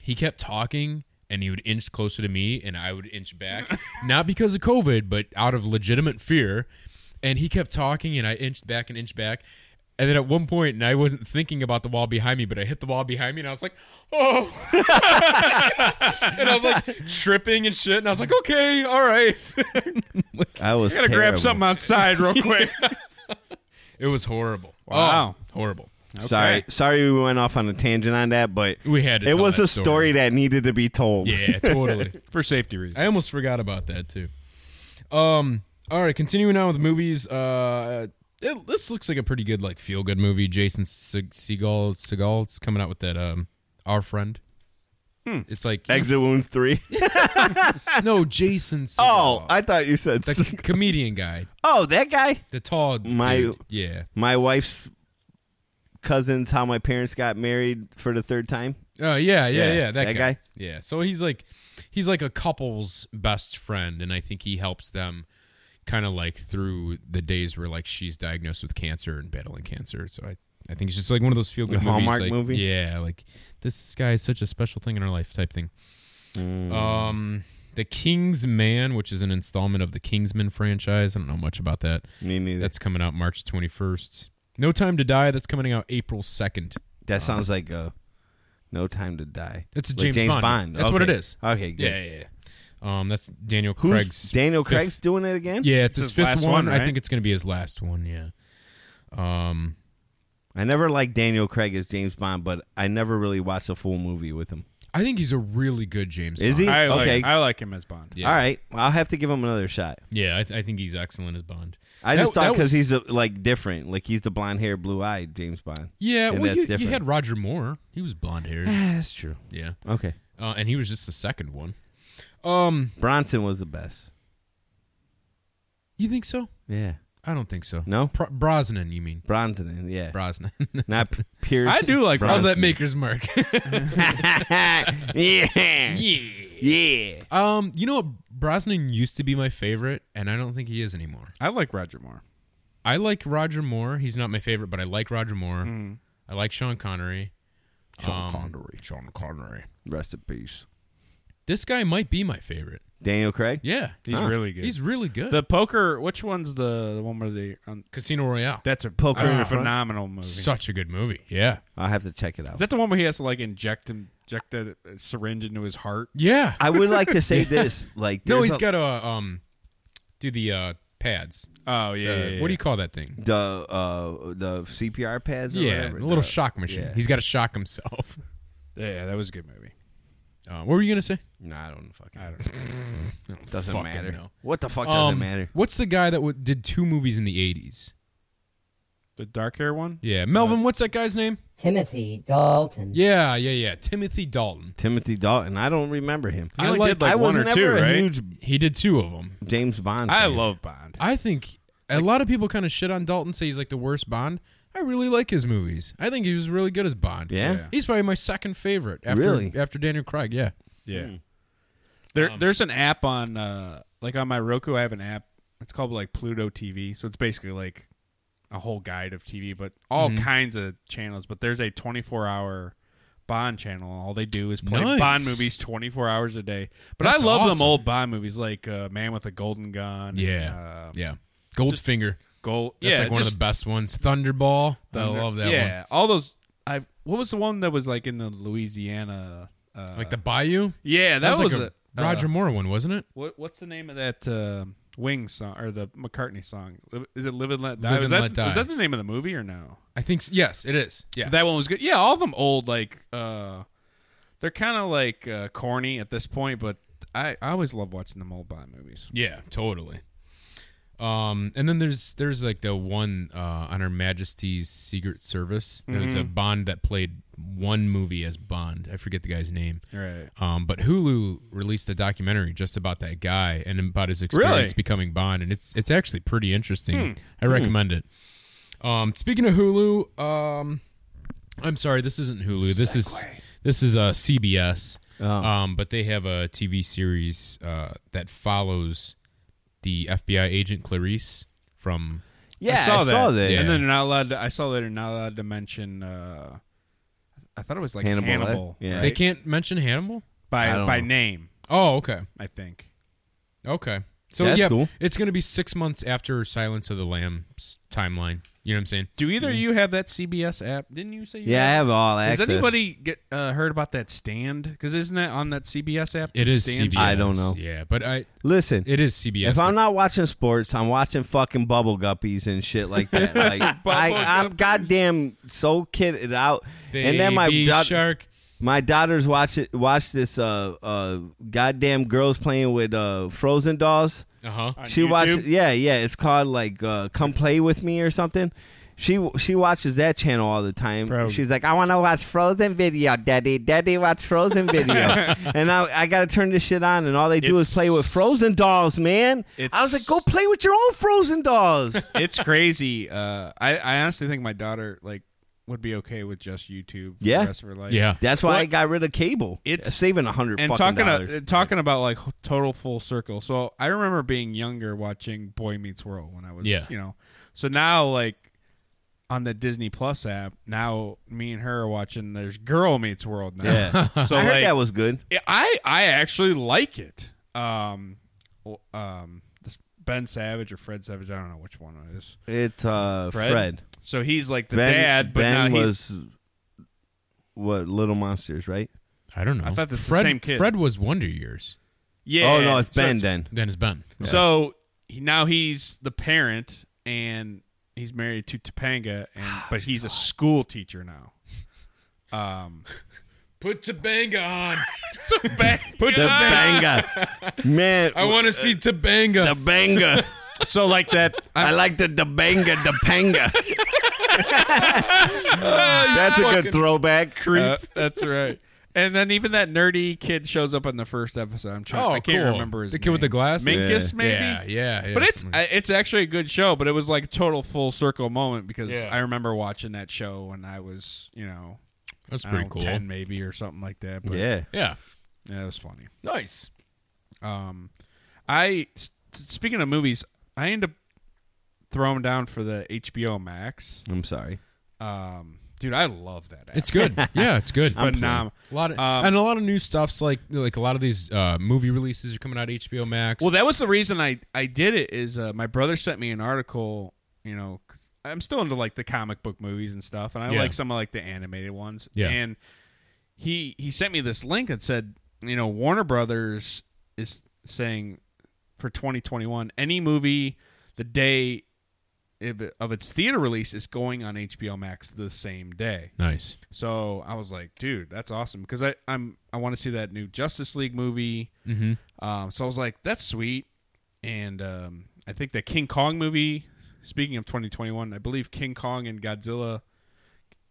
[SPEAKER 3] he kept talking and he would inch closer to me and I would inch back, not because of COVID, but out of legitimate fear. And he kept talking and I inched back and inched back. And then at one point, and I wasn't thinking about the wall behind me, but I hit the wall behind me and I was like, oh. (laughs) and I was like tripping and shit. And I was like, okay, all right. (laughs)
[SPEAKER 2] I was.
[SPEAKER 1] Gotta grab
[SPEAKER 2] terrible.
[SPEAKER 1] something outside (laughs) real quick.
[SPEAKER 3] it was horrible.
[SPEAKER 1] Wow.
[SPEAKER 3] Oh, horrible.
[SPEAKER 2] Sorry, sorry, we went off on a tangent on that, but
[SPEAKER 3] We had to
[SPEAKER 2] It
[SPEAKER 3] tell
[SPEAKER 2] was
[SPEAKER 3] that
[SPEAKER 2] a story.
[SPEAKER 3] story.
[SPEAKER 2] that needed to be told.
[SPEAKER 3] Yeah, totally.
[SPEAKER 1] For safety reasons.
[SPEAKER 3] I almost forgot about that too. Um. All right, continuing on with movies. Uh, it- this looks like a pretty good like feel good movie. Jason Se- Segal Segal's coming out with that. Um, our friend.
[SPEAKER 2] Hmm.
[SPEAKER 3] It's like
[SPEAKER 2] Exit wounds
[SPEAKER 3] (laughs)
[SPEAKER 2] three.
[SPEAKER 3] no Jason. Segal,
[SPEAKER 2] (laughs) Oh, I thought you said.
[SPEAKER 3] the
[SPEAKER 2] s-
[SPEAKER 3] c- comedian guy,
[SPEAKER 2] oh, that guy.
[SPEAKER 3] the tall.
[SPEAKER 2] My-
[SPEAKER 3] dude. yeah.
[SPEAKER 2] My wife's cousins. How my parents got married for the third time.
[SPEAKER 3] Oh yeah, yeah,
[SPEAKER 2] Yeah,
[SPEAKER 3] yeah. That,
[SPEAKER 2] that
[SPEAKER 3] guy.
[SPEAKER 2] guy?
[SPEAKER 3] Yeah. So he's like, he's like a couple's best friend, and I think he helps them, kind of like through the days where like she's diagnosed with cancer and battling cancer. So I, I think it's just like one of those feel good
[SPEAKER 2] The Hallmark
[SPEAKER 3] movies, like,
[SPEAKER 2] movie?
[SPEAKER 3] Yeah, like this guy is such a special thing in our life type thing. Um, The King's Man, which is an installment of the Kingsman franchise. I don't know much about that.
[SPEAKER 2] Me neither.
[SPEAKER 3] That's coming out March twenty first. No Time to Die. That's coming out April second.
[SPEAKER 2] that sounds like a No Time to Die.
[SPEAKER 3] Uh-huh. It's a
[SPEAKER 2] Like
[SPEAKER 3] James, Bond. That's what it
[SPEAKER 2] Okay.
[SPEAKER 3] is.
[SPEAKER 2] Okay, good.
[SPEAKER 3] Yeah, yeah, yeah. Um, that's Daniel
[SPEAKER 2] Who's
[SPEAKER 3] Craig's.
[SPEAKER 2] Daniel
[SPEAKER 3] fifth-
[SPEAKER 2] Craig's doing it again?
[SPEAKER 3] Yeah, it's, his,
[SPEAKER 1] his
[SPEAKER 3] fifth
[SPEAKER 1] last
[SPEAKER 3] one.
[SPEAKER 1] one,
[SPEAKER 3] I
[SPEAKER 1] right?
[SPEAKER 3] think it's going to be his last one. Yeah. Um,
[SPEAKER 2] I never liked Daniel Craig as James Bond, but I never really watched a full movie with him.
[SPEAKER 3] I think he's a really good James.
[SPEAKER 2] Is
[SPEAKER 3] Bond.
[SPEAKER 2] he?
[SPEAKER 1] I
[SPEAKER 2] okay.
[SPEAKER 1] like, I like him as Bond.
[SPEAKER 3] Yeah.
[SPEAKER 2] All right. Well, I'll have to give him another shot.
[SPEAKER 3] Yeah, I, th- I think he's excellent as Bond.
[SPEAKER 2] I
[SPEAKER 3] That-
[SPEAKER 2] just thought
[SPEAKER 3] that was-
[SPEAKER 2] because he's a, like different, like he's the blonde hair, blue eyed James Bond.
[SPEAKER 3] Yeah,
[SPEAKER 2] And
[SPEAKER 3] well,
[SPEAKER 2] that's
[SPEAKER 3] you, you
[SPEAKER 2] different.
[SPEAKER 3] had Roger Moore. He was
[SPEAKER 2] (sighs)
[SPEAKER 3] blonde haired.
[SPEAKER 2] Ah, That's true.
[SPEAKER 3] yeah,
[SPEAKER 2] Okay.
[SPEAKER 3] uh, and he was just the second one. Um,
[SPEAKER 2] Bronson was the best.
[SPEAKER 3] you think so?
[SPEAKER 2] Yeah.
[SPEAKER 3] I don't think so.
[SPEAKER 2] No?
[SPEAKER 3] Pro- Brosnan, you mean
[SPEAKER 2] Bronson. and- Yeah.
[SPEAKER 3] Brosnan? (laughs)
[SPEAKER 2] Not P- Pierce.
[SPEAKER 1] I do like
[SPEAKER 3] How's that
[SPEAKER 2] Bronson.
[SPEAKER 3] Maker's Mark? (laughs)
[SPEAKER 2] (laughs) yeah.
[SPEAKER 3] yeah.
[SPEAKER 2] Yeah.
[SPEAKER 3] Um, you know what? Brosnan used to be my favorite, and I don't think he is anymore.
[SPEAKER 1] I like Roger Moore.
[SPEAKER 3] I like Roger Moore. He's not my favorite, but I like Roger Moore.
[SPEAKER 1] Mm.
[SPEAKER 3] I like Sean Connery. Um, Sean Connery. Sean Connery.
[SPEAKER 2] Rest in peace.
[SPEAKER 3] This guy might be my favorite.
[SPEAKER 2] Daniel Craig.
[SPEAKER 3] Yeah.
[SPEAKER 1] He's
[SPEAKER 2] Huh.
[SPEAKER 1] really good.
[SPEAKER 3] He's really good.
[SPEAKER 1] the poker. Which one's the, the one where they? Um,
[SPEAKER 3] Casino Royale.
[SPEAKER 1] that's a
[SPEAKER 2] Poker
[SPEAKER 1] that's
[SPEAKER 2] in the
[SPEAKER 3] Ah,
[SPEAKER 1] a
[SPEAKER 2] Front?
[SPEAKER 1] phenomenal movie.
[SPEAKER 3] Such a good movie. Yeah.
[SPEAKER 2] I'll have to check it out.
[SPEAKER 1] Is that the one where he has to like inject him, inject a syringe into his heart?
[SPEAKER 3] Yeah.
[SPEAKER 2] I would like to
[SPEAKER 1] (laughs)
[SPEAKER 2] say this. Like,
[SPEAKER 3] no,
[SPEAKER 2] there's
[SPEAKER 3] he's
[SPEAKER 2] a-
[SPEAKER 3] got a um do the uh pads.
[SPEAKER 1] Oh
[SPEAKER 3] The-
[SPEAKER 1] yeah. yeah, yeah.
[SPEAKER 3] What do you call that thing?
[SPEAKER 2] the uh, the CPR pads. Or
[SPEAKER 3] Yeah,
[SPEAKER 2] whatever.
[SPEAKER 3] the little
[SPEAKER 2] The-
[SPEAKER 3] shock machine.
[SPEAKER 2] yeah.
[SPEAKER 3] He's got to shock himself. (laughs)
[SPEAKER 1] Yeah, yeah, that was a good movie.
[SPEAKER 3] Uh, what were you gonna say?
[SPEAKER 2] No, I don't
[SPEAKER 1] (laughs)
[SPEAKER 2] fucking.
[SPEAKER 1] I don't know.
[SPEAKER 2] Doesn't
[SPEAKER 3] fucking
[SPEAKER 2] matter.
[SPEAKER 3] know.
[SPEAKER 2] What the fuck
[SPEAKER 3] Um,
[SPEAKER 2] doesn't matter?
[SPEAKER 3] What's the guy that w- did two movies in the eighties?
[SPEAKER 1] the dark hair one.
[SPEAKER 3] Yeah,
[SPEAKER 1] Uh,
[SPEAKER 3] Melvin. what's that guy's name?
[SPEAKER 7] Timothy Dalton.
[SPEAKER 3] Yeah, yeah, yeah. Timothy Dalton.
[SPEAKER 2] Timothy Dalton. I don't remember him.
[SPEAKER 1] He
[SPEAKER 3] I
[SPEAKER 1] only
[SPEAKER 3] like-
[SPEAKER 1] did like
[SPEAKER 2] I was
[SPEAKER 1] one or
[SPEAKER 2] never
[SPEAKER 1] two,
[SPEAKER 2] a
[SPEAKER 1] right?
[SPEAKER 2] huge
[SPEAKER 3] He did two of them.
[SPEAKER 2] James Bond.
[SPEAKER 1] I
[SPEAKER 2] fan.
[SPEAKER 1] love Bond.
[SPEAKER 3] I think a lot of people kind of shit on Dalton, say he's like the worst Bond. I really like his movies. I think he was really good as Bond.
[SPEAKER 2] Yeah?
[SPEAKER 1] Yeah.
[SPEAKER 3] he's probably my second favorite after
[SPEAKER 2] Really?
[SPEAKER 3] after Daniel Craig. Yeah,
[SPEAKER 1] Yeah.
[SPEAKER 3] Hmm.
[SPEAKER 1] There,
[SPEAKER 3] Um,
[SPEAKER 1] there's an app on, uh, like on my Roku. I have an app. It's called like Pluto TV. So it's basically like a whole guide of TV, but all
[SPEAKER 3] Mm-hmm.
[SPEAKER 1] kinds of channels. But there's a 24 hour Bond channel. All they do is play
[SPEAKER 3] Nice.
[SPEAKER 1] Bond movies 24 hours a day. But
[SPEAKER 3] That's
[SPEAKER 1] I love
[SPEAKER 3] awesome.
[SPEAKER 1] them old Bond movies, like uh, Man with a Golden Gun.
[SPEAKER 3] yeah,
[SPEAKER 1] And, uh,
[SPEAKER 3] yeah. Goldfinger.
[SPEAKER 1] Gold.
[SPEAKER 3] That's
[SPEAKER 1] yeah,
[SPEAKER 3] like one of
[SPEAKER 1] just-
[SPEAKER 3] the best ones. Thunderball. I love that
[SPEAKER 1] yeah, all those. I what was the one that was like in the Louisiana? Uh,
[SPEAKER 3] one. Like the Bayou.
[SPEAKER 1] yeah, that, was,
[SPEAKER 3] like
[SPEAKER 1] a,
[SPEAKER 3] a Roger
[SPEAKER 1] uh,
[SPEAKER 3] Moore one, wasn't it?
[SPEAKER 1] what what's the name of that uh, Wings song or the McCartney song? Li- Is it "Live and Let Die"?
[SPEAKER 3] Live
[SPEAKER 1] was
[SPEAKER 3] and
[SPEAKER 1] that,
[SPEAKER 3] Let
[SPEAKER 1] was
[SPEAKER 3] Die.
[SPEAKER 1] that the name of the movie or no?
[SPEAKER 3] I think s- yes, it is. Yeah,
[SPEAKER 1] That one was good. Yeah, all of them old like uh, they're kind of like uh, corny at this point, but I I always love watching them old Bond movies.
[SPEAKER 3] yeah, totally. Um, and then there's there's like the one uh, on Her Majesty's Secret Service. There's a Bond that played one movie as Bond. I forget the guy's name.
[SPEAKER 1] Right.
[SPEAKER 3] Um, but Hulu released a documentary just about that guy and about his experience
[SPEAKER 1] Really?
[SPEAKER 3] becoming Bond, and it's it's actually pretty
[SPEAKER 2] Hmm.
[SPEAKER 3] interesting. I recommend it. Um, speaking of Hulu, um, I'm sorry, this isn't Hulu. This is this is uh, CBS.
[SPEAKER 2] Oh.
[SPEAKER 3] Um, but they have a TV series uh, that follows the FBI agent Clarice from.
[SPEAKER 2] Yeah,
[SPEAKER 1] I saw that.
[SPEAKER 3] Yeah.
[SPEAKER 1] And then they're not allowed. To, I saw that they're not allowed to mention. Uh, I thought it was like
[SPEAKER 2] Hannibal,
[SPEAKER 1] Hannibal.
[SPEAKER 2] right? Yeah.
[SPEAKER 1] right?
[SPEAKER 3] They can't mention Hannibal.
[SPEAKER 1] by
[SPEAKER 2] I don't
[SPEAKER 1] by
[SPEAKER 2] know.
[SPEAKER 1] name.
[SPEAKER 3] Oh, okay,
[SPEAKER 1] I think.
[SPEAKER 3] okay. So
[SPEAKER 2] That's
[SPEAKER 3] yeah,
[SPEAKER 2] cool.
[SPEAKER 3] it's gonna be six months after Silence of the Lambs timeline. You know what I'm saying?
[SPEAKER 1] Do either of you have that CBS app? Didn't you say? You
[SPEAKER 2] Yeah, I
[SPEAKER 1] had
[SPEAKER 2] have all
[SPEAKER 1] it? Has
[SPEAKER 2] access.
[SPEAKER 1] anybody get uh, heard about that stand? Because isn't that on that CBS app?
[SPEAKER 3] It is
[SPEAKER 1] Stand?
[SPEAKER 3] CBS.
[SPEAKER 2] I don't know.
[SPEAKER 3] Yeah, but I
[SPEAKER 2] Listen,
[SPEAKER 3] it is CBS.
[SPEAKER 2] if I'm not watching sports, I'm watching fucking bubble guppies and shit like that.
[SPEAKER 1] (laughs)
[SPEAKER 2] Like I, I'm
[SPEAKER 1] guppies.
[SPEAKER 2] goddamn so kitted out.
[SPEAKER 3] baby
[SPEAKER 2] and then my da-
[SPEAKER 3] shark.
[SPEAKER 2] my daughters watch it watch this uh uh goddamn girls playing with uh frozen dolls.
[SPEAKER 3] Uh huh.
[SPEAKER 1] On
[SPEAKER 2] she
[SPEAKER 1] YouTube?
[SPEAKER 2] watches yeah yeah it's called like uh, come play with me or something she she watches that channel all the time
[SPEAKER 1] Bro.
[SPEAKER 2] she's like i want to watch frozen video daddy daddy watch frozen
[SPEAKER 1] (laughs)
[SPEAKER 2] video and I, I gotta turn this shit on and all they do is
[SPEAKER 1] It's-
[SPEAKER 2] play with frozen dolls man i was
[SPEAKER 1] It's-
[SPEAKER 2] like go play with your own
[SPEAKER 1] (laughs)
[SPEAKER 2] frozen dolls
[SPEAKER 1] (laughs) it's crazy. Uh, I I honestly think my daughter like would be okay with just YouTube. For
[SPEAKER 2] Yeah.
[SPEAKER 1] the rest of her life.
[SPEAKER 3] Yeah.
[SPEAKER 2] that's why i
[SPEAKER 1] What?
[SPEAKER 2] got rid of cable
[SPEAKER 1] It's-
[SPEAKER 2] it's saving a hundred
[SPEAKER 1] and
[SPEAKER 2] fucking
[SPEAKER 1] talking
[SPEAKER 2] dollars.
[SPEAKER 1] uh, talking about like h- total full circle. So I remember being younger watching Boy Meets World when I was,
[SPEAKER 3] Yeah.
[SPEAKER 1] you know. So now like on the Disney Plus app, now me and her are watching. There's Girl Meets World now. (laughs)
[SPEAKER 2] Yeah.
[SPEAKER 1] so
[SPEAKER 2] i heard
[SPEAKER 1] like,
[SPEAKER 2] that was good
[SPEAKER 1] yeah, I I actually like it. Um, w- um, this Ben Savage or Fred Savage, I don't know which one it is.
[SPEAKER 2] it's uh fred,
[SPEAKER 1] So he's like the
[SPEAKER 2] ben,
[SPEAKER 1] dad, but
[SPEAKER 2] ben
[SPEAKER 1] now he's
[SPEAKER 2] was what little monsters right
[SPEAKER 3] I don't know.
[SPEAKER 1] I thought this was the
[SPEAKER 3] Fred,
[SPEAKER 1] same kid.
[SPEAKER 3] Fred was Wonder Years.
[SPEAKER 1] yeah.
[SPEAKER 2] oh no it's
[SPEAKER 1] so
[SPEAKER 2] ben
[SPEAKER 1] (laughs)
[SPEAKER 2] then
[SPEAKER 3] Then it's Ben.
[SPEAKER 1] So he, now he's the parent, and he's married to Topanga, and
[SPEAKER 2] Ah,
[SPEAKER 1] but he's a school teacher now. (laughs) Um,
[SPEAKER 3] Put Tabanga on.
[SPEAKER 2] (laughs)
[SPEAKER 1] Put
[SPEAKER 2] The banger. Man,
[SPEAKER 3] (laughs) I want to see Tabanga.
[SPEAKER 2] the banger.
[SPEAKER 1] so like that.
[SPEAKER 2] I like the the banger, the
[SPEAKER 1] (laughs)
[SPEAKER 2] panga.
[SPEAKER 1] Oh,
[SPEAKER 2] That's a
[SPEAKER 1] (laughs)
[SPEAKER 2] good throwback. Creep.
[SPEAKER 1] uh, that's right. And then even that nerdy kid shows up in the first episode. I'm trying.
[SPEAKER 3] Oh,
[SPEAKER 1] I can't
[SPEAKER 3] cool.
[SPEAKER 1] remember his
[SPEAKER 3] The kid with the
[SPEAKER 1] name.
[SPEAKER 3] glasses?
[SPEAKER 1] Minkus, maybe.
[SPEAKER 3] Yeah, yeah, yeah,
[SPEAKER 1] But it's
[SPEAKER 3] something
[SPEAKER 1] I- it's actually a good show. But it was like a total full circle moment because
[SPEAKER 3] Yeah.
[SPEAKER 1] I remember watching that show when I was you know
[SPEAKER 3] That's
[SPEAKER 1] I don't
[SPEAKER 3] pretty
[SPEAKER 1] know,
[SPEAKER 3] cool.
[SPEAKER 1] ten maybe or something like that. But
[SPEAKER 2] Uh, yeah.
[SPEAKER 3] Yeah.
[SPEAKER 1] yeah, it was funny.
[SPEAKER 3] Nice.
[SPEAKER 1] Um, I s- speaking of movies, I end up throwing down for the HBO Max.
[SPEAKER 2] I'm sorry.
[SPEAKER 1] Um, dude, I love that. App. (laughs)
[SPEAKER 3] It's good. Yeah, it's good.
[SPEAKER 1] phenomenal.
[SPEAKER 3] A lot of,
[SPEAKER 1] Um,
[SPEAKER 3] and a lot of new stuff's like like a lot of these uh, movie releases are coming out HBO Max.
[SPEAKER 1] Well, that was the reason I I did it. Is uh, my brother sent me an article. You know, i I'm still into like the comic book movies and stuff, and I
[SPEAKER 3] Yeah.
[SPEAKER 1] like some of like the animated ones.
[SPEAKER 3] Yeah.
[SPEAKER 1] and he he sent me this link that said, you know, Warner Brothers is saying for 2021 any movie the day of of its theater release is going on HBO Max the same day.
[SPEAKER 3] nice.
[SPEAKER 1] So I was like, dude, that's awesome because I I'm I want to see that new Justice League movie. Mm-hmm. Um, so I was like, that's sweet. And um, I think the King Kong movie. Speaking of 2021, I believe King Kong and Godzilla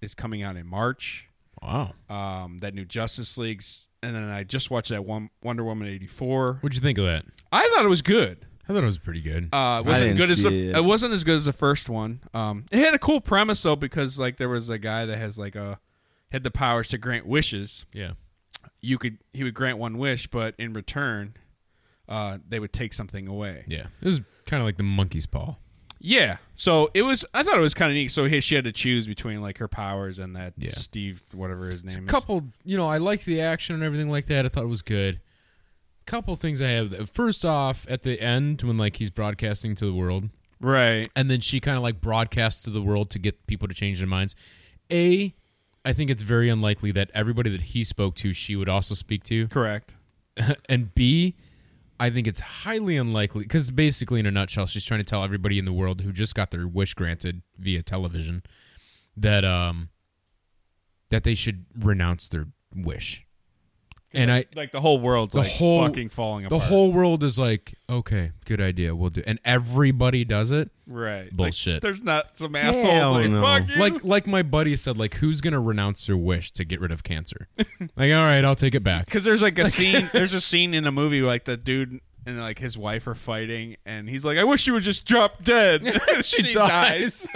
[SPEAKER 1] is coming out in March.
[SPEAKER 3] Wow.
[SPEAKER 1] Um, that new Justice League's, and then I just watched that one Wonder Woman 84.
[SPEAKER 3] What'd you think of that?
[SPEAKER 1] I thought it was good.
[SPEAKER 3] I thought it was pretty good.
[SPEAKER 1] Uh, it wasn't
[SPEAKER 2] didn't
[SPEAKER 1] good as
[SPEAKER 2] see
[SPEAKER 1] the,
[SPEAKER 2] it.
[SPEAKER 1] it. wasn't as good as the first one. Um, it had a cool premise though because like there was a guy that has like a had the powers to grant wishes.
[SPEAKER 3] yeah.
[SPEAKER 1] You could he would grant one wish, but in return, uh, they would take something away.
[SPEAKER 3] Yeah. It was kind of like the monkey's paw.
[SPEAKER 1] Yeah. So it was. I thought it was kind of neat. So he, she had to choose between like her powers and that
[SPEAKER 3] Yeah.
[SPEAKER 1] Steve whatever his name is.
[SPEAKER 3] couple you know i liked the action and everything like that i thought it was good couple things i have first off at the end when like he's broadcasting to the world
[SPEAKER 1] Right.
[SPEAKER 3] and then she kind of like broadcasts to the world to get people to change their minds a i think it's very unlikely that everybody that he spoke to she would also speak to
[SPEAKER 1] Correct.
[SPEAKER 3] and b i think it's highly unlikely because basically in a nutshell she's trying to tell everybody in the world who just got their wish granted via television that um that they should renounce their wish and I
[SPEAKER 1] like the whole world's
[SPEAKER 3] The
[SPEAKER 1] like
[SPEAKER 3] whole-
[SPEAKER 1] fucking falling
[SPEAKER 3] the
[SPEAKER 1] apart.
[SPEAKER 3] whole world is like, okay, good idea, we'll do, and everybody does it.
[SPEAKER 1] right Like,
[SPEAKER 3] Bullshit.
[SPEAKER 1] there's not some asshole
[SPEAKER 2] Hell
[SPEAKER 1] like
[SPEAKER 2] no.
[SPEAKER 1] fuck you.
[SPEAKER 3] Like like my buddy said, like who's gonna renounce their wish to get rid
[SPEAKER 1] (laughs)
[SPEAKER 3] of cancer? like all right, I'll take it back.
[SPEAKER 1] Because there's like a
[SPEAKER 3] (laughs)
[SPEAKER 1] scene, there's a scene in a movie where, like the dude and like his wife are fighting, and he's like, "I wish she would just drop dead." (laughs)
[SPEAKER 3] (laughs)
[SPEAKER 1] she, dies.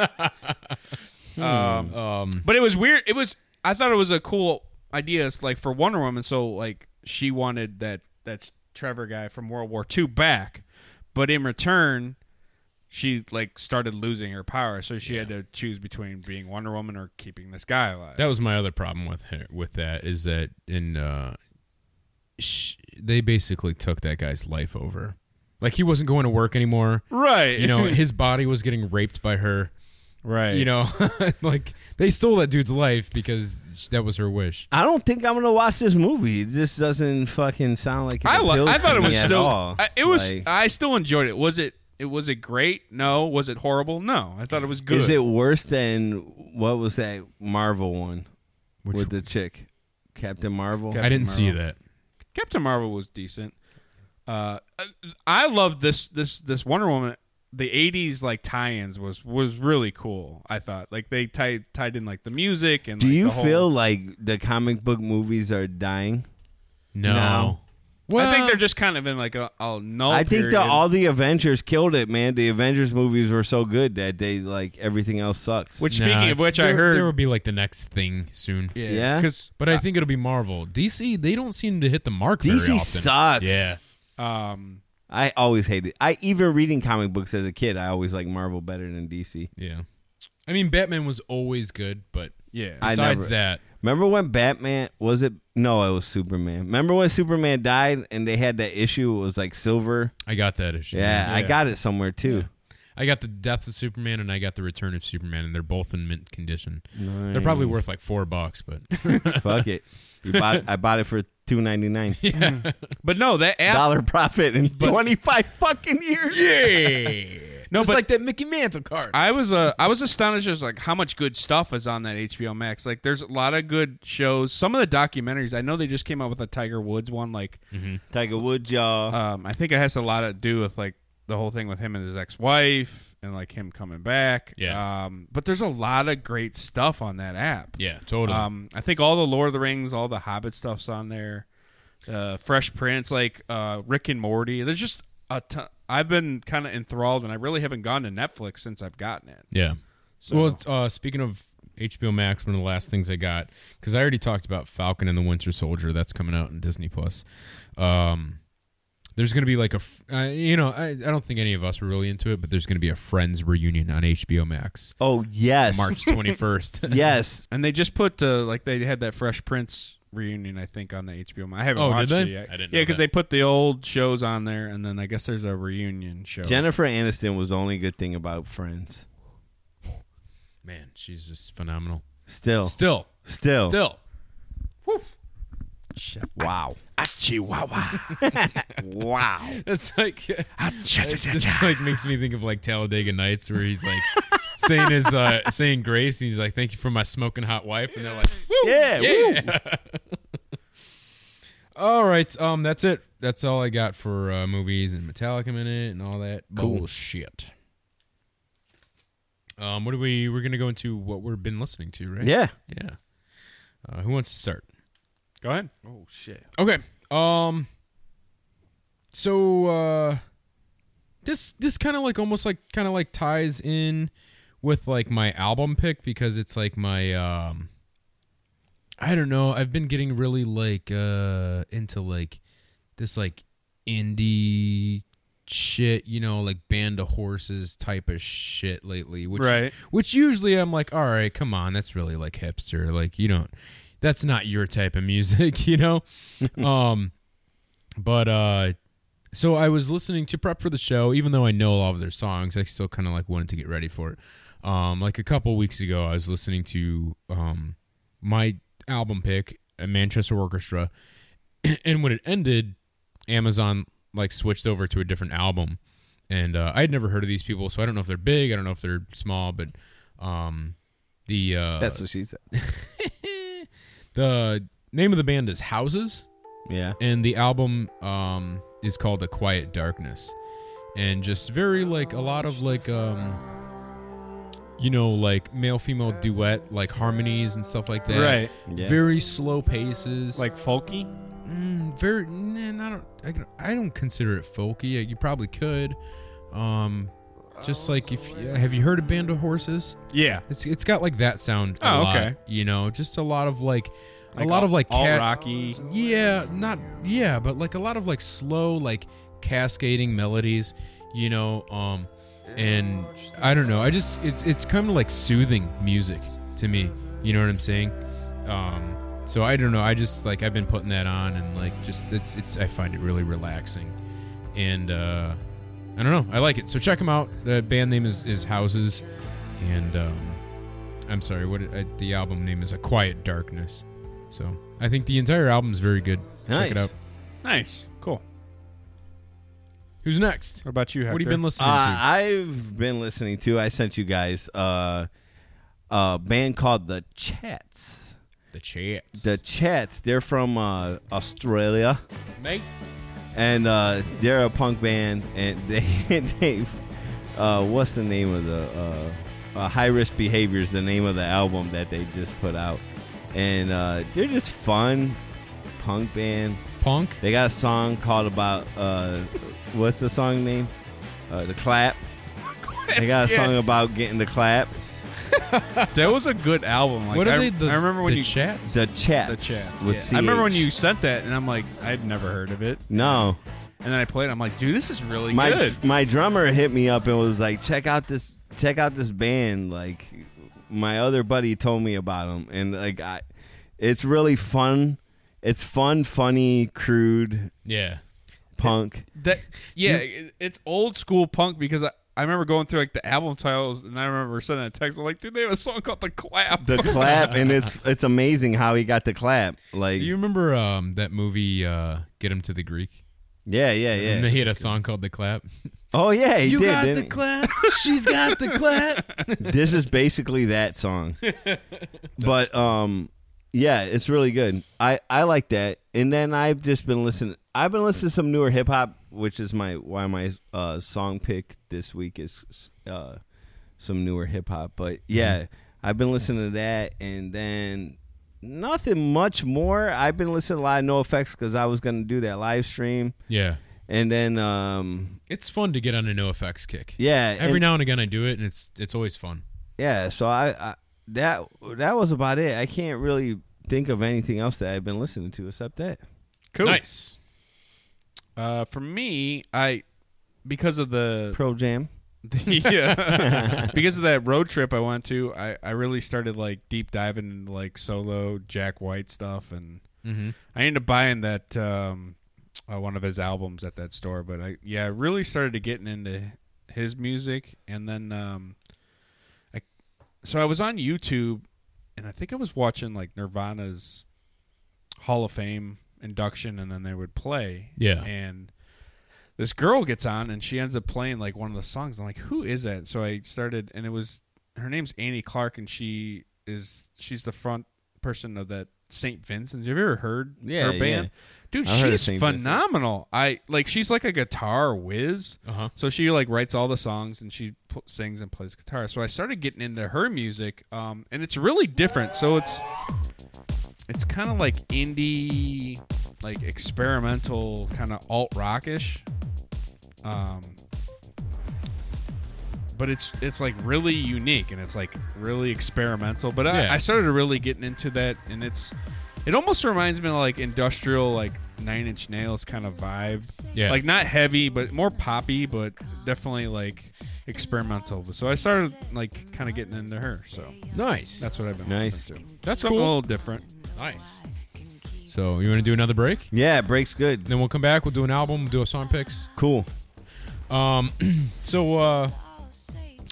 [SPEAKER 1] um, but it was weird. It was. I thought it was a cool idea. It's like for Wonder Woman, so like she wanted that that's Trevor guy from World War II back, but in return. She like started losing her power, so she had to choose between being Wonder Woman or keeping this guy alive.
[SPEAKER 3] That was my other problem with her, with that is that in uh, sh- they basically took that guy's life over. Like he wasn't going to work anymore.
[SPEAKER 1] (laughs) right.
[SPEAKER 3] You know, his body was getting raped by her.
[SPEAKER 1] right.
[SPEAKER 3] You know, (laughs) like they stole that dude's life because that was her wish.
[SPEAKER 2] I don't think I'm gonna watch this movie. It just doesn't fucking sound like
[SPEAKER 1] (laughs)
[SPEAKER 2] it
[SPEAKER 1] I
[SPEAKER 2] appeals
[SPEAKER 1] li- I
[SPEAKER 2] to
[SPEAKER 1] thought it
[SPEAKER 2] me
[SPEAKER 1] was
[SPEAKER 2] at
[SPEAKER 1] still
[SPEAKER 2] all.
[SPEAKER 1] I, it was
[SPEAKER 2] Like,
[SPEAKER 1] I still enjoyed it. Was it it was it great? No. Was it horrible? No. I thought it was good.
[SPEAKER 2] Is it worse than what was that Marvel one
[SPEAKER 3] Which
[SPEAKER 2] with the chick, Captain Marvel?
[SPEAKER 3] I didn't see
[SPEAKER 1] Marvel.
[SPEAKER 3] that.
[SPEAKER 1] Captain Marvel was decent. Uh, I- I loved this this this Wonder Woman. The '80s like tie-ins was was really cool. I thought like they tied tied in like the music and.
[SPEAKER 2] Do
[SPEAKER 1] like,
[SPEAKER 2] you
[SPEAKER 1] the whole-
[SPEAKER 2] feel like the comic book movies are dying?
[SPEAKER 3] No.
[SPEAKER 2] No.
[SPEAKER 1] I think they're just kind of in like a, a null.
[SPEAKER 2] I think
[SPEAKER 1] period.
[SPEAKER 2] that all the Avengers killed it, man. The Avengers movies were so good that they like everything else sucks.
[SPEAKER 1] Which speaking
[SPEAKER 3] Nah,
[SPEAKER 1] of
[SPEAKER 3] it's-
[SPEAKER 1] which, I
[SPEAKER 3] there-
[SPEAKER 1] heard
[SPEAKER 3] there will be like the next thing soon.
[SPEAKER 2] Yeah?
[SPEAKER 1] because
[SPEAKER 3] But I think it'll be Marvel. DC, they don't seem to hit the mark very
[SPEAKER 2] DC
[SPEAKER 3] often.
[SPEAKER 2] sucks.
[SPEAKER 3] Yeah.
[SPEAKER 1] um
[SPEAKER 2] I always hated. I even reading comic books as a kid, I always liked Marvel better than DC.
[SPEAKER 3] Yeah. I mean, Batman was always good, but
[SPEAKER 1] yeah
[SPEAKER 2] I
[SPEAKER 3] besides
[SPEAKER 2] never-
[SPEAKER 3] that,
[SPEAKER 2] Remember when Batman was it? No, it was Superman. Remember when Superman died and they had that issue? It was like silver.
[SPEAKER 3] I got that issue.
[SPEAKER 2] Yeah, I got it somewhere too.
[SPEAKER 3] I got the Death of Superman and I got the Return of Superman, and they're both in mint condition. They're probably worth like four bucks, but
[SPEAKER 2] Fuck (laughs) it. You bought I bought it for two ninety nine
[SPEAKER 1] but no that app
[SPEAKER 2] dollar profit in twenty five fucking years.
[SPEAKER 3] yeah,
[SPEAKER 1] No, but-
[SPEAKER 3] like that Mickey Mantle card.
[SPEAKER 1] I was uh, I was astonished as like how much good stuff is on that HBO Max. Like, there's a lot of good shows. Some of the documentaries. I know they just came out with a Tiger Woods one. Like,
[SPEAKER 2] (laughs) Tiger Woods, y'all.
[SPEAKER 1] um, I think it has a lot to do with like the whole thing with him and his ex-wife and like him coming back.
[SPEAKER 3] Yeah.
[SPEAKER 1] Um, but there's a lot of great stuff on that app.
[SPEAKER 3] yeah, totally.
[SPEAKER 1] Um, I think all the Lord of the Rings, all the Hobbit stuff's on there. Uh, Fresh Prince, like uh, Rick and Morty. There's just a ton. I've been kind of enthralled, and I really haven't gone to Netflix since I've gotten it.
[SPEAKER 3] yeah.
[SPEAKER 1] So.
[SPEAKER 3] Well, it's, uh, speaking of HBO Max, one of the last things I got because I already talked about Falcon and the Winter Soldier that's coming out in Disney Plus. Um, there's gonna be like a, f- uh, you know, I, I don't think any of us were really into it, but there's gonna be a Friends reunion on HBO Max
[SPEAKER 2] oh yes, (laughs)
[SPEAKER 3] March 21st.
[SPEAKER 2] yes.
[SPEAKER 1] And they just put uh, like they had that Fresh Prince reunion, I think, on the HBO. I haven't
[SPEAKER 3] Oh, did
[SPEAKER 1] watched
[SPEAKER 3] they?
[SPEAKER 1] it yet.
[SPEAKER 3] I didn't
[SPEAKER 1] yeah,
[SPEAKER 3] know
[SPEAKER 1] because
[SPEAKER 3] that.
[SPEAKER 1] they put the old shows on there, and then I guess there's a reunion show.
[SPEAKER 2] Jennifer Aniston was the only good thing about Friends.
[SPEAKER 3] Man, she's just phenomenal.
[SPEAKER 2] Still,
[SPEAKER 3] Still,
[SPEAKER 2] still,
[SPEAKER 3] still.
[SPEAKER 2] Wow. (laughs) wow.
[SPEAKER 3] That's like
[SPEAKER 2] Ah,
[SPEAKER 3] it's just like makes me think of like Talladega Nights where he's like saying his uh saying grace and he's like thank you for my smoking hot wife and they're like
[SPEAKER 2] (laughs) Yeah. woo.
[SPEAKER 3] all right um that's it that's all I got for uh, movies and Metallica minute and all that bullshit. Um what do we we're going to go into what we've been listening to, right?
[SPEAKER 2] Yeah.
[SPEAKER 3] Yeah. Uh, who wants to start?
[SPEAKER 1] Go ahead.
[SPEAKER 3] Okay. Um. So uh, this this kind of like almost like kind of like ties in with like my album pick because it's like my um. I don't know. I've been getting really like uh into like this like indie shit, you know, like band of horses type of shit lately, which
[SPEAKER 1] Right.
[SPEAKER 3] which usually I'm like, all right, come on, that's really like hipster. Like you don't, that's not your type of music, (laughs) you know. um, but uh, so I was listening to prep for the show, even though I know all of their songs, I still kind of like wanted to get ready for it. Um, like a couple weeks ago, I was listening to um my album pick, uh, Manchester Orchestra, (clears throat) and when it ended, Amazon like switched over to a different album, and uh, I had never heard of these people, so I don't know if they're big, I don't know if they're small, but um, the uh,
[SPEAKER 2] That's what she said.
[SPEAKER 3] the name of the band is Houses,
[SPEAKER 2] Yeah.
[SPEAKER 3] and the album um is called A Quiet Darkness. And just very like a lot of like um you know like male female duet like harmonies and stuff like that.
[SPEAKER 1] Right.
[SPEAKER 2] Yeah.
[SPEAKER 3] Very slow paces.
[SPEAKER 1] Like folky.
[SPEAKER 3] mm, very nah, I don't I, can- I don't consider it folky. You probably could. Um just like if have you heard of Band of Horses?
[SPEAKER 1] Yeah.
[SPEAKER 3] It's it's got like that sound. a
[SPEAKER 1] Oh,
[SPEAKER 3] lot,
[SPEAKER 1] okay.
[SPEAKER 3] You know, just a lot of like, a lot of like
[SPEAKER 1] all
[SPEAKER 3] ca-
[SPEAKER 1] rocky.
[SPEAKER 2] Uh,
[SPEAKER 3] Yeah, not yeah, but like a lot of like slow, like cascading melodies. You know, um, and I don't know. I just it's it's kind of like soothing music to me. You know what I'm saying? Um, so I don't know. I just like I've been putting that on and like just it's it's I find it really relaxing, and uh, I don't know. I like it. So check them out. The band name is is Houses, and um, I'm sorry. What uh, the album name is? A Quiet Darkness. So I think the entire album is very good. Check
[SPEAKER 2] Nice.
[SPEAKER 3] it out.
[SPEAKER 1] Nice. Cool.
[SPEAKER 3] Who's next?
[SPEAKER 1] What about you? Hector?
[SPEAKER 3] What have you been listening
[SPEAKER 2] Uh, I've been listening to. I sent you guys uh, a band called the Chats.
[SPEAKER 3] to? The Chats.
[SPEAKER 2] The Chats. They're from uh, Australia,
[SPEAKER 3] mate.
[SPEAKER 2] and uh, they're a punk band. And (laughs) they, they uh, what's the name of the uh, uh, High Risk Behavior is the name of the album that they just put out, and uh, they're just fun punk band.
[SPEAKER 3] Punk.
[SPEAKER 2] They got a song called about uh, what's the song name? Uh, the
[SPEAKER 1] (laughs)
[SPEAKER 2] clap. They got a song about getting the clap.
[SPEAKER 1] That was a good album. Like,
[SPEAKER 3] what are
[SPEAKER 1] I,
[SPEAKER 3] they? The,
[SPEAKER 1] I remember when
[SPEAKER 3] the
[SPEAKER 1] you
[SPEAKER 3] Chats.
[SPEAKER 2] The chats.
[SPEAKER 1] the chats.
[SPEAKER 2] with
[SPEAKER 1] yeah. I remember when
[SPEAKER 2] CH.
[SPEAKER 1] you sent that, and I'm like, I'd never heard of it.
[SPEAKER 2] No,
[SPEAKER 1] And then I played. it. I'm like, dude, this is really
[SPEAKER 2] my
[SPEAKER 1] good.
[SPEAKER 2] my drummer hit me up and was like, "Check out this, check out this band." Like, my other buddy told me about them, and like, I, it's really fun. It's fun, funny, crude
[SPEAKER 3] yeah.
[SPEAKER 2] punk.
[SPEAKER 1] That yeah, it, it's old school punk because I, I remember going through like the album titles, and I remember sending a text. I'm like, dude, they have a song called "The Clap."
[SPEAKER 2] The clap, and it's it's amazing how he got the clap. Like,
[SPEAKER 3] Do you remember um, that movie uh, Get Him to the Greek?
[SPEAKER 2] yeah, yeah,
[SPEAKER 3] And they
[SPEAKER 2] yeah.
[SPEAKER 3] had a song called The Clap. (laughs)
[SPEAKER 2] Oh yeah, he did. didn't he?
[SPEAKER 3] clap. She's got the clap.
[SPEAKER 2] (laughs) this is basically that
[SPEAKER 3] (laughs)
[SPEAKER 2] song. but um yeah, it's really good. I I like that. And then I've just been listening I've been listening to some newer hip hop, which is my why my uh song pick this week is uh some newer hip hop. But yeah,
[SPEAKER 3] Mm-hmm.
[SPEAKER 2] I've been listening to that and then nothing much more. I've been listening to a lot of no effects cuz I was going to do that live stream
[SPEAKER 3] Yeah.
[SPEAKER 2] and then um
[SPEAKER 3] It's fun to get on a no effects kick.
[SPEAKER 2] yeah,
[SPEAKER 3] Every
[SPEAKER 2] and-
[SPEAKER 3] now and again I do it and it's it's always fun.
[SPEAKER 2] yeah so I, I that that was about it i can't really think of anything else that i've been listening to except that
[SPEAKER 1] (laughs) cool.
[SPEAKER 3] Nice.
[SPEAKER 1] Uh, for me, I because of the
[SPEAKER 2] pro jam
[SPEAKER 1] (laughs) yeah. because of that road trip I went to, I, I really started like deep diving into like solo Jack White stuff, and
[SPEAKER 3] Mm-hmm.
[SPEAKER 1] I ended up buying that um, uh, one of his albums at that store. But I yeah, I really started to getting into his music, and then um, I so I was on YouTube, and I think I was watching like Nirvana's Hall of Fame induction, and then they would play,
[SPEAKER 3] Yeah.
[SPEAKER 1] and this girl gets on and she ends up playing like one of the songs. I'm like, who is that? So I started, and it was her name's Annie Clark, and she is she's the front person of that Saint Vincent's. Have you ever heard
[SPEAKER 2] Yeah,
[SPEAKER 1] her
[SPEAKER 2] yeah.
[SPEAKER 1] band? Dude,
[SPEAKER 2] I heard of
[SPEAKER 1] she's
[SPEAKER 2] St. Vincent's.
[SPEAKER 1] phenomenal. I like she's like a guitar whiz.
[SPEAKER 3] Uh-huh.
[SPEAKER 1] So she like writes all the songs and she pl- sings and plays guitar. So I started getting into her music, um, and it's really different. So it's it's kind of like indie, like experimental, kind of alt rockish. Um, but it's it's like really unique and it's like really experimental. But
[SPEAKER 3] Yeah.
[SPEAKER 1] I, I started really getting into that, and it's it almost reminds me of like industrial, like Nine Inch Nails kind of vibe.
[SPEAKER 3] Yeah.
[SPEAKER 1] like not heavy, but more poppy, but definitely like experimental. So I started like kind of getting into her. So
[SPEAKER 3] Nice.
[SPEAKER 1] that's what I've been
[SPEAKER 2] Nice.
[SPEAKER 1] listening to.
[SPEAKER 3] That's
[SPEAKER 1] Something
[SPEAKER 3] cool.
[SPEAKER 1] a little different.
[SPEAKER 3] nice. So you want to do another break?
[SPEAKER 2] yeah breaks good
[SPEAKER 3] Then we'll come back. We'll do an album. We'll do a song picks.
[SPEAKER 2] cool
[SPEAKER 3] Um, so uh,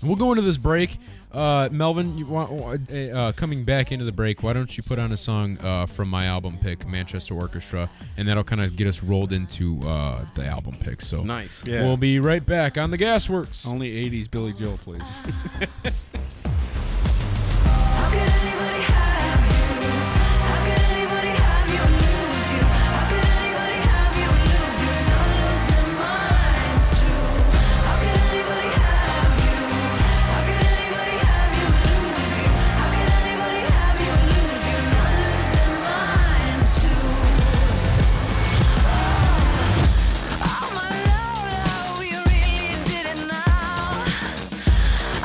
[SPEAKER 3] we'll go into this break. Uh, Melvin, you want, uh, uh, coming back into the break, why don't you put on a song uh, from my album pick, Manchester Orchestra, and that'll kind of get us rolled into uh, the album pick. So
[SPEAKER 2] nice
[SPEAKER 1] Yeah. Oh.
[SPEAKER 3] we'll be right back on the Gasworks.
[SPEAKER 1] Only 80s Billy Joel, please.
[SPEAKER 8] How could anybody have you? How could anybody have you and lose you? How could anybody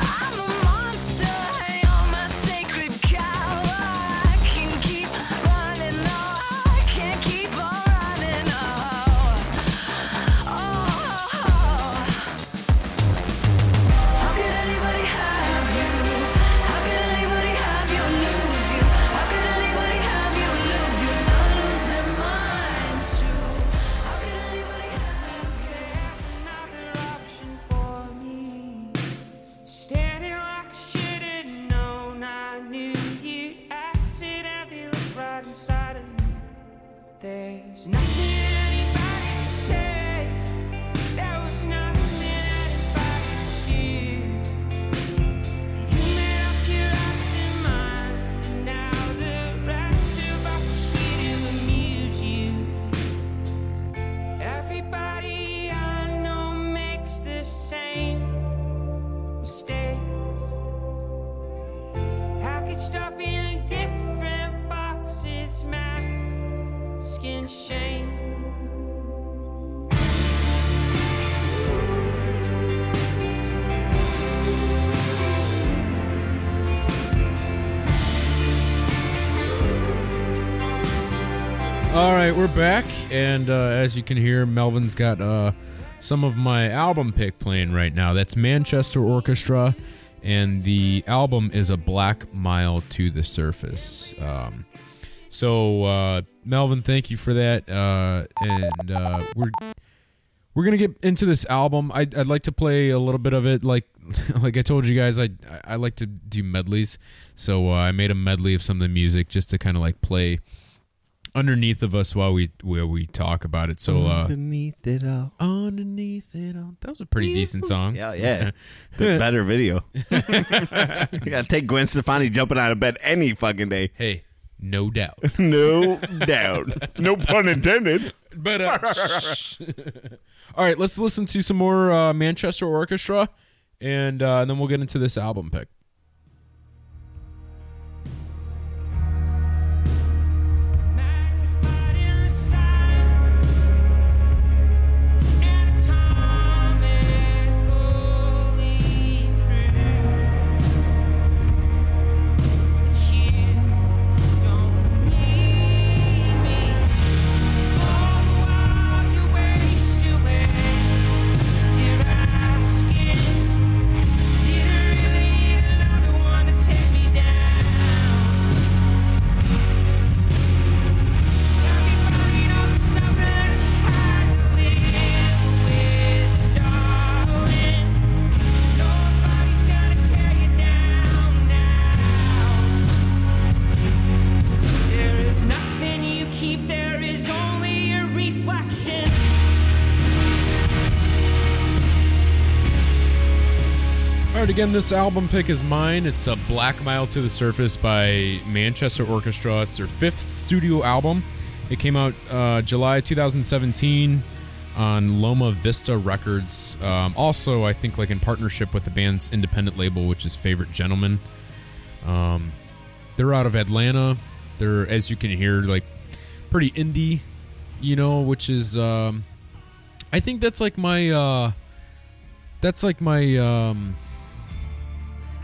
[SPEAKER 8] Oh,
[SPEAKER 6] made mistakes packaged up in different boxes my skin shame
[SPEAKER 3] All right, we're back, and uh, as you can hear, Melvin's got uh, some of my album pick playing right now. That's Manchester Orchestra, and the album is A Black Mile to the Surface. Um, so, uh, Melvin, thank you for that, uh, and uh, we're we're gonna get into this album. I'd, I'd like to play a little bit of it. Like (laughs) like I told you guys, I I like to do medleys, so uh, I made a medley of some of the music just to kind of like play underneath of us while we while we talk about it. So
[SPEAKER 2] Mm-hmm.
[SPEAKER 3] uh,
[SPEAKER 2] Underneath it all.
[SPEAKER 3] underneath it all, that was a pretty decent song.
[SPEAKER 2] Yeah,
[SPEAKER 3] (laughs)
[SPEAKER 2] yeah. The better video. you gotta take Gwen Stefani jumping out of bed any fucking day.
[SPEAKER 3] Hey, no doubt.
[SPEAKER 2] No doubt. No pun intended.
[SPEAKER 3] But uh, (laughs) all right, let's listen to some more uh, Manchester Orchestra, and, uh, and then we'll get into this album pick.
[SPEAKER 6] Magnified in the silence, atomically true. That you don't need me. All the while you waste away. You're asking, did I really need another one to take me down? Everybody knows something that's hard to live with, darling. Nobody's gonna tear you down now. There is nothing you keep. There is only your reflection.
[SPEAKER 3] All right, again, this album pick is mine. It's a Black Mile to the Surface by Manchester Orchestra. It's their fifth studio album. It came out uh, July 2017 on Loma Vista Records. Um, also, I think like in partnership with the band's independent label, which is Favorite Gentleman. Um, they're out of Atlanta. They're, as you can hear, like pretty indie, you know, which is um, I think that's like my uh, that's like my um,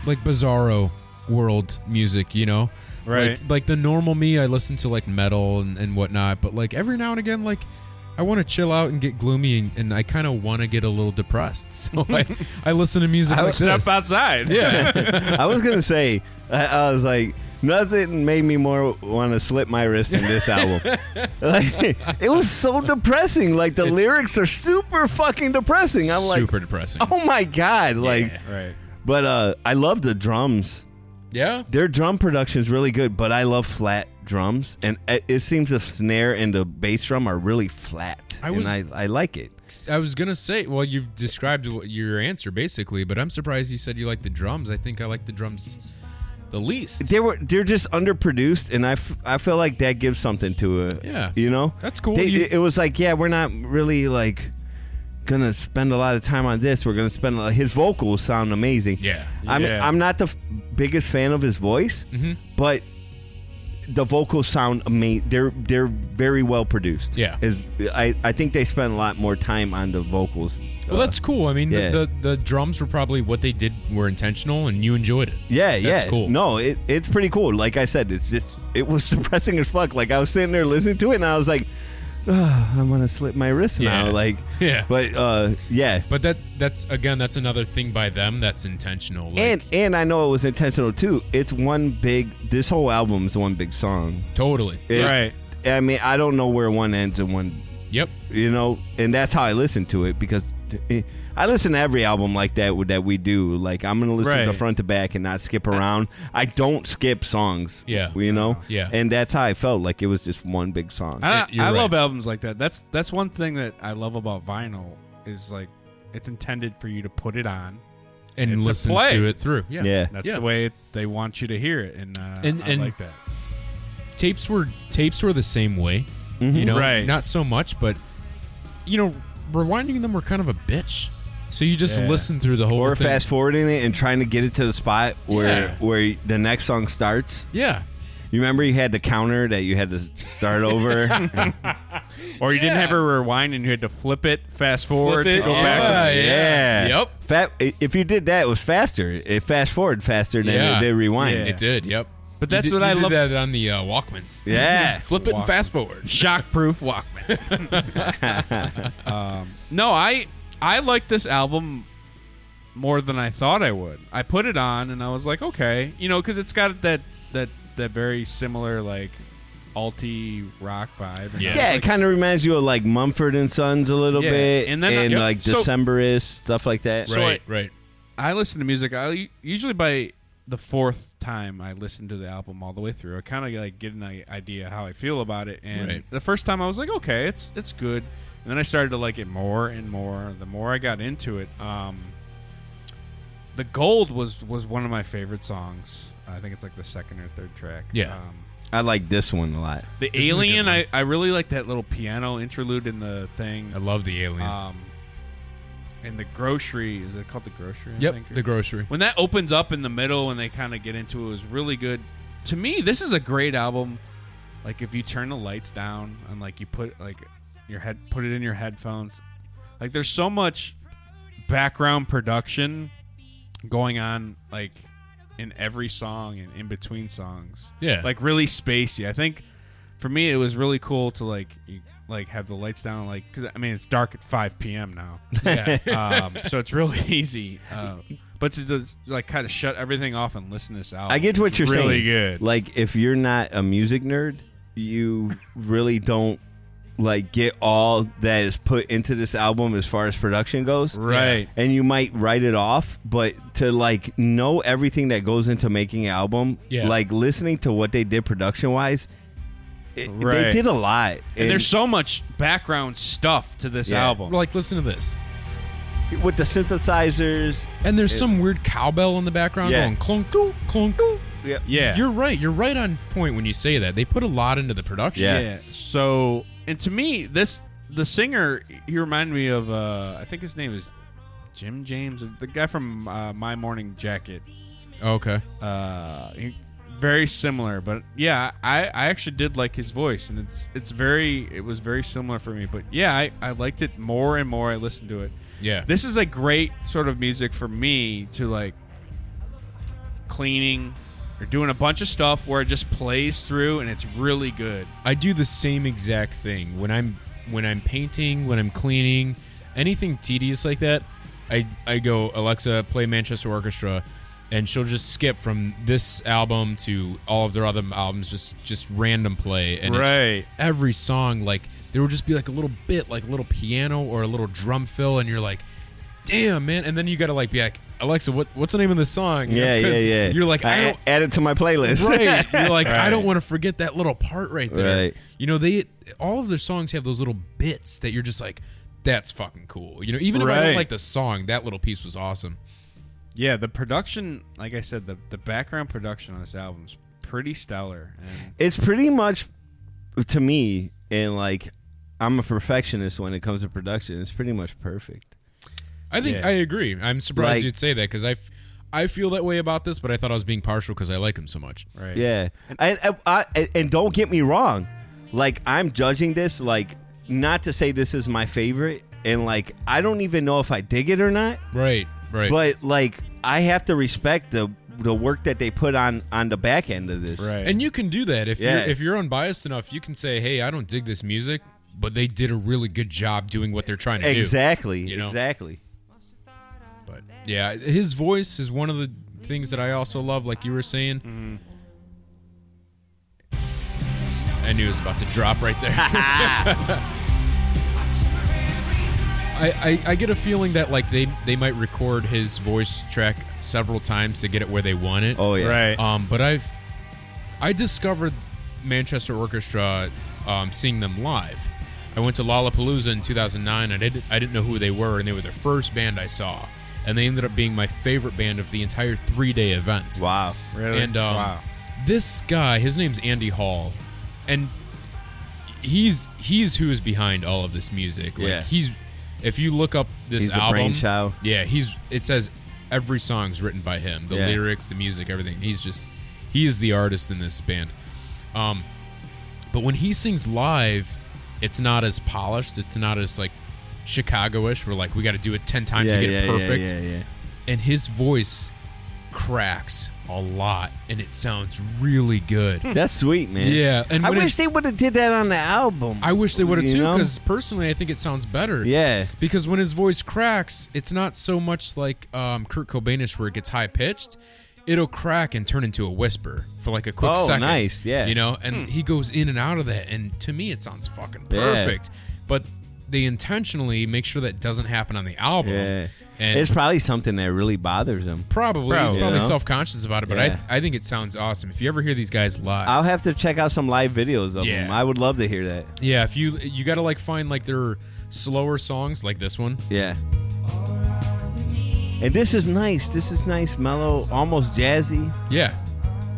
[SPEAKER 3] like bizarro world music, you know?
[SPEAKER 1] Right.
[SPEAKER 3] Like, like the normal me, I listen to like metal and, and whatnot, but like every now and again, like I want to chill out and get gloomy and, and I kind of want to get a little depressed. (laughs) So
[SPEAKER 2] (laughs)
[SPEAKER 3] I, I listen to music
[SPEAKER 2] I
[SPEAKER 3] like
[SPEAKER 1] Step
[SPEAKER 3] this.
[SPEAKER 1] outside.
[SPEAKER 3] Yeah.
[SPEAKER 2] I was gonna say, I, I was like, nothing made me more want to slip my wrist in this album.
[SPEAKER 3] (laughs)
[SPEAKER 2] like, it was so depressing. Like the
[SPEAKER 3] It's-
[SPEAKER 2] lyrics are super fucking depressing. I'm like,
[SPEAKER 3] Super depressing.
[SPEAKER 2] (laughs) oh my god, like.
[SPEAKER 1] Right.
[SPEAKER 2] But uh, I love the drums.
[SPEAKER 3] Yeah.
[SPEAKER 2] Their drum production is really good, but I love flat drums, and it, it seems the snare and the bass drum are really flat,
[SPEAKER 3] I was-
[SPEAKER 2] and I, I like it.
[SPEAKER 3] I was gonna say, well, you've described what your answer basically, but I'm surprised you said you like the drums. I think I like the drums the least.
[SPEAKER 2] They were they're just underproduced, and I, f- I feel like that gives something to it.
[SPEAKER 3] Yeah.
[SPEAKER 2] you know
[SPEAKER 3] That's cool.
[SPEAKER 2] They-
[SPEAKER 3] You-
[SPEAKER 2] it was like yeah, we're not really like gonna spend a lot of time on this. We're gonna spend like, his vocals sound amazing.
[SPEAKER 3] Yeah. Mm-hmm.
[SPEAKER 2] I'm
[SPEAKER 1] Yeah.
[SPEAKER 2] I'm not the f- biggest fan of his voice, but the vocals sound amazing. They're they're very well produced.
[SPEAKER 3] Yeah.
[SPEAKER 2] is I I think they spent a lot more time on the vocals.
[SPEAKER 3] Well,
[SPEAKER 2] Uh,
[SPEAKER 3] that's cool. I mean,
[SPEAKER 2] yeah.
[SPEAKER 3] the, the the drums were probably what they did were intentional, and you enjoyed it.
[SPEAKER 2] Yeah,
[SPEAKER 3] That's
[SPEAKER 2] yeah.
[SPEAKER 3] cool.
[SPEAKER 2] No, it, it's pretty cool. Like I said, it's just it was (laughs) depressing as fuck. Like I was sitting there listening to it and I was like, "Ugh, I'm gonna slip my wrist
[SPEAKER 3] Yeah.
[SPEAKER 2] now. Like
[SPEAKER 3] (laughs) Yeah.
[SPEAKER 2] But uh yeah.
[SPEAKER 3] But that that's again, that's another thing by them that's intentional. Like,
[SPEAKER 2] and and I know it was intentional too. It's one big this whole album is one big song.
[SPEAKER 3] totally.
[SPEAKER 1] (laughs)
[SPEAKER 2] It-
[SPEAKER 1] Right.
[SPEAKER 2] I mean, I don't know where one ends and one
[SPEAKER 3] Yep.
[SPEAKER 2] you know, and that's how I listen to it because it, I listen to every album like that with- that we do. Like I'm gonna listen to
[SPEAKER 1] Right.
[SPEAKER 2] front to back and not skip around. I don't skip songs.
[SPEAKER 3] Yeah.
[SPEAKER 2] you know.
[SPEAKER 3] Yeah.
[SPEAKER 2] and that's how I felt. Like it was just one big song.
[SPEAKER 1] I,
[SPEAKER 3] You're
[SPEAKER 1] I
[SPEAKER 3] right.
[SPEAKER 1] love albums like that. That's that's one thing that I love about vinyl is like it's intended for you to put it on.
[SPEAKER 3] And
[SPEAKER 1] It's a
[SPEAKER 3] listen
[SPEAKER 1] play.
[SPEAKER 3] to it through. Yeah.
[SPEAKER 2] Yeah.
[SPEAKER 1] That's
[SPEAKER 3] Yeah.
[SPEAKER 1] the way they want you to hear it, and uh,
[SPEAKER 3] And-
[SPEAKER 1] I
[SPEAKER 3] and-
[SPEAKER 1] like that.
[SPEAKER 3] tapes were tapes were the same way. You know,
[SPEAKER 1] Mm-hmm. Right.
[SPEAKER 3] Not so much, but you know, rewinding them were kind of a bitch. So you just
[SPEAKER 1] Yeah.
[SPEAKER 3] listen through the whole
[SPEAKER 2] or
[SPEAKER 3] thing.
[SPEAKER 2] fast forwarding it and trying to get it to the spot where
[SPEAKER 3] Yeah.
[SPEAKER 2] where the next song starts.
[SPEAKER 3] Yeah.
[SPEAKER 2] You remember you had the counter that you had to s- start
[SPEAKER 3] (laughs)
[SPEAKER 2] over.
[SPEAKER 1] Or you didn't
[SPEAKER 3] Yeah.
[SPEAKER 1] have a rewind and you had to flip it, fast forward,
[SPEAKER 3] Flip
[SPEAKER 1] to
[SPEAKER 3] it,
[SPEAKER 1] go
[SPEAKER 3] yeah.
[SPEAKER 1] back.
[SPEAKER 3] yeah. Yep.
[SPEAKER 2] Fa- if you did that, it was faster. It fast forward faster than
[SPEAKER 3] Yeah.
[SPEAKER 2] it did rewind.
[SPEAKER 1] Yeah.
[SPEAKER 3] It did. Yep.
[SPEAKER 1] But
[SPEAKER 3] You
[SPEAKER 1] that's
[SPEAKER 3] did-
[SPEAKER 1] what
[SPEAKER 3] you
[SPEAKER 1] I
[SPEAKER 3] did
[SPEAKER 1] love.
[SPEAKER 3] that on the uh,
[SPEAKER 1] (laughs)
[SPEAKER 3] Walkmans.
[SPEAKER 2] Yeah.
[SPEAKER 3] Flip it and fast forward. (laughs)
[SPEAKER 1] Shockproof Walkman. um, no, I I like this album more than I thought I would. I put it on and I was like, okay, you know, because it's got that that that very similar like alty rock vibe. And
[SPEAKER 3] Yeah.
[SPEAKER 1] I was
[SPEAKER 2] Yeah,
[SPEAKER 1] like,
[SPEAKER 2] it kind of reminds you of like Mumford and Sons a little
[SPEAKER 1] Yeah,
[SPEAKER 2] bit, and,
[SPEAKER 1] and then- yep,
[SPEAKER 2] like
[SPEAKER 1] so-
[SPEAKER 2] Decemberists stuff like that.
[SPEAKER 1] So
[SPEAKER 3] right.
[SPEAKER 1] I-
[SPEAKER 3] right.
[SPEAKER 1] I listen to music. I usually by the fourth time I listen to the album all the way through, I kind of like get an i- idea how I feel about it. And
[SPEAKER 3] Right.
[SPEAKER 1] the first time I was like, okay, it's it's good. And then I started to like it more and more. The more I got into it, um, the gold was was one of my favorite songs. I think it's like the second or third track.
[SPEAKER 3] Yeah.
[SPEAKER 1] Um,
[SPEAKER 2] I like this one a lot.
[SPEAKER 1] the
[SPEAKER 3] is a good
[SPEAKER 1] alien,
[SPEAKER 3] one.
[SPEAKER 1] I, I really like that little piano interlude in the thing.
[SPEAKER 3] I love the alien.
[SPEAKER 1] Um, and the grocery is it called the grocery? I
[SPEAKER 3] yep.
[SPEAKER 1] think, or-
[SPEAKER 3] The grocery.
[SPEAKER 1] when that opens up in the middle and they kind of get into it, it was really good to me this is a great album like if you turn the lights down and like you put like your head put it in your headphones like there's so much background production going on like in every song and in between songs
[SPEAKER 3] Yeah.
[SPEAKER 1] like really spacey i think for me it was really cool to like you, like have the lights down like because i mean it's dark at 5 p.m now
[SPEAKER 3] Yeah.
[SPEAKER 1] um, so it's really (laughs) easy. Uh, but to just, like kind of shut everything off and listen to this album.
[SPEAKER 2] I get what
[SPEAKER 1] Oh, it's
[SPEAKER 2] you're
[SPEAKER 1] really
[SPEAKER 2] saying.
[SPEAKER 1] good.
[SPEAKER 2] Like if you're not a music nerd, you really don't like get all that is put into this album as far as production goes.
[SPEAKER 1] Right.
[SPEAKER 2] And you might write it off, but to like know everything that goes into making an album,
[SPEAKER 3] Yeah.
[SPEAKER 2] like listening to what they did production wise, they
[SPEAKER 1] Right.
[SPEAKER 2] did a lot.
[SPEAKER 1] And there's so much background stuff to this
[SPEAKER 2] Yeah.
[SPEAKER 1] album.
[SPEAKER 3] Like, listen to this.
[SPEAKER 2] with the synthesizers,
[SPEAKER 3] And there's some weird cowbell in the background
[SPEAKER 2] Yeah.
[SPEAKER 3] going clunk doo, clunk doo.
[SPEAKER 2] yeah,
[SPEAKER 1] yeah.
[SPEAKER 3] You're right. You're right on point when you say that. They put a lot into the production.
[SPEAKER 2] Yeah.
[SPEAKER 1] yeah. So, and to me, this the singer he reminded me of. Uh, I think his name is Jim James, the guy from uh, My Morning Jacket.
[SPEAKER 3] Okay.
[SPEAKER 1] uh, he- very similar. But yeah, I, I actually did like his voice, and it's it's very it was very similar for me. But yeah, I, I liked it more and more. I listened to it.
[SPEAKER 3] Yeah.
[SPEAKER 1] This is a great sort of music for me to like cleaning or doing a bunch of stuff where it just plays through and it's really good.
[SPEAKER 3] I do the same exact thing when I'm when I'm painting, when I'm cleaning, anything tedious like that. I I go Alexa, play Manchester Orchestra, and she'll just skip from this album to all of their other albums, just just random play. And it's-
[SPEAKER 1] Right.
[SPEAKER 3] every song, like there would just be like a little bit, like a little piano or a little drum fill, and you're like, damn man. And then you got to like be like, Alexa, what what's the name of the song? (laughs)
[SPEAKER 2] yeah, yeah,
[SPEAKER 3] 'Cause
[SPEAKER 2] yeah.
[SPEAKER 3] You're like, I
[SPEAKER 2] I,
[SPEAKER 3] don't,
[SPEAKER 2] add it to my playlist.
[SPEAKER 3] right (laughs) you're like i
[SPEAKER 1] Right.
[SPEAKER 3] don't want to forget that little part right there
[SPEAKER 2] Right.
[SPEAKER 3] you know they all of their songs have those little bits that you're just like that's fucking cool you know even if i don't
[SPEAKER 1] Right.
[SPEAKER 3] like the song that little piece was awesome
[SPEAKER 1] Yeah, the production, like I said, the the background production on this album's pretty stellar. And
[SPEAKER 2] (laughs) it's pretty much to me and like i'm a perfectionist when it comes to production it's pretty much perfect
[SPEAKER 3] i think
[SPEAKER 1] Yeah.
[SPEAKER 3] i agree i'm surprised
[SPEAKER 2] Like-
[SPEAKER 3] you'd say that because i f- I feel that way about this but i thought i was being partial because i like him so much
[SPEAKER 1] right.
[SPEAKER 2] yeah and, I, I, and don't get me wrong like i'm judging this like not to say this is my favorite and like i don't even know if i dig it or not
[SPEAKER 3] right right
[SPEAKER 2] but like i have to respect the the work that they put on on the back end of this
[SPEAKER 1] Right.
[SPEAKER 3] and you can do that if
[SPEAKER 2] Yeah.
[SPEAKER 3] you're if you're unbiased enough you can say hey i don't dig this music but they did a really good job doing what they're trying to do
[SPEAKER 2] exactly
[SPEAKER 3] You know?
[SPEAKER 2] exactly
[SPEAKER 3] But yeah, his voice is one of the things that I also love, like you were saying. I knew it was about to drop right there. (laughs) I, I, I get a feeling that like they, they might record his voice track several times to get it where they want it.
[SPEAKER 2] oh yeah
[SPEAKER 3] Um, but I've I discovered Manchester Orchestra um, seeing them live. I went to Lollapalooza in 2009. and I didn't I didn't know who they were, and they were the first band I saw, and they ended up being my favorite band of the entire three day event.
[SPEAKER 2] wow
[SPEAKER 1] Really?
[SPEAKER 3] And um,
[SPEAKER 1] wow.
[SPEAKER 3] this guy, his name's Andy Hall, and he's he's who is behind all of this music. Like
[SPEAKER 2] Yeah.
[SPEAKER 3] he's If you look up this
[SPEAKER 2] He's the
[SPEAKER 3] album,
[SPEAKER 2] brainchild.
[SPEAKER 3] yeah, he's. It says every song's written by him. The
[SPEAKER 2] Yeah.
[SPEAKER 3] lyrics, the music, everything. He's just he is the artist in this band. Um, but when he sings live, it's not as polished. It's not as like Chicago-ish. We're like we got to do it ten times
[SPEAKER 2] yeah,
[SPEAKER 3] to get
[SPEAKER 2] yeah,
[SPEAKER 3] it
[SPEAKER 2] yeah,
[SPEAKER 3] perfect
[SPEAKER 2] Yeah, yeah,
[SPEAKER 3] and his voice cracks a lot and it sounds really good
[SPEAKER 2] That's sweet, man.
[SPEAKER 3] yeah and
[SPEAKER 2] I
[SPEAKER 3] when
[SPEAKER 2] wish
[SPEAKER 3] it's-
[SPEAKER 2] they would have did that on the album.
[SPEAKER 3] i wish they would have
[SPEAKER 2] You
[SPEAKER 3] too
[SPEAKER 2] know?
[SPEAKER 3] because personally i think it sounds better
[SPEAKER 2] yeah,
[SPEAKER 3] because when his voice cracks it's not so much like um, kurt cobainish where it gets high pitched it'll crack and turn into a whisper for like a quick
[SPEAKER 2] Oh,
[SPEAKER 3] second
[SPEAKER 2] nice, yeah. Hmm.
[SPEAKER 3] you know and he goes in and out of that and to me it sounds fucking
[SPEAKER 2] Yeah.
[SPEAKER 3] perfect but they intentionally make sure that doesn't happen on the album
[SPEAKER 2] yeah.
[SPEAKER 3] and
[SPEAKER 2] it's probably something that really bothers them.
[SPEAKER 3] Probably. He's
[SPEAKER 2] Probably.
[SPEAKER 3] probably
[SPEAKER 2] You know?
[SPEAKER 3] self conscious about it, but
[SPEAKER 2] Yeah.
[SPEAKER 3] I, I think it sounds awesome. If you ever hear these guys live,
[SPEAKER 2] I'll have to check out some live videos of
[SPEAKER 3] Yeah.
[SPEAKER 2] them. I would love to hear that.
[SPEAKER 3] yeah, if you you got to like find like their slower songs like this one.
[SPEAKER 2] Yeah. And this is nice. This is nice, mellow, almost jazzy.
[SPEAKER 3] Yeah,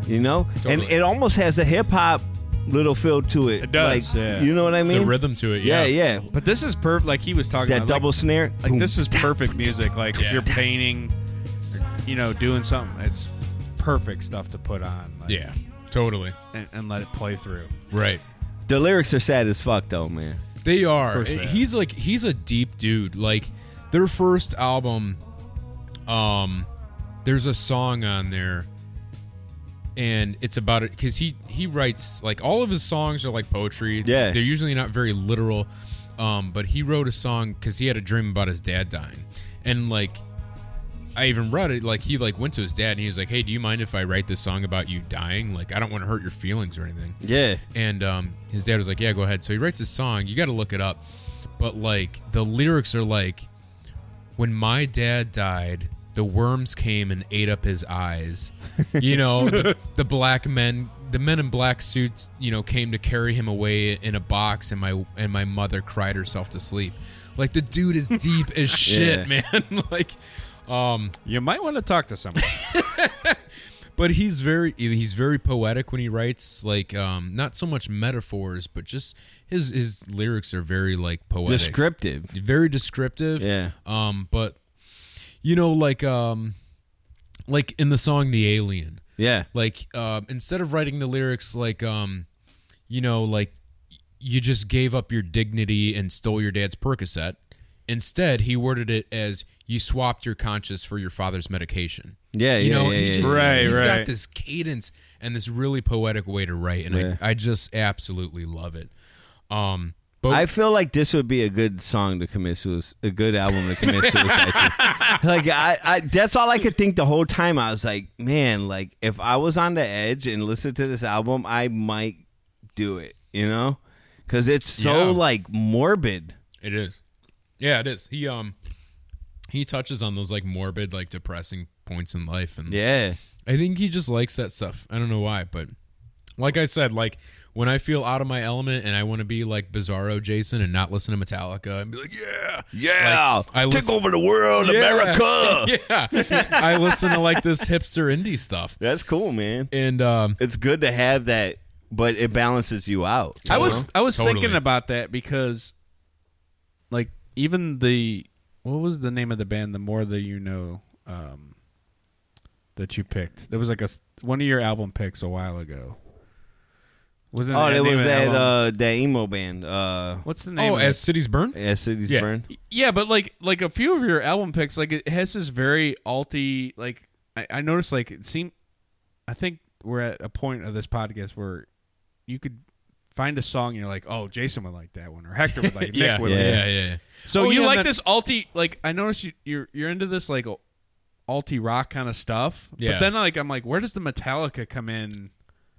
[SPEAKER 2] You know, and
[SPEAKER 3] Totally.
[SPEAKER 2] it almost has a hip hop little feel to it.
[SPEAKER 1] It does,
[SPEAKER 2] Like,
[SPEAKER 1] yeah.
[SPEAKER 2] You know what I mean?
[SPEAKER 3] the rhythm to it.
[SPEAKER 2] Yeah,
[SPEAKER 3] Yeah,
[SPEAKER 2] Mm. yeah.
[SPEAKER 1] But this is perfect. Like he was talking
[SPEAKER 2] That
[SPEAKER 1] about,
[SPEAKER 2] double
[SPEAKER 1] Like,
[SPEAKER 2] snare.
[SPEAKER 1] like
[SPEAKER 2] boom.
[SPEAKER 1] this is perfect music. Like
[SPEAKER 3] Yeah.
[SPEAKER 1] if you're painting, or, you know, doing something, it's perfect stuff to put on. Like,
[SPEAKER 3] yeah, totally.
[SPEAKER 1] and, and let it play through.
[SPEAKER 3] Right.
[SPEAKER 2] The lyrics are sad as fuck, though, man.
[SPEAKER 3] They are.
[SPEAKER 1] course they are.
[SPEAKER 3] He's like he's a deep dude. Like their first album, um, there's a song on there, and it's about it because he he writes like all of his songs are like poetry.
[SPEAKER 2] Yeah.
[SPEAKER 3] they're usually not very literal. Um, but he wrote a song because he had a dream about his dad dying, and like I even read it. Like he like went to his dad and he was like, "Hey, do you mind if I write this song about you dying? Like I don't want to hurt your feelings or anything."
[SPEAKER 2] Yeah.
[SPEAKER 3] and um, his dad was like, "Yeah, go ahead." So he writes this song. You got to look it up, but like the lyrics are like, "When my dad died, the worms came and ate up his eyes." You know, the, the black men, the men in black suits, you know, came to carry him away in a box, and my and my mother cried herself to sleep. Like the dude is deep as shit, man. (laughs) like, um,
[SPEAKER 1] You might want to talk to someone.
[SPEAKER 3] but he's very he's very poetic when he writes like um not so much metaphors but just his his lyrics are very like poetic
[SPEAKER 2] Descriptive.
[SPEAKER 3] very descriptive
[SPEAKER 2] Yeah.
[SPEAKER 3] um but you know like um like in the song the alien
[SPEAKER 2] Yeah.
[SPEAKER 3] like uh, instead of writing the lyrics like um you know like you just gave up your dignity and stole your dad's percocet instead he worded it as you swapped your conscience for your father's medication
[SPEAKER 2] Yeah,
[SPEAKER 3] you
[SPEAKER 2] yeah,
[SPEAKER 3] know
[SPEAKER 2] yeah,
[SPEAKER 3] he
[SPEAKER 2] yeah,
[SPEAKER 3] just,
[SPEAKER 2] yeah.
[SPEAKER 1] Right,
[SPEAKER 3] he's got
[SPEAKER 1] right.
[SPEAKER 3] this cadence and this really poetic way to write and
[SPEAKER 2] Yeah.
[SPEAKER 3] I, I just absolutely love it um but
[SPEAKER 2] I feel like this would be a good song to commit suicide, a good album to
[SPEAKER 3] (laughs)
[SPEAKER 2] commit suicide. to. Like I, I, that's all I could think the whole time. I was like, man, like if I was on the edge and listened to this album, I might do it. You know, because it's so
[SPEAKER 3] Yeah.
[SPEAKER 2] like morbid.
[SPEAKER 3] it is yeah it is he um he touches on those like morbid like depressing points in life and
[SPEAKER 2] Yeah,
[SPEAKER 3] I think he just likes that stuff. I don't know why, but like I said, like when I feel out of my element and I want to be like Bizarro Jason and not listen to Metallica and be like, yeah,
[SPEAKER 2] yeah.
[SPEAKER 3] Like, I listen-
[SPEAKER 2] the world,
[SPEAKER 3] (laughs) yeah, I listen to like this hipster indie stuff,
[SPEAKER 2] That's cool, man.
[SPEAKER 3] and um,
[SPEAKER 2] It's good to have that, but it balances you out.
[SPEAKER 1] I was I was
[SPEAKER 3] Totally.
[SPEAKER 1] thinking about that because, like, even the what was the name of the band? The more that you know, um, that you picked. There was like a s- one of your album picks a while ago. Wasn't
[SPEAKER 2] Oh,
[SPEAKER 1] that
[SPEAKER 2] it
[SPEAKER 1] name
[SPEAKER 2] was
[SPEAKER 1] of the
[SPEAKER 2] that
[SPEAKER 1] album?
[SPEAKER 2] uh, that emo band. Uh,
[SPEAKER 1] What's the name?
[SPEAKER 3] oh,
[SPEAKER 1] of
[SPEAKER 3] as
[SPEAKER 1] it?
[SPEAKER 3] cities burn,
[SPEAKER 2] yeah, Cities
[SPEAKER 3] Yeah.
[SPEAKER 2] Burn.
[SPEAKER 1] Yeah, but like like a few of your album picks, like it has this very alty. Like I, I noticed, like it seemed. I think we're at a point of this podcast where you could find a song and you're like, oh, Jason would like that one, or Hector would like,
[SPEAKER 3] (laughs)
[SPEAKER 1] it, Nick
[SPEAKER 3] yeah,
[SPEAKER 1] would
[SPEAKER 3] yeah,
[SPEAKER 1] like. it.
[SPEAKER 3] yeah, yeah.
[SPEAKER 1] So
[SPEAKER 3] Oh,
[SPEAKER 1] you
[SPEAKER 3] yeah,
[SPEAKER 1] like
[SPEAKER 3] that-
[SPEAKER 1] this alty? Like I noticed you, you're you're into this like alty rock kind of stuff.
[SPEAKER 3] Yeah.
[SPEAKER 1] But then like I'm like, where does the Metallica come in?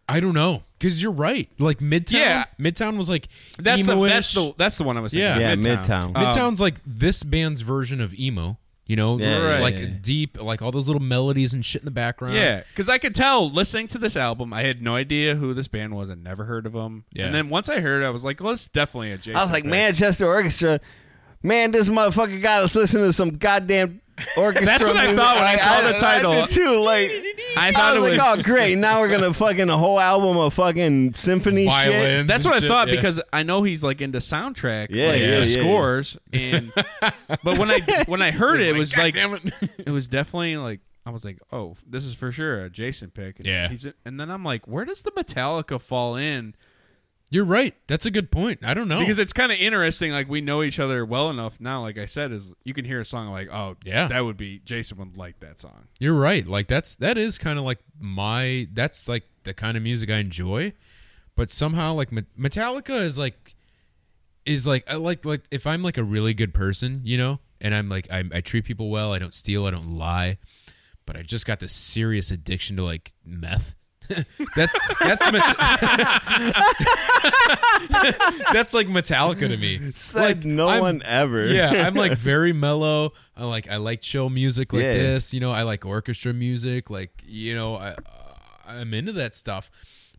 [SPEAKER 3] I don't know, cause you're right. Like Midtown,
[SPEAKER 1] Yeah.
[SPEAKER 3] Midtown was like
[SPEAKER 1] That's the,
[SPEAKER 3] emo-ish.
[SPEAKER 1] that's the that's the one I was
[SPEAKER 3] Yeah.
[SPEAKER 1] thinking.
[SPEAKER 2] Yeah, Midtown.
[SPEAKER 1] Um,
[SPEAKER 3] Midtown's like this band's version of emo. You know,
[SPEAKER 2] Yeah,
[SPEAKER 1] yeah,
[SPEAKER 3] like
[SPEAKER 2] yeah.
[SPEAKER 3] deep, like all those little melodies and shit in the background.
[SPEAKER 1] Yeah, because I could tell listening to this album, I had no idea who this band was and never heard of them.
[SPEAKER 3] Yeah.
[SPEAKER 1] And then once I heard it, I was like, well, it's definitely a Jason.
[SPEAKER 2] I was like,
[SPEAKER 1] thing.
[SPEAKER 2] Manchester Orchestra. Man, this motherfucker got us listening to some goddamn orchestra.
[SPEAKER 1] That's what I
[SPEAKER 2] music.
[SPEAKER 1] thought when I
[SPEAKER 2] Like,
[SPEAKER 1] saw the
[SPEAKER 2] I
[SPEAKER 1] title.
[SPEAKER 2] did too. Like,
[SPEAKER 1] I
[SPEAKER 2] I
[SPEAKER 1] thought it
[SPEAKER 2] was
[SPEAKER 1] was.
[SPEAKER 2] like, oh, great. Now we're going to fucking a whole album of fucking symphony shit.
[SPEAKER 3] Violin.
[SPEAKER 1] That's what I
[SPEAKER 3] Shit,
[SPEAKER 1] thought
[SPEAKER 3] yeah.
[SPEAKER 1] because I know he's like into soundtrack,
[SPEAKER 2] Yeah,
[SPEAKER 1] like,
[SPEAKER 2] yeah, yeah, yeah.
[SPEAKER 1] scores,
[SPEAKER 3] (laughs)
[SPEAKER 1] and but when I when I heard it, it was like
[SPEAKER 3] "God damn it."
[SPEAKER 1] it was definitely like I was like, oh, this is for sure a Jason pick. And
[SPEAKER 3] Yeah.
[SPEAKER 1] he's and then I'm like, where does the Metallica fall in?
[SPEAKER 3] (laughs) You're right. That's a good point. I don't know.
[SPEAKER 1] Because it's kind of interesting. Like we know each other well enough now. Like I said, is you can hear a song like, oh,
[SPEAKER 3] Yeah.
[SPEAKER 1] that would be Jason would like that song.
[SPEAKER 3] You're right. Like that's that is kind of like my that's like the kind of music I enjoy, but somehow like Met- Metallica is like is like I like like if I'm like a really good person, you know, and I'm like I I treat people well, I don't steal, I don't lie, but I just got this serious addiction to like meth. (laughs) that's that's Met- (laughs) that's like Metallica to me.
[SPEAKER 2] Said no
[SPEAKER 3] I'm-
[SPEAKER 2] one (laughs) ever.
[SPEAKER 3] Yeah, I'm like very mellow. I like I like chill music like
[SPEAKER 2] Yeah.
[SPEAKER 3] this. You know, I like orchestra music. Like you know, I uh, I'm into that stuff.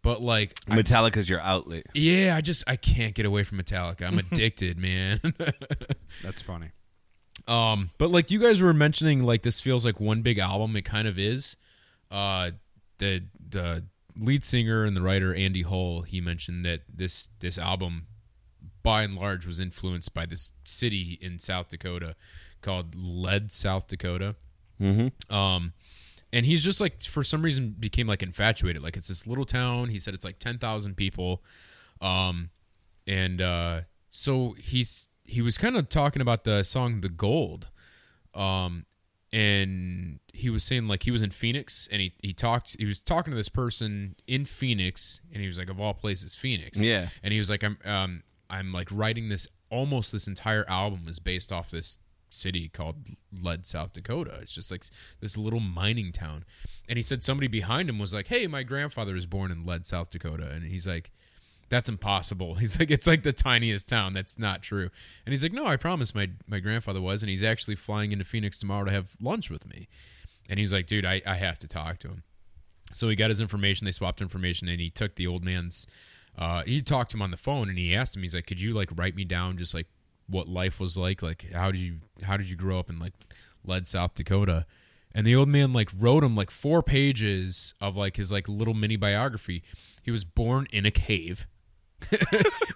[SPEAKER 3] But like, I-
[SPEAKER 2] Metallica's your outlet.
[SPEAKER 3] yeah, I just I can't get away from Metallica. I'm addicted, man. (laughs)
[SPEAKER 1] That's funny.
[SPEAKER 3] um, but like you guys were mentioning, like this feels like one big album. It kind of is. Uh, the the lead singer and the writer Andy Hall he mentioned that this this album by and large was influenced by this city in South Dakota called Lead, South Dakota. Mm-hmm. Um, and he's just like for some reason became like infatuated. Like it's this little town. He said it's like ten thousand people. Um, and uh, so he's he was kind of talking about the song "The Gold." Um, and he was saying like he was in Phoenix and he he talked he was talking to this person in Phoenix and he was like of all places Phoenix
[SPEAKER 2] Yeah.
[SPEAKER 3] and he was like i'm um i'm like writing this almost this entire album is based off this city called lead south dakota it's just like s- this little mining town and he said somebody behind him was like hey my grandfather was born in lead south dakota and he's like that's impossible (laughs) he's like it's like the tiniest town that's not true and he's like no i promise my my grandfather was and he's actually flying into phoenix tomorrow to have lunch with me and he was like dude i, I have to talk to him so he got his information. They swapped information, and he took the old man's. Uh, he talked to him on the phone, and he asked him. He's like, "Could you like write me down just like what life was like? Like how did you how did you grow up in like Lead, South Dakota?" And the old man like wrote him like four pages of like his like little mini biography. He was born in a cave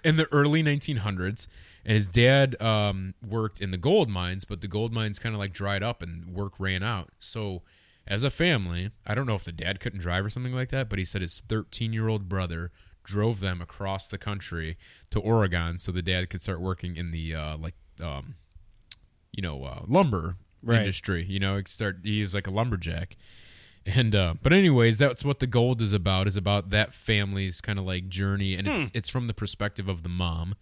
[SPEAKER 3] in the early 1900s and his dad um, worked in the gold mines but the gold mines kind of like dried up and work ran out so as a family i don't know if the dad couldn't drive or something like that but he said his 13 year old brother drove them across the country to oregon so the dad could start working in the uh, like um, you know uh, lumber
[SPEAKER 1] Right.
[SPEAKER 3] industry you know start he's like a lumberjack and uh, but anyways, that's what the gold is about. Is about that family's kind of like journey, and
[SPEAKER 1] Hmm.
[SPEAKER 3] it's it's from the perspective of the mom.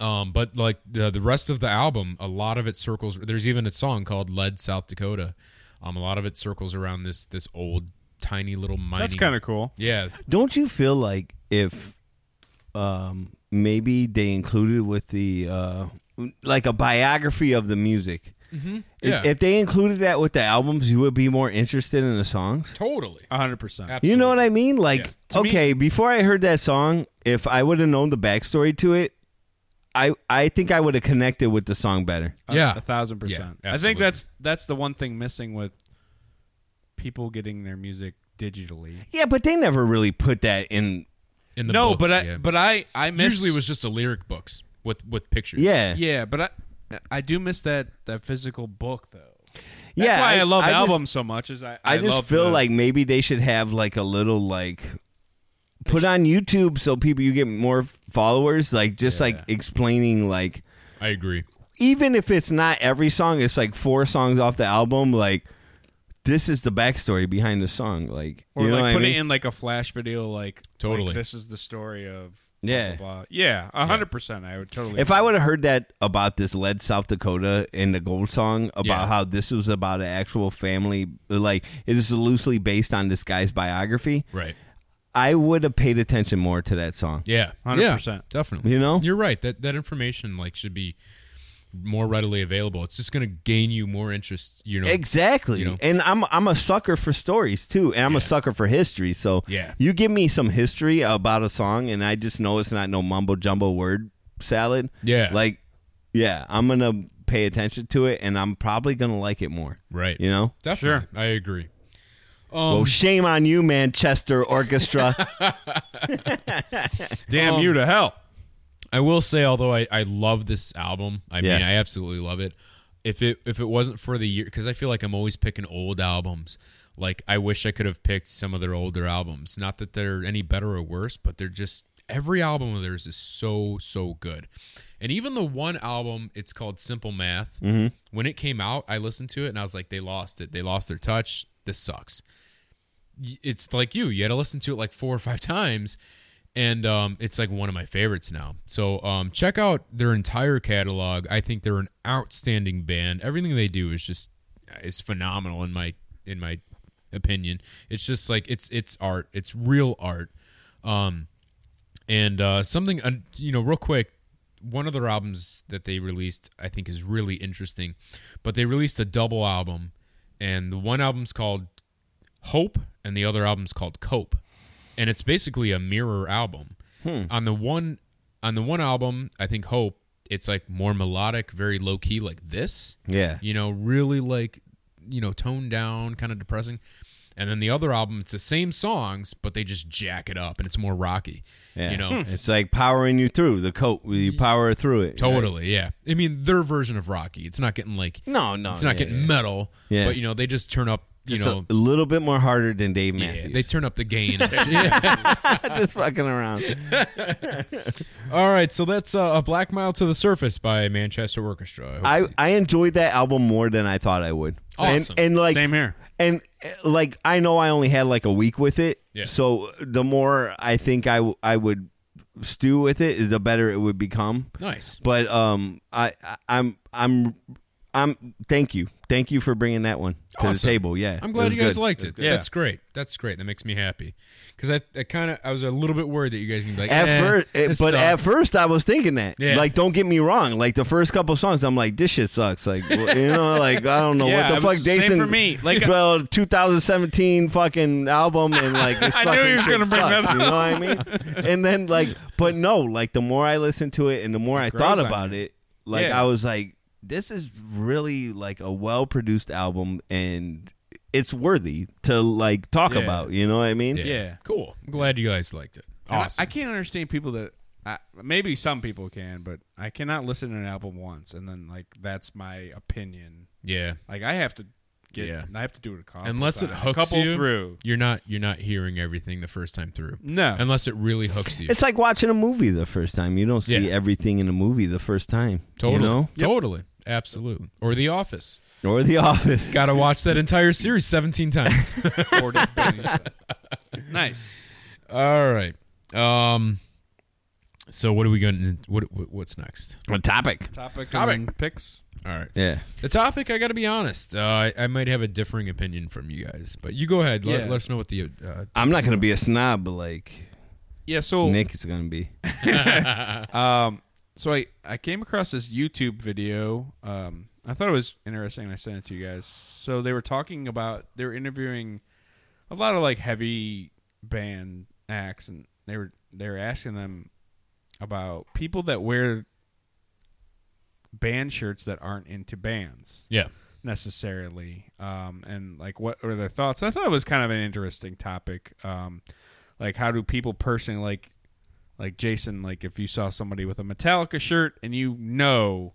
[SPEAKER 3] Um, but like the the rest of the album, a lot of it circles. There's even a song called "Lead South Dakota." Um, a lot of it circles around this this old tiny little mining.
[SPEAKER 1] That's kind of cool.
[SPEAKER 3] yeah. it's-
[SPEAKER 2] Don't you feel like if um, maybe they included with the uh, like a biography of the music?
[SPEAKER 1] Mm-hmm.
[SPEAKER 2] If-
[SPEAKER 3] Yeah.
[SPEAKER 2] If, they included that with the albums, you would be more interested in the songs.
[SPEAKER 3] Totally.
[SPEAKER 1] hundred percent.
[SPEAKER 2] You know what I mean? Like,
[SPEAKER 1] To me-
[SPEAKER 2] okay, before I heard that song, if I would have known the backstory to it, I I think I would have connected with the song better.
[SPEAKER 1] A-
[SPEAKER 3] Yeah.
[SPEAKER 1] a thousand
[SPEAKER 3] Yeah,
[SPEAKER 1] percent. I think
[SPEAKER 3] absolutely.
[SPEAKER 1] that's that's the one thing missing with people getting their music digitally.
[SPEAKER 2] Yeah, but they never really put that in.
[SPEAKER 3] In the
[SPEAKER 1] no,
[SPEAKER 3] book,
[SPEAKER 1] but I
[SPEAKER 3] yeah.
[SPEAKER 1] but I I miss
[SPEAKER 3] usually it was just the lyric books with with pictures.
[SPEAKER 2] Yeah,
[SPEAKER 1] yeah, but I I do miss that that physical book though. That's
[SPEAKER 2] yeah.
[SPEAKER 1] why I, love
[SPEAKER 2] just-
[SPEAKER 1] albums so much. Is I
[SPEAKER 2] I, just
[SPEAKER 1] love
[SPEAKER 2] feel
[SPEAKER 1] the-
[SPEAKER 2] like maybe they should have like a little like put on YouTube so people you get more followers. Like just like explaining like
[SPEAKER 3] I agree.
[SPEAKER 2] even if it's not every song, it's like four songs off the album. Like this is the backstory behind the song. Like
[SPEAKER 1] or
[SPEAKER 2] you know
[SPEAKER 1] like
[SPEAKER 2] what I
[SPEAKER 1] put
[SPEAKER 2] mean?
[SPEAKER 1] it in like a flash video. Like
[SPEAKER 3] Totally.
[SPEAKER 1] like, this is the story of blah,
[SPEAKER 2] Yeah.
[SPEAKER 1] blah, blah. yeah, a hundred percent. I would totally.
[SPEAKER 2] If I would have heard that about this lead South Dakota and the gold song about
[SPEAKER 3] Yeah.
[SPEAKER 2] how this was about an actual family, like it is loosely based on this guy's biography,
[SPEAKER 3] Right.
[SPEAKER 2] I would have paid attention more to that song.
[SPEAKER 3] Yeah,
[SPEAKER 1] 100%.
[SPEAKER 3] Yeah, definitely.
[SPEAKER 2] You know?
[SPEAKER 3] you're right. That that information like should be more readily available. It's just going to gain you more interest. You know,
[SPEAKER 2] Exactly.
[SPEAKER 3] You know?
[SPEAKER 2] And I'm I'm a sucker for stories too, and I'm a sucker for history. So
[SPEAKER 3] Yeah.
[SPEAKER 2] you give me some history about a song, and I just know it's not no mumbo jumbo word salad.
[SPEAKER 3] Yeah.
[SPEAKER 2] like yeah, I'm gonna pay attention to it, and I'm probably gonna like it more.
[SPEAKER 3] right?
[SPEAKER 2] You know,
[SPEAKER 3] Definitely. I agree.
[SPEAKER 2] well, shame on you, Manchester
[SPEAKER 3] (laughs)
[SPEAKER 2] Orchestra.
[SPEAKER 1] Damn you to hell.
[SPEAKER 3] Um, I will say, although I, I love this album, I
[SPEAKER 2] Yeah.
[SPEAKER 3] mean, I absolutely love it. If it if it wasn't for the year, because I feel like I'm always picking old albums. Like I wish I could have picked some of their older albums. Not that they're any better or worse, but they're just every album of theirs is so so good. And even the one album, it's called Simple Math.
[SPEAKER 1] Mm-hmm.
[SPEAKER 3] When it came out, I listened to it and I was like, they lost it. They lost their touch. This sucks y- it's like you you had to listen to it like four or five (laughs) times and um, it's like one of my favorites now so um, check out their entire catalog i think they're an outstanding band everything they do is just is phenomenal in my in my opinion it's just like it's it's art it's real art um, and uh, something uh, you know real quick one of their albums that they released i think is really interesting but they released a double album and the one album's called Hope, and the other album's called Cope, and it's basically a mirror album. On the one, on the one album, I think Hope, it's like more melodic, very low key, like this.
[SPEAKER 2] yeah.
[SPEAKER 3] You know, really like, you know, toned down, kind of depressing. And then the other album, it's the same songs, but they just jack it up, and it's more rocky.
[SPEAKER 2] yeah.
[SPEAKER 3] You know,
[SPEAKER 2] it's like powering you through the coat. You power through it.
[SPEAKER 3] totally, yeah. I mean, their version of Rocky, it's not getting like,
[SPEAKER 2] No, no.
[SPEAKER 3] it's not
[SPEAKER 2] yeah,
[SPEAKER 3] getting
[SPEAKER 2] yeah.
[SPEAKER 3] metal,
[SPEAKER 2] Yeah.
[SPEAKER 3] but you know, they just turn up. You
[SPEAKER 2] Just
[SPEAKER 3] know,
[SPEAKER 2] a little bit more harder than Dave
[SPEAKER 3] yeah,
[SPEAKER 2] Matthews.
[SPEAKER 3] they turn up the gain. and shit. (laughs) Yeah.
[SPEAKER 2] (laughs) just fucking around.
[SPEAKER 3] All right, so that's uh, a Black Mile to the Surface by Manchester Orchestra. hope
[SPEAKER 2] I
[SPEAKER 3] you-
[SPEAKER 2] I enjoyed that album more than I thought I would.
[SPEAKER 3] Awesome.
[SPEAKER 2] And, and like
[SPEAKER 1] Same here.
[SPEAKER 2] and uh, like I know I only had like a week with it.
[SPEAKER 3] Yeah.
[SPEAKER 2] So the more I think I w- I would stew with it, the better it would become.
[SPEAKER 3] nice.
[SPEAKER 2] But um, I, I I'm I'm I'm thank you thank you for bringing that one to
[SPEAKER 3] Awesome.
[SPEAKER 2] the table. (laughs) Yeah,
[SPEAKER 3] I'm glad
[SPEAKER 2] was
[SPEAKER 3] you guys
[SPEAKER 2] good.
[SPEAKER 3] liked it.
[SPEAKER 2] was good.
[SPEAKER 3] That's great. That's great. That makes me happy because I, I kind of I was a little bit worried that you guys would be like
[SPEAKER 2] At
[SPEAKER 3] eh,
[SPEAKER 2] first,
[SPEAKER 3] this
[SPEAKER 2] but at
[SPEAKER 3] sucks.
[SPEAKER 2] first I was thinking that.
[SPEAKER 3] Yeah.
[SPEAKER 2] Like, don't get me wrong. Like the first couple songs, I'm like, this shit sucks. Like, wh- you know, like I don't
[SPEAKER 1] (laughs)
[SPEAKER 2] know
[SPEAKER 1] Yeah,
[SPEAKER 2] what
[SPEAKER 1] it
[SPEAKER 2] the fuck.
[SPEAKER 1] was the same
[SPEAKER 2] Jason,
[SPEAKER 1] for me. Like, uh,
[SPEAKER 2] well, 2017 fucking album,
[SPEAKER 1] (laughs)
[SPEAKER 2] and like it's
[SPEAKER 1] I knew
[SPEAKER 2] fucking
[SPEAKER 1] you was
[SPEAKER 2] shit
[SPEAKER 1] gonna bring that
[SPEAKER 2] sucks,
[SPEAKER 1] up.
[SPEAKER 2] You know what I mean? And then like, but no, like the more I listened to it and the more I
[SPEAKER 1] grows
[SPEAKER 2] thought
[SPEAKER 1] on
[SPEAKER 2] about
[SPEAKER 1] you.
[SPEAKER 2] it, like
[SPEAKER 1] Yeah.
[SPEAKER 2] I was like, this is really like a well produced album, and it's worthy to like talk
[SPEAKER 1] Yeah.
[SPEAKER 2] about. You know what I mean?
[SPEAKER 1] Yeah.
[SPEAKER 3] cool. I'm glad you guys liked it.
[SPEAKER 1] And I-
[SPEAKER 3] Awesome.
[SPEAKER 1] I, can't understand people that I, maybe some people can, but I cannot listen to an album once and then like that's my opinion.
[SPEAKER 3] yeah,
[SPEAKER 1] Like I have to get
[SPEAKER 3] Yeah.
[SPEAKER 1] I have to do it a couple
[SPEAKER 3] unless it
[SPEAKER 1] times,
[SPEAKER 3] hooks
[SPEAKER 1] a couple
[SPEAKER 3] you (laughs)
[SPEAKER 1] through.
[SPEAKER 3] you're not you're not hearing everything the first time through.
[SPEAKER 1] No.
[SPEAKER 3] unless it really hooks you.
[SPEAKER 2] It's like watching a movie the first time. You don't see
[SPEAKER 3] Yeah.
[SPEAKER 2] everything in a movie the first time.
[SPEAKER 3] totally,
[SPEAKER 2] You know?
[SPEAKER 3] totally, absolutely. Or The Office.
[SPEAKER 2] Or The (laughs) Office.
[SPEAKER 3] Got to watch that entire series 17 times.
[SPEAKER 1] (laughs) 40 billion. nice.
[SPEAKER 3] All right. Um. So what are we going? to What what- what's next?
[SPEAKER 2] A topic.
[SPEAKER 1] Topic,
[SPEAKER 3] Topic.
[SPEAKER 1] and picks.
[SPEAKER 3] All right.
[SPEAKER 2] Yeah.
[SPEAKER 3] The topic. I got to be honest. Uh, I, I might have a differing opinion from you guys, but you go ahead. Let,
[SPEAKER 1] Yeah.
[SPEAKER 3] let us know what the. Uh,
[SPEAKER 2] I'm not going to be a snob, but like
[SPEAKER 1] Yeah, so
[SPEAKER 2] Nick is going to be.
[SPEAKER 1] so I, I came across this YouTube video. Um, I thought it was interesting. and I sent it to you guys. So they were talking about they were interviewing a lot of like heavy band acts, and they were they were asking them about people that wear band shirts that aren't into bands
[SPEAKER 3] yeah.
[SPEAKER 1] necessarily um, and like what are their thoughts and i thought it was kind of an interesting topic um, like how do people personally like like jason like if you saw somebody with a metallica shirt and you know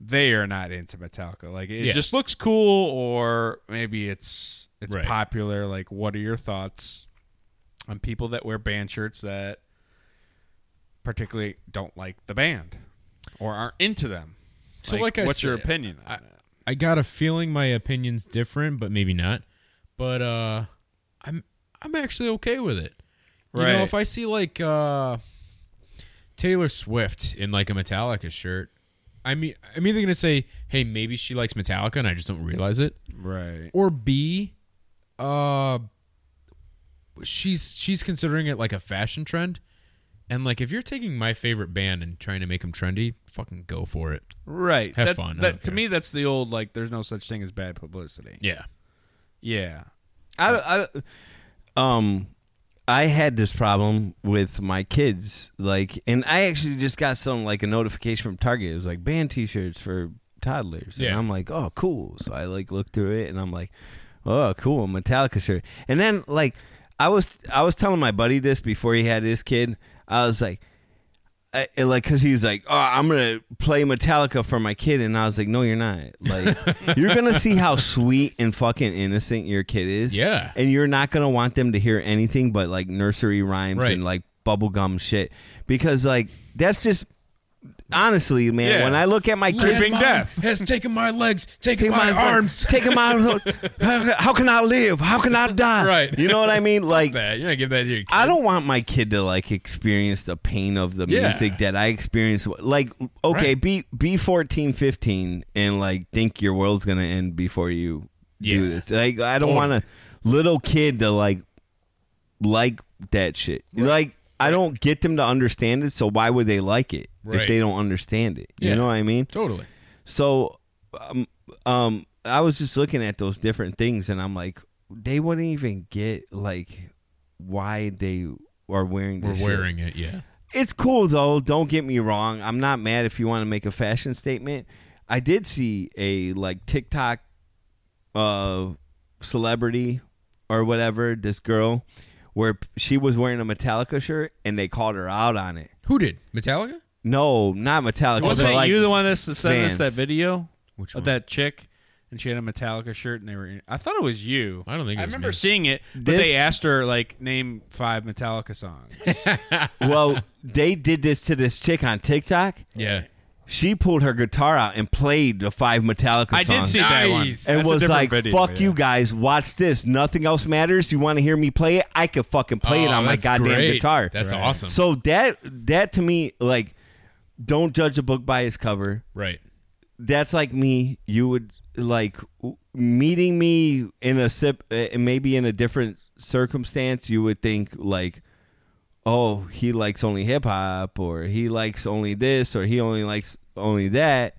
[SPEAKER 1] they are not into metallica like it
[SPEAKER 3] Yeah.
[SPEAKER 1] just looks cool or maybe it's it's
[SPEAKER 3] Right.
[SPEAKER 1] popular like what are your thoughts on people that wear band shirts that particularly don't like the band or aren't into them
[SPEAKER 3] So like I
[SPEAKER 1] what's your
[SPEAKER 3] said,
[SPEAKER 1] opinion on
[SPEAKER 3] I-
[SPEAKER 1] that?
[SPEAKER 3] I got a feeling my opinion's different, but maybe not. But uh, I'm I'm actually okay with it. You
[SPEAKER 1] Right.
[SPEAKER 3] know, if I see like uh, Taylor Swift in like a Metallica shirt, I mean, I'm either gonna say, "Hey, maybe she likes Metallica," and I just don't realize it,
[SPEAKER 1] right
[SPEAKER 3] or B, uh, she's she's considering it like a fashion trend, and like if you're taking my favorite band and trying to make them trendy, fucking go for it.
[SPEAKER 1] Right.
[SPEAKER 3] Have
[SPEAKER 1] that,
[SPEAKER 3] fun. I
[SPEAKER 1] that-
[SPEAKER 3] don't
[SPEAKER 1] to
[SPEAKER 3] care.
[SPEAKER 1] me, that's the old like. There's no such thing as bad publicity.
[SPEAKER 3] Yeah.
[SPEAKER 1] Yeah.
[SPEAKER 2] I, don't- I, don't- um, I had this problem with my kids. Like, and I actually just got some, like, a notification from Target. It was like band t shirts for toddlers.
[SPEAKER 3] Yeah.
[SPEAKER 2] And I'm like, oh, cool. So I, like, looked through it and I'm like, Oh, cool, Metallica shirt. And then like I was I was telling my buddy this before he had his kid. I was like I, and, like cuz he was like, "Oh, I'm going to play Metallica for my kid." And I was like, "No, you're not. Like you're going to see how sweet and fucking innocent your kid is."
[SPEAKER 3] Yeah.
[SPEAKER 2] And you're not going to want them to hear anything but like nursery rhymes
[SPEAKER 3] Right.
[SPEAKER 2] and like bubblegum shit because like that's just honestly, man,
[SPEAKER 1] Yeah.
[SPEAKER 2] when I look at my kids
[SPEAKER 1] Creeping death.
[SPEAKER 3] has taken my legs, taken
[SPEAKER 2] Take
[SPEAKER 3] my,
[SPEAKER 2] my,
[SPEAKER 3] arms.
[SPEAKER 2] Take them out. (laughs) How, how can I live? How can I die?
[SPEAKER 3] Right.
[SPEAKER 2] You know what I mean? Like,
[SPEAKER 3] that. You're gonna give that to your kid.
[SPEAKER 2] I don't want my kid to like experience the pain of the
[SPEAKER 3] Yeah.
[SPEAKER 2] music that I experienced. Like, okay,
[SPEAKER 3] Right.
[SPEAKER 2] be be 14, 15 and like think your world's gonna end before you do
[SPEAKER 3] Yeah.
[SPEAKER 2] this. Like, I don't
[SPEAKER 3] Totally.
[SPEAKER 2] want a little kid to like like that shit. Like, I don't get them to understand it. So why would they like it if
[SPEAKER 3] Right.
[SPEAKER 2] they don't understand it? You
[SPEAKER 3] Yeah.
[SPEAKER 2] know what I mean?
[SPEAKER 3] Totally.
[SPEAKER 2] So, um, um, I was just looking at those different things, and I'm like, they wouldn't even get like why they are wearing.
[SPEAKER 3] We're
[SPEAKER 2] This shit.
[SPEAKER 3] wearing it. Yeah.
[SPEAKER 2] It's cool though. Don't get me wrong. I'm not mad if you want to make a fashion statement. I did see a like TikTok, uh, celebrity or whatever. This girl, where p- she was wearing a Metallica shirt, and they called her out on it.
[SPEAKER 3] Who did Metallica?
[SPEAKER 2] No, not Metallica.
[SPEAKER 1] Wasn't
[SPEAKER 2] but,
[SPEAKER 1] it
[SPEAKER 2] like,
[SPEAKER 1] you the one that s- sent us
[SPEAKER 2] fans.
[SPEAKER 1] that video
[SPEAKER 3] Which
[SPEAKER 1] of
[SPEAKER 3] one?
[SPEAKER 1] that chick? And she had a Metallica shirt, and they were. I thought it was you.
[SPEAKER 3] I don't think it
[SPEAKER 1] I
[SPEAKER 3] was
[SPEAKER 1] remember
[SPEAKER 3] me.
[SPEAKER 1] seeing it, but
[SPEAKER 2] This-
[SPEAKER 1] they asked her like name five Metallica
[SPEAKER 3] (laughs)
[SPEAKER 1] songs.
[SPEAKER 2] well, they did this to this chick on TikTok.
[SPEAKER 3] Yeah.
[SPEAKER 2] She pulled her guitar out and played the five Metallica
[SPEAKER 1] I did
[SPEAKER 2] songs.
[SPEAKER 1] see that one.
[SPEAKER 3] Nice.
[SPEAKER 2] and
[SPEAKER 1] That's a
[SPEAKER 2] was
[SPEAKER 1] different
[SPEAKER 2] like,
[SPEAKER 1] video,
[SPEAKER 2] "Fuck
[SPEAKER 1] yeah.
[SPEAKER 2] you guys, watch this. Nothing else matters. You want to hear me play it? I could fucking play it
[SPEAKER 3] Oh,
[SPEAKER 2] on my
[SPEAKER 3] that's
[SPEAKER 2] goddamn
[SPEAKER 3] great.
[SPEAKER 2] guitar."
[SPEAKER 3] That's awesome.
[SPEAKER 2] so that that to me, like, don't judge a book by its cover.
[SPEAKER 3] right.
[SPEAKER 2] That's like me. You would like w- meeting me in a sip, uh, maybe in a different circumstance. You would think like, oh, he likes only hip hop or he likes only this or he only likes only that.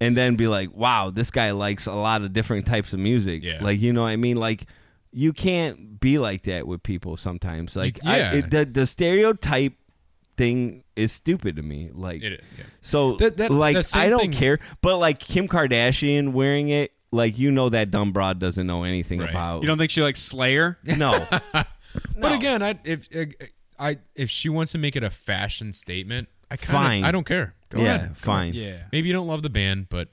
[SPEAKER 2] And then be like, wow, this guy likes a lot of different types of music.
[SPEAKER 3] Yeah.
[SPEAKER 2] Like, you know what I mean? Like, you can't be like that with people sometimes. Like,
[SPEAKER 3] yeah.
[SPEAKER 2] I, it, the, the stereotype thing is stupid to me. Like,
[SPEAKER 3] It is, yeah.
[SPEAKER 2] so,
[SPEAKER 3] That- that-
[SPEAKER 2] like,
[SPEAKER 3] that same
[SPEAKER 2] I don't
[SPEAKER 3] thing-
[SPEAKER 2] care. But, like, Kim Kardashian wearing it, like, you know, that dumb broad doesn't know anything
[SPEAKER 3] Right.
[SPEAKER 2] about.
[SPEAKER 1] You don't think she likes Slayer?
[SPEAKER 3] (laughs)
[SPEAKER 2] no.
[SPEAKER 3] But again, I if I if she wants to make it a fashion statement, I kinda,
[SPEAKER 2] Fine.
[SPEAKER 3] I don't care. Go
[SPEAKER 2] yeah,
[SPEAKER 3] ahead.
[SPEAKER 2] fine.
[SPEAKER 1] Yeah.
[SPEAKER 3] Maybe you don't love the band, but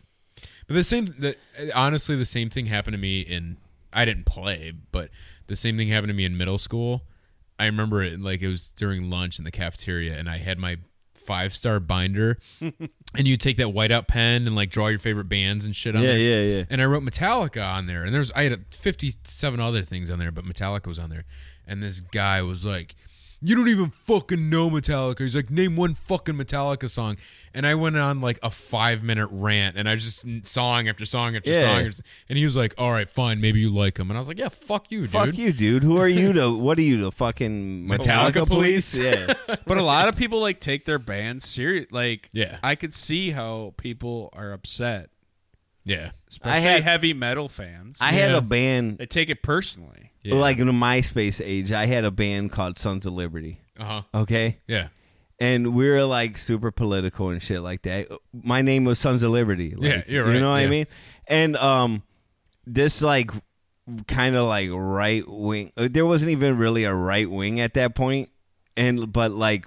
[SPEAKER 3] but the same. The, honestly, the same thing happened to me in. I didn't play, but the same thing happened to me in middle school. I remember it like it was during lunch in the cafeteria, and I had my five
[SPEAKER 2] (laughs)
[SPEAKER 3] star binder, and you take that whiteout pen and like draw your favorite bands and shit on
[SPEAKER 2] Yeah,
[SPEAKER 3] there.
[SPEAKER 2] yeah, yeah.
[SPEAKER 3] And I wrote Metallica on there, and there's I had uh, 57 other things on there, but Metallica was on there. And this guy was like, "You don't even fucking know Metallica." He's like, "Name one fucking Metallica song." And I went on like a five minute rant, and I just song after song after
[SPEAKER 2] Yeah.
[SPEAKER 3] song. after- And he was like, "All right, fine, maybe you like him." And I was like, "Yeah, fuck you,
[SPEAKER 2] Fuck
[SPEAKER 3] dude."
[SPEAKER 2] you, dude. Who are you to? What are you to? Fucking
[SPEAKER 1] Metallica police?
[SPEAKER 3] (laughs)
[SPEAKER 2] Yeah.
[SPEAKER 1] but a lot of people like take their band serious. Like,
[SPEAKER 3] Yeah.
[SPEAKER 1] I could see how people are upset,
[SPEAKER 3] Yeah,
[SPEAKER 1] especially
[SPEAKER 2] had-
[SPEAKER 1] heavy metal fans.
[SPEAKER 2] I had
[SPEAKER 3] Yeah.
[SPEAKER 2] a band
[SPEAKER 1] they take it personally.
[SPEAKER 3] yeah.
[SPEAKER 2] like in the MySpace age. I had a band called Sons of Liberty.
[SPEAKER 3] uh huh,
[SPEAKER 2] Okay,
[SPEAKER 3] yeah,
[SPEAKER 2] and we were like super political and shit like that. My name was Sons of Liberty. Like,
[SPEAKER 3] Yeah, you're
[SPEAKER 2] You
[SPEAKER 3] right,
[SPEAKER 2] know what I
[SPEAKER 3] yeah.
[SPEAKER 2] mean? And um, this like kind of like right wing. uh, There wasn't even really a right wing at that point, and but like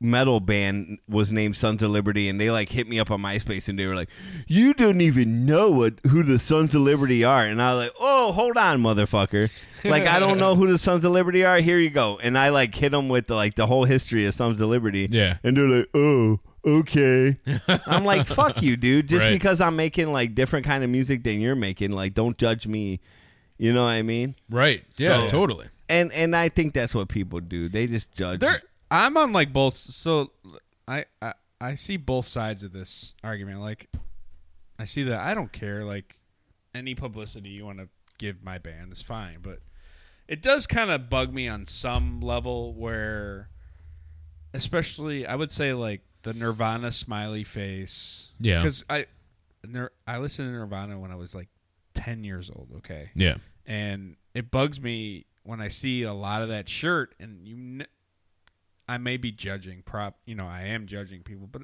[SPEAKER 2] metal band was named Sons of Liberty, and they like hit me up on MySpace, and they were like, "You don't even know what who the Sons of Liberty are," and I was like, "Oh, hold on, motherfucker! Like I don't know who the Sons of Liberty are. Here you go." And I like hit them with like the whole history of Sons of Liberty,
[SPEAKER 3] Yeah.
[SPEAKER 2] and they're like, "Oh." Okay, (laughs) I'm like fuck you, dude. Just
[SPEAKER 3] Right.
[SPEAKER 2] because I'm making like different kind of music than you're making, like don't judge me. You know what I mean?
[SPEAKER 3] right,
[SPEAKER 2] So-
[SPEAKER 3] yeah, totally.
[SPEAKER 2] And and I think that's what people do. They just judge.
[SPEAKER 1] There, I'm on like both. So, I, I I see both sides of this argument. Like, I see that I don't care. Like, any publicity you want to give my band is fine, but it does kind of bug me on some level where, especially, I would say like the Nirvana smiley face.
[SPEAKER 3] Yeah.
[SPEAKER 1] because I, Nir- I listened to Nirvana when I was like ten years old. Okay,
[SPEAKER 3] Yeah,
[SPEAKER 1] and it bugs me when I see a lot of that shirt. And you, kn- I may be judging prop. You know, I am judging people, but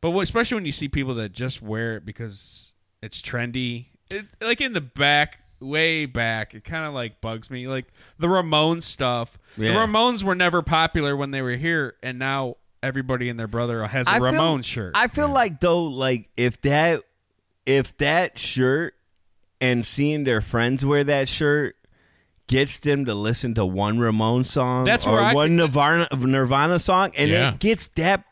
[SPEAKER 1] but what, especially when you see people that just wear it because it's trendy. It, like in the back, way back, it kind of like bugs me. Like the Ramones stuff.
[SPEAKER 2] Yeah.
[SPEAKER 1] The Ramones were never popular when they were here, and now everybody and their brother has a
[SPEAKER 2] I feel-
[SPEAKER 1] Ramones shirt.
[SPEAKER 2] I feel like though, like if that if that shirt and seeing their friends wear that shirt gets them to listen to one Ramon song
[SPEAKER 1] That's
[SPEAKER 2] or
[SPEAKER 1] where I
[SPEAKER 2] one Nirvana Nirvana song, and
[SPEAKER 3] Yeah.
[SPEAKER 2] it gets that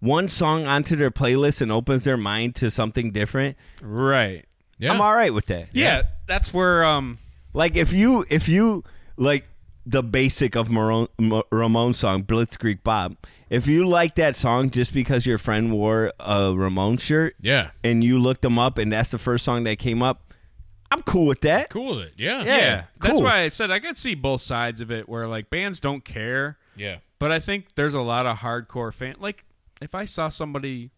[SPEAKER 2] one song onto their playlist and opens their mind to something different.
[SPEAKER 1] right.
[SPEAKER 3] Yeah.
[SPEAKER 2] I'm all right with that.
[SPEAKER 1] Yeah, that's where um
[SPEAKER 2] Like if you if you like the basic of Maroon, Ma- Ramon song Blitzkrieg Bob. If you like that song just because your friend wore a Ramon shirt,
[SPEAKER 3] yeah.
[SPEAKER 2] and you looked them up and that's the first song that came up, I'm cool with that.
[SPEAKER 3] Cool with it. Yeah.
[SPEAKER 1] yeah, that's
[SPEAKER 2] cool.
[SPEAKER 1] why I said I could see both sides of it where like bands don't care.
[SPEAKER 3] Yeah.
[SPEAKER 1] But I think there's a lot of hardcore fan. Like, if I saw somebody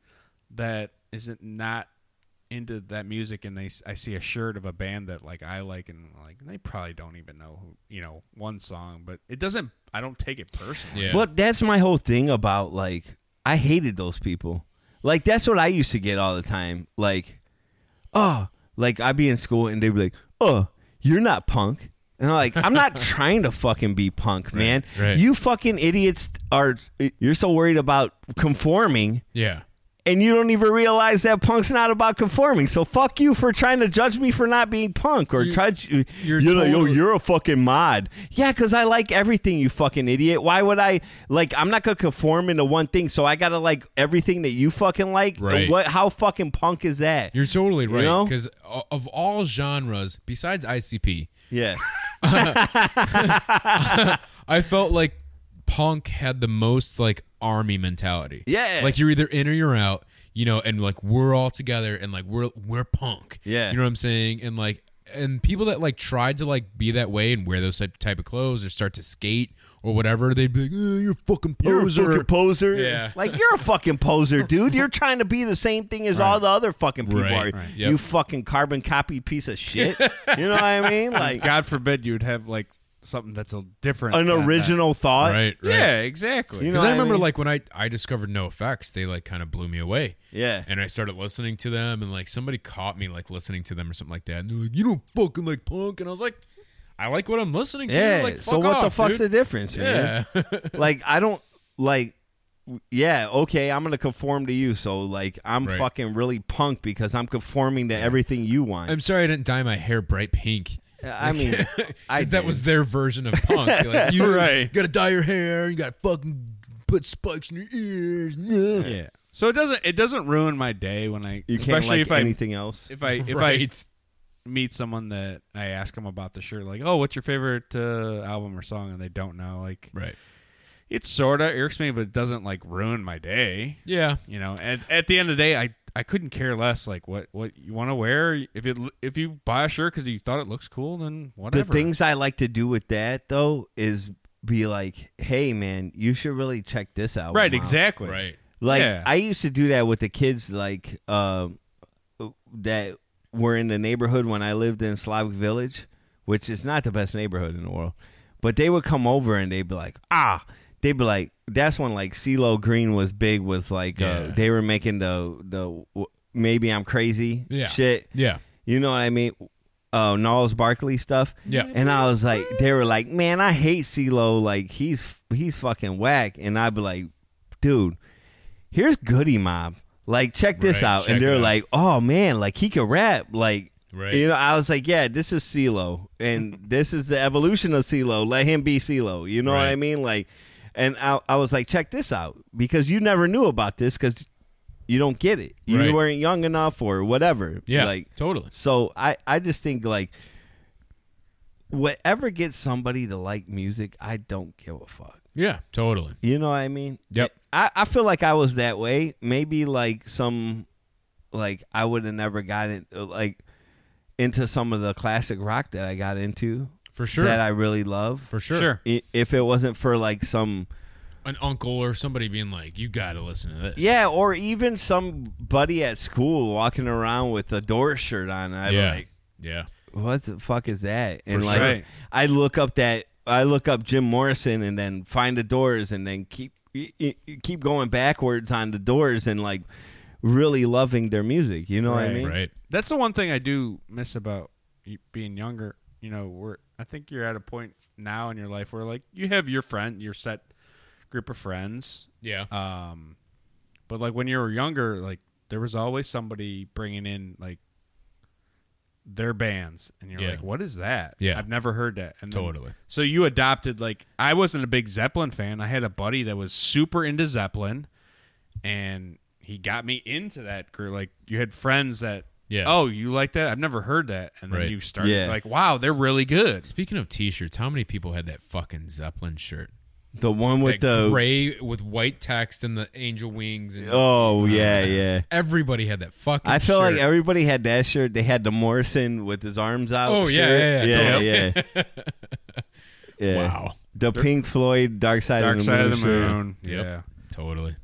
[SPEAKER 1] that isn't not into that music, and they s- I see a shirt of a band that like I like, and like they probably don't even know who you know one song, but it doesn't. I don't take it personally.
[SPEAKER 3] Yeah.
[SPEAKER 2] But that's my whole thing about like I hated those people. Like that's what I used to get all the time. Like, oh, like I'd be in school and they'd be like, oh, you're not punk. And I'm like, I'm
[SPEAKER 3] (laughs)
[SPEAKER 2] not trying to fucking be punk, man.
[SPEAKER 3] right.
[SPEAKER 2] You fucking idiots are. You're so worried about conforming
[SPEAKER 3] Yeah.
[SPEAKER 2] and you don't even realize that punk's not about conforming. So fuck you for trying to judge me for not being punk or judge you. You're,
[SPEAKER 3] you're
[SPEAKER 2] like, yo,
[SPEAKER 3] totally-
[SPEAKER 2] you're a fucking mod. Yeah, because I like everything, you fucking idiot. Why would I like? I'm not gonna conform into one thing, so I gotta like everything that you fucking like.
[SPEAKER 3] Right.
[SPEAKER 2] What? How fucking punk is that?
[SPEAKER 3] You're totally
[SPEAKER 2] You
[SPEAKER 3] right.
[SPEAKER 2] know?
[SPEAKER 3] Because of all genres, besides ICP,
[SPEAKER 2] yeah.
[SPEAKER 3] I felt like punk had the most like army mentality.
[SPEAKER 2] Yeah.
[SPEAKER 3] Like you're either in or you're out, you know, and like we're all together and like we're we're punk.
[SPEAKER 2] Yeah.
[SPEAKER 3] You know what I'm saying? And like and people that like tried to like be that way and wear those type, type of clothes or start to skate or whatever, they'd be like, "Eh, (laughs) "You're a fucking
[SPEAKER 2] You're a
[SPEAKER 3] poser."
[SPEAKER 2] fucking poser.
[SPEAKER 3] Yeah.
[SPEAKER 2] Like you're a fucking poser, dude. You're trying to be the same thing as all the other fucking people
[SPEAKER 3] Right,
[SPEAKER 2] are.
[SPEAKER 3] right, yep.
[SPEAKER 2] You fucking carbon copy piece of shit. you know what I
[SPEAKER 3] (laughs)
[SPEAKER 2] mean? Like
[SPEAKER 1] God forbid you'd have like something that's a different,
[SPEAKER 2] an
[SPEAKER 1] than that.
[SPEAKER 2] original thought.
[SPEAKER 3] Right. Right.
[SPEAKER 1] Yeah, exactly.
[SPEAKER 2] You know
[SPEAKER 3] Because
[SPEAKER 2] what
[SPEAKER 3] I
[SPEAKER 2] I
[SPEAKER 3] remember,
[SPEAKER 2] mean?
[SPEAKER 3] like when I I discovered No Effects, they like kind of blew me away.
[SPEAKER 2] Yeah.
[SPEAKER 3] (laughs) and I started listening to them, and like somebody caught me like listening to them or something like that, and they're like, "You don't fucking like punk," and I was like, "I like what I'm listening to."
[SPEAKER 2] yeah.
[SPEAKER 3] like,
[SPEAKER 2] so
[SPEAKER 3] fuck
[SPEAKER 2] what the
[SPEAKER 3] off,
[SPEAKER 2] fuck's
[SPEAKER 3] dude.
[SPEAKER 2] the difference, man?
[SPEAKER 3] Yeah,
[SPEAKER 2] like I don't like w- yeah, okay, I'm gonna conform to you. So like I'm
[SPEAKER 3] Right.
[SPEAKER 2] fucking really punk because I'm conforming to everything you want.
[SPEAKER 3] I'm sorry I didn't dye my hair bright pink. (laughs)
[SPEAKER 2] I mean, I
[SPEAKER 3] 'Cause that
[SPEAKER 2] did.
[SPEAKER 3] was their version of punk. You're (laughs) like, you
[SPEAKER 1] Right.
[SPEAKER 3] gotta dye your hair. You gotta fucking put spikes in your ears. Yeah.
[SPEAKER 1] yeah. So it doesn't it doesn't ruin my day when I
[SPEAKER 2] you can't
[SPEAKER 1] especially
[SPEAKER 2] like
[SPEAKER 1] if I
[SPEAKER 2] anything else.
[SPEAKER 1] if I if
[SPEAKER 3] Right.
[SPEAKER 1] I meet someone that I ask them about the shirt, like, oh, what's your favorite uh, album or song, and they don't know, like,
[SPEAKER 3] (laughs) Right.
[SPEAKER 1] it sorta irks me, but it doesn't like ruin my day,
[SPEAKER 3] Yeah.
[SPEAKER 1] you know. And at the end of the day, I I couldn't care less, like what what you want to wear. If it if you buy a shirt because you thought it looks cool, then whatever.
[SPEAKER 2] The things I like to do with that though is be like, hey man, you should really check this out.
[SPEAKER 1] right, exactly,
[SPEAKER 3] Right.
[SPEAKER 2] Like
[SPEAKER 1] Yeah.
[SPEAKER 2] I used to do that with the kids, like um that were in the neighborhood when I lived in Slavic Village, which is not the best neighborhood in the world. But they would come over and they'd be like, ah, they'd be like, that's when like CeeLo Green was big with like
[SPEAKER 3] Yeah.
[SPEAKER 2] uh, they were making the the maybe I'm crazy
[SPEAKER 3] Yeah.
[SPEAKER 2] shit.
[SPEAKER 3] Yeah.
[SPEAKER 2] You know what I mean? Uh, Gnarls Barkley stuff.
[SPEAKER 3] Yeah.
[SPEAKER 2] And I was like, they were like, man, I hate CeeLo. Like, he's he's fucking whack. And I'd be like, dude, here's Goody Mob. Like, check this
[SPEAKER 3] Right,
[SPEAKER 2] out.
[SPEAKER 3] check
[SPEAKER 2] And
[SPEAKER 3] it
[SPEAKER 2] they're
[SPEAKER 3] out.
[SPEAKER 2] like, oh, man, like, he can rap. Like,
[SPEAKER 3] Right.
[SPEAKER 2] you know, I was like, yeah, this is CeeLo.
[SPEAKER 3] (laughs)
[SPEAKER 2] And this is the evolution of CeeLo. Let him be CeeLo. You know what
[SPEAKER 3] Right.
[SPEAKER 2] I mean? Like, and I, I was like, check this out. Because you never knew about this because you don't get it. You
[SPEAKER 3] Right.
[SPEAKER 2] weren't young enough or whatever.
[SPEAKER 3] Yeah.
[SPEAKER 2] Like,
[SPEAKER 3] totally.
[SPEAKER 2] so I, I just think like whatever gets somebody to like music, I don't give a fuck.
[SPEAKER 3] Yeah. Totally.
[SPEAKER 2] You know what I mean?
[SPEAKER 3] Yep.
[SPEAKER 2] I, I feel like I was that way. Maybe like some like I would have never gotten like into some of the classic rock that I got into
[SPEAKER 3] For sure.
[SPEAKER 2] that I really love.
[SPEAKER 3] For sure.
[SPEAKER 1] Sure.
[SPEAKER 2] I- If it wasn't for like some
[SPEAKER 3] An uncle or somebody being like, "You gotta listen to this."
[SPEAKER 2] Yeah, or even somebody at school walking around with a door shirt on. I'd be
[SPEAKER 3] Yeah.
[SPEAKER 2] like,
[SPEAKER 3] yeah.
[SPEAKER 2] what the fuck is that? And
[SPEAKER 1] For
[SPEAKER 2] like,
[SPEAKER 1] sure.
[SPEAKER 2] I look up that I look up Jim Morrison and then find the Doors and then keep y- y- keep going backwards on the Doors and like really loving their music. You know what I
[SPEAKER 1] Right,
[SPEAKER 2] mean?
[SPEAKER 3] Right.
[SPEAKER 1] That's the one thing I do miss about y- being younger, you know, we're I think you're at a point now in your life where like you have your friend, your set group of friends,
[SPEAKER 3] Yeah.
[SPEAKER 1] um, but like when you were younger, like there was always somebody bringing in like their bands, and you're
[SPEAKER 3] Yeah.
[SPEAKER 1] like, "What is that?
[SPEAKER 3] Yeah.
[SPEAKER 1] I've never heard that." And then-
[SPEAKER 3] Totally.
[SPEAKER 1] so you adopted like I wasn't a big Zeppelin fan. I had a buddy that was super into Zeppelin, and he got me into that group. Like you had friends that.
[SPEAKER 3] Yeah.
[SPEAKER 1] Oh, you like that? I've never heard that. And then
[SPEAKER 3] Right.
[SPEAKER 1] you started
[SPEAKER 2] Yeah.
[SPEAKER 1] like, wow, they're really good.
[SPEAKER 3] Speaking of t-shirts, how many people had that fucking Zeppelin shirt?
[SPEAKER 2] The one with
[SPEAKER 3] That
[SPEAKER 2] the
[SPEAKER 3] gray with white text and the angel wings and Uh,
[SPEAKER 1] (laughs)
[SPEAKER 2] oh yeah yeah.
[SPEAKER 3] everybody had that fucking
[SPEAKER 2] I feel like
[SPEAKER 3] shirt.
[SPEAKER 2] everybody had that shirt. They had the Morrison with his arms out.
[SPEAKER 3] Oh, yeah,
[SPEAKER 2] shirt.
[SPEAKER 3] yeah, yeah,
[SPEAKER 2] yeah, yeah.
[SPEAKER 1] (laughs)
[SPEAKER 2] Yeah.
[SPEAKER 3] Wow.
[SPEAKER 2] The Pink Floyd Dark Side
[SPEAKER 1] Dark
[SPEAKER 2] of the
[SPEAKER 1] Side
[SPEAKER 2] Moon.
[SPEAKER 1] of the
[SPEAKER 2] shirt.
[SPEAKER 1] Moon.
[SPEAKER 3] Yep.
[SPEAKER 1] Yeah.
[SPEAKER 3] Totally.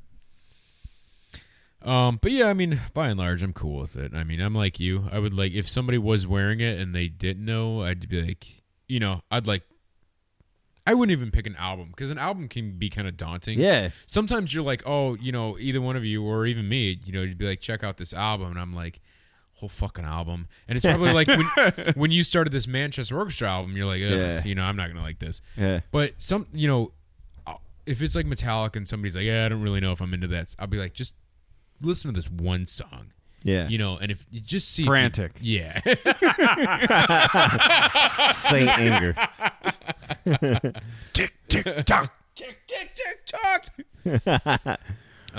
[SPEAKER 3] Um, but yeah, I mean, by and large, I'm cool with it. I mean, I'm like you. I would like if somebody was wearing it and they didn't know, I'd be like, you know, I'd like. I wouldn't even pick an album because an album can be kind of daunting.
[SPEAKER 2] Yeah.
[SPEAKER 3] Sometimes you're like, oh, you know, either one of you or even me, you know, you'd be like, check out this album, and I'm like, whole fucking album, and it's probably like
[SPEAKER 2] (laughs)
[SPEAKER 3] when when you started this Manchester Orchestra album, you're like, Ugh,
[SPEAKER 2] Yeah.
[SPEAKER 3] you know, I'm not gonna like this.
[SPEAKER 2] Yeah.
[SPEAKER 3] But some, you know, I'll- if it's like Metallica and somebody's like, yeah, I don't really know if I'm into that, I'll be like, just listen to this one song,
[SPEAKER 2] Yeah.
[SPEAKER 3] you know, and if you just see if you-
[SPEAKER 1] Frantic.
[SPEAKER 3] yeah,
[SPEAKER 2] Saint Anger.
[SPEAKER 3] um,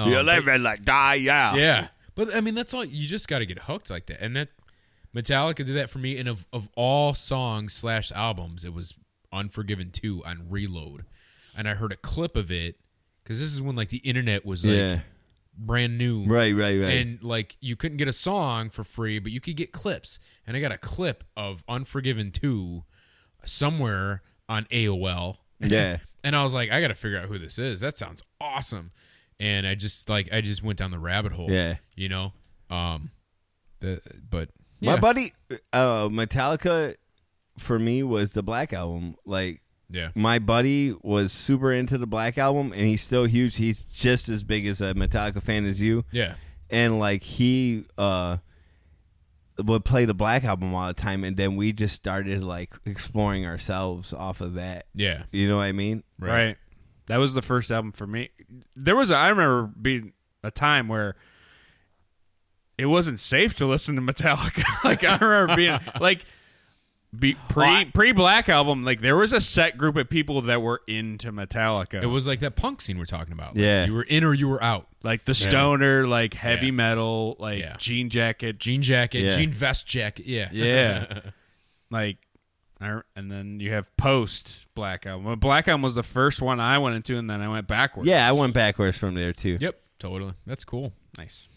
[SPEAKER 8] You're living like die, yeah.
[SPEAKER 3] yeah. But I mean, that's all. You just got to get hooked like that, and that Metallica did that for me. And of of all songs slash albums, it was Unforgiven two on Reload, and I heard a clip of it because this is when like the internet was like
[SPEAKER 2] Yeah.
[SPEAKER 3] brand new,
[SPEAKER 2] Right, right, right.
[SPEAKER 3] and like you couldn't get a song for free, but you could get clips. And I got a clip of Unforgiven 2 somewhere on AOL.
[SPEAKER 2] Yeah.
[SPEAKER 3] and I was like, I got to figure out who this is. That sounds awesome. And I just like I just went down the rabbit hole.
[SPEAKER 2] Yeah.
[SPEAKER 3] You know. Um the, but
[SPEAKER 2] My
[SPEAKER 3] yeah.
[SPEAKER 2] buddy uh Metallica for me was the Black Album. Like
[SPEAKER 3] Yeah.
[SPEAKER 2] my buddy was super into the Black Album and he's still huge. He's just as big as a Metallica fan as you.
[SPEAKER 3] Yeah.
[SPEAKER 2] and like he uh would play the black album all the time and then we just started like exploring ourselves off of that
[SPEAKER 3] Yeah.
[SPEAKER 2] you know what i mean
[SPEAKER 1] Right. That was the first album for me. There was a, I remember being a time where it wasn't safe to listen to Metallica. (laughs) like I remember being like be, pre pre Black album. Like there was a set group of people that were into Metallica.
[SPEAKER 3] It was like that punk scene we're talking about. Like,
[SPEAKER 2] Yeah.
[SPEAKER 3] you were in or you were out.
[SPEAKER 1] like the stoner, like heavy
[SPEAKER 3] Yeah.
[SPEAKER 1] metal, like
[SPEAKER 3] Yeah.
[SPEAKER 1] jean jacket,
[SPEAKER 3] (laughs) Jean jacket,
[SPEAKER 2] Yeah.
[SPEAKER 3] jean vest jacket. Yeah.
[SPEAKER 1] Yeah. like, I, and then you have post Black album. Well, Black album was the first one I went into, and then I went backwards.
[SPEAKER 2] yeah i went backwards from there too
[SPEAKER 3] Yep. Totally. That's cool.
[SPEAKER 1] Nice.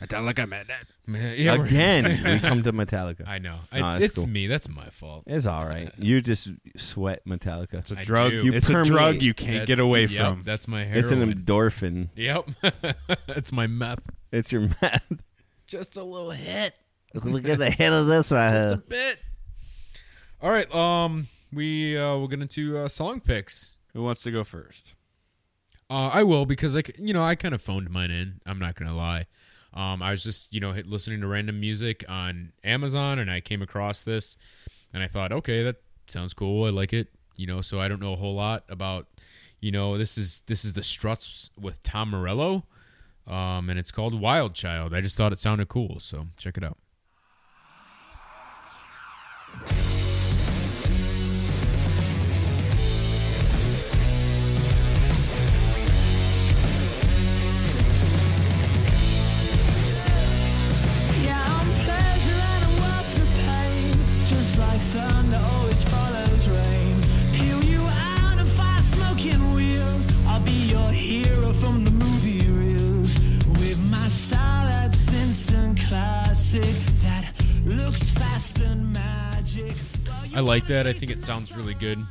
[SPEAKER 1] Metallica, man.
[SPEAKER 3] (laughs) Man, yeah, we're-
[SPEAKER 2] again we come to metallica
[SPEAKER 3] I know.
[SPEAKER 2] No,
[SPEAKER 3] It's,
[SPEAKER 2] that's
[SPEAKER 3] it's
[SPEAKER 2] cool.
[SPEAKER 3] me. That's my fault.
[SPEAKER 2] it's all right you just sweat metallica
[SPEAKER 1] It's a
[SPEAKER 3] I
[SPEAKER 1] drug.
[SPEAKER 3] do.
[SPEAKER 1] You it's
[SPEAKER 2] permeate.
[SPEAKER 1] a drug you can't
[SPEAKER 3] That's-
[SPEAKER 1] get away
[SPEAKER 3] yep,
[SPEAKER 1] from.
[SPEAKER 3] That's my
[SPEAKER 2] it's
[SPEAKER 3] heroin.
[SPEAKER 2] an endorphin
[SPEAKER 3] yep. (laughs) it's my meth.
[SPEAKER 2] it's your (laughs) mouth
[SPEAKER 3] Just a little hit.
[SPEAKER 2] look at the head of this right
[SPEAKER 3] Just a bit. All right. Um, we uh, we'll get into uh, song picks.
[SPEAKER 1] Who wants to go first?
[SPEAKER 3] Uh, I will because like you know I kind of phoned mine in. I'm not gonna lie. Um, I was just you know hit- listening to random music on Amazon and I came across this and I thought okay that sounds cool. I like it. You know so I don't know a whole lot about you know this is this is the Struts with Tom Morello. Um, and it's called Wild Child. I just thought it sounded cool, so check it out.
[SPEAKER 9] Yeah, I'm pleasure and I'm worth the pain. Just like thunder always follows rain. Peel you out of five smoking wheels. I'll be your hero from the movie reels. With my style that's instant classic. That looks fast and magic.
[SPEAKER 3] I like that. I think it sounds really good.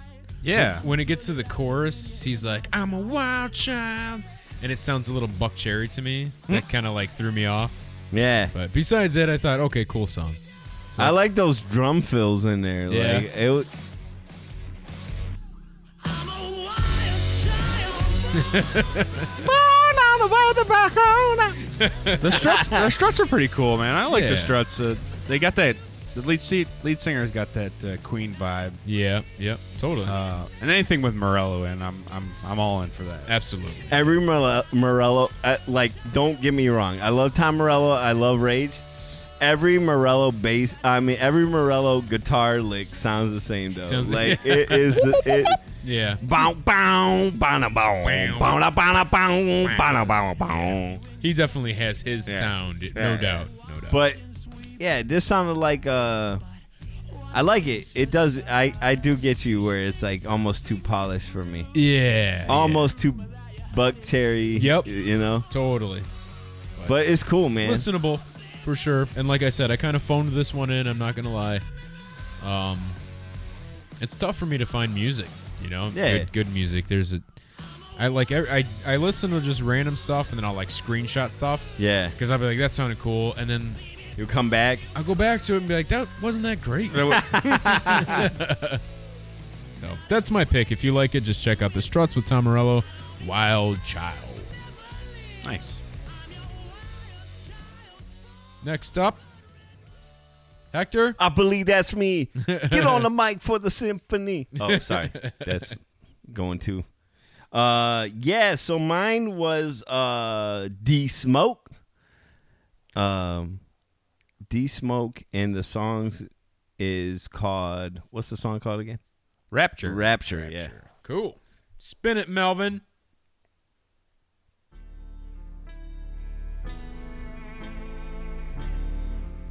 [SPEAKER 1] Yeah.
[SPEAKER 3] When it gets to the chorus, he's like, "I'm a wild child," and it sounds a little Buck Cherry to me. That
[SPEAKER 2] Hmm?
[SPEAKER 3] kind of like threw me off.
[SPEAKER 2] yeah
[SPEAKER 3] But besides that, I thought, okay, cool song.
[SPEAKER 2] i like those drum fills in there
[SPEAKER 3] Yeah.
[SPEAKER 2] like it w-
[SPEAKER 9] I'm a wild child.
[SPEAKER 1] The struts. the struts are pretty cool, man. I like
[SPEAKER 3] Yeah.
[SPEAKER 1] the struts. Uh, they got that The lead se- lead singer's got that uh, Queen vibe,
[SPEAKER 3] Yeah, yep, totally,
[SPEAKER 1] uh, and anything with Morello in, I'm I'm I'm all in for that.
[SPEAKER 3] absolutely.
[SPEAKER 2] Every Morello, Morello uh, like, don't get me wrong. I love Tom Morello. I love Rage. Every Morello bass, I mean, every Morello guitar lick sounds the same though.
[SPEAKER 3] Sounds-
[SPEAKER 2] like it is. It,
[SPEAKER 3] Yeah,
[SPEAKER 2] bow bow bana bow bana bana bow bana bow bow.
[SPEAKER 3] he definitely has his
[SPEAKER 2] Yeah.
[SPEAKER 3] sound,
[SPEAKER 2] Yeah.
[SPEAKER 3] no doubt, no doubt.
[SPEAKER 2] But yeah, this sounded like uh I like it. It does I I do get you where it's like almost too polished for me.
[SPEAKER 3] yeah,
[SPEAKER 2] Almost too buck cherry.
[SPEAKER 3] Yep.
[SPEAKER 2] You know?
[SPEAKER 3] yeah, totally.
[SPEAKER 2] But it's cool, man.
[SPEAKER 3] listenable for sure. And like I said, I kind of phoned this one in. I'm not gonna lie. Um, it's tough for me to find music. You know,
[SPEAKER 2] Yeah.
[SPEAKER 3] good, good music. There's a, I like I, I I listen to just random stuff and then I'll like screenshot stuff
[SPEAKER 2] Yeah.
[SPEAKER 3] because I'll be like that sounded cool and then
[SPEAKER 2] You come back.
[SPEAKER 3] I'll go back to it and be like that wasn't that great. (laughs) so that's my pick. If you like it, just check out the Struts with Tom Morello, Wild Child.
[SPEAKER 1] nice.
[SPEAKER 3] Next up, Hector.
[SPEAKER 2] I believe that's me. Get on the mic for the symphony. Oh, sorry. That's going too. Uh yeah, so mine was uh D Smoke. Um D Smoke and the songs is called what's the song called again?
[SPEAKER 3] Rapture.
[SPEAKER 2] Rapture, yeah.
[SPEAKER 3] Cool. Spin it, Melvin.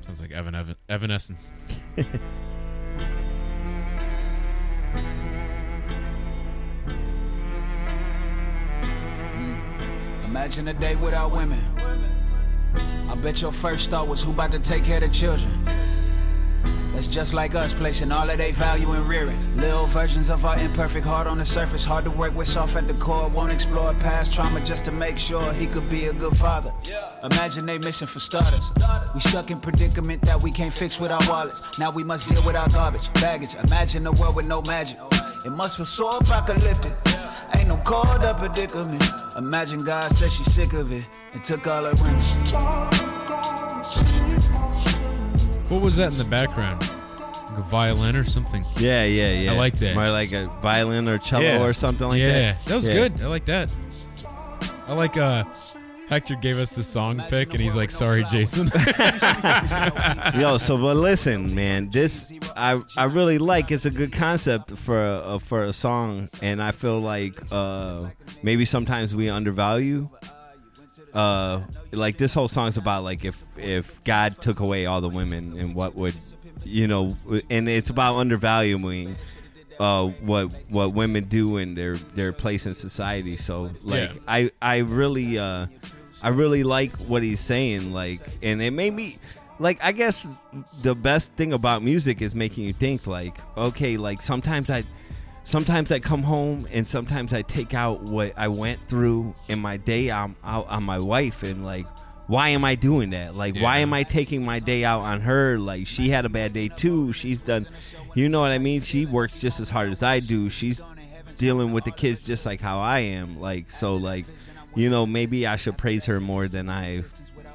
[SPEAKER 3] Sounds like Evan, Evan Evanescence.
[SPEAKER 9] Imagine a day without women. I bet your first thought was who about to take care of the children. That's just like us, placing all of their value in rearing. Little versions of our imperfect heart on the surface, hard to work with, soft at the core. Won't explore past trauma just to make sure he could be a good father. Imagine they missing for starters. We stuck in predicament that we can't fix with our wallets. Now we must deal with our garbage, baggage. Imagine a world with no magic. It must feel so apocalyptic. Ain't no called up predicament. Imagine God said she's sick of it and took all her rings.
[SPEAKER 3] What was that in the background? Like a violin or something?
[SPEAKER 2] Yeah, yeah, yeah.
[SPEAKER 3] I like that.
[SPEAKER 2] More like a violin or cello
[SPEAKER 1] Yeah.
[SPEAKER 2] or something like that.
[SPEAKER 3] yeah, that, was
[SPEAKER 2] Yeah.
[SPEAKER 3] good. I like that. I like uh Hector gave us the song pick and he's like, sorry, Jason. (laughs)
[SPEAKER 2] Yo, so but listen, man, this I I really like. It's a good concept for a, a- for a song, and I feel like uh, maybe sometimes we undervalue. Uh, like this whole song's about like if if God took away all the women and what would you know, and it's about undervaluing uh, what what women do and their their place in society. So like
[SPEAKER 3] Yeah.
[SPEAKER 2] I I really uh I really like what he's saying. Like and it made me like I guess the best thing about music is making you think. Like okay, like sometimes I. Sometimes I come home and sometimes I take out what I went through in my day on, out on my wife and like, why am I doing that? Like, why
[SPEAKER 3] Yeah.
[SPEAKER 2] am I I taking my day out on her? Like she had a bad day too. She's done, you know what I mean. She works just as hard as I do. She's dealing with the kids just like how I am. Like so, like you know, maybe I should praise her more than I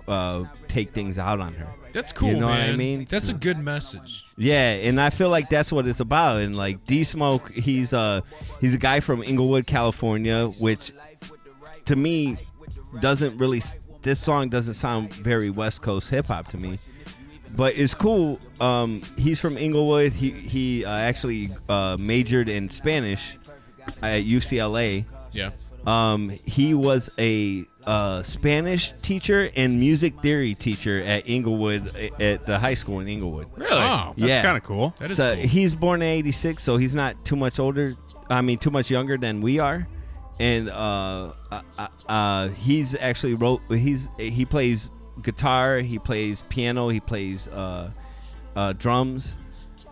[SPEAKER 2] uh, take things out on her.
[SPEAKER 3] That's cool,
[SPEAKER 2] You know what I
[SPEAKER 3] man.
[SPEAKER 2] mean?
[SPEAKER 3] That's a good message.
[SPEAKER 2] Yeah, and I feel like that's what it's about. And like D Smoke, he's uh he's a guy from Inglewood, California, which to me doesn't really this song doesn't sound very West Coast hip hop to me. But it's cool. Um, he's from Inglewood. He he uh, actually uh, majored in Spanish at UCLA.
[SPEAKER 3] Yeah.
[SPEAKER 2] Um, he was a uh, Spanish teacher and music theory teacher at Inglewood at the high school in Inglewood.
[SPEAKER 1] Really?
[SPEAKER 3] Oh.
[SPEAKER 1] that's
[SPEAKER 2] Yeah.
[SPEAKER 1] kind of cool.
[SPEAKER 3] That is
[SPEAKER 2] so
[SPEAKER 3] cool.
[SPEAKER 2] he's born in '86, so he's not too much older. I mean, too much younger than we are. And uh, uh, uh, uh, he's actually wrote. He's he plays guitar, he plays piano, he plays uh, uh, drums.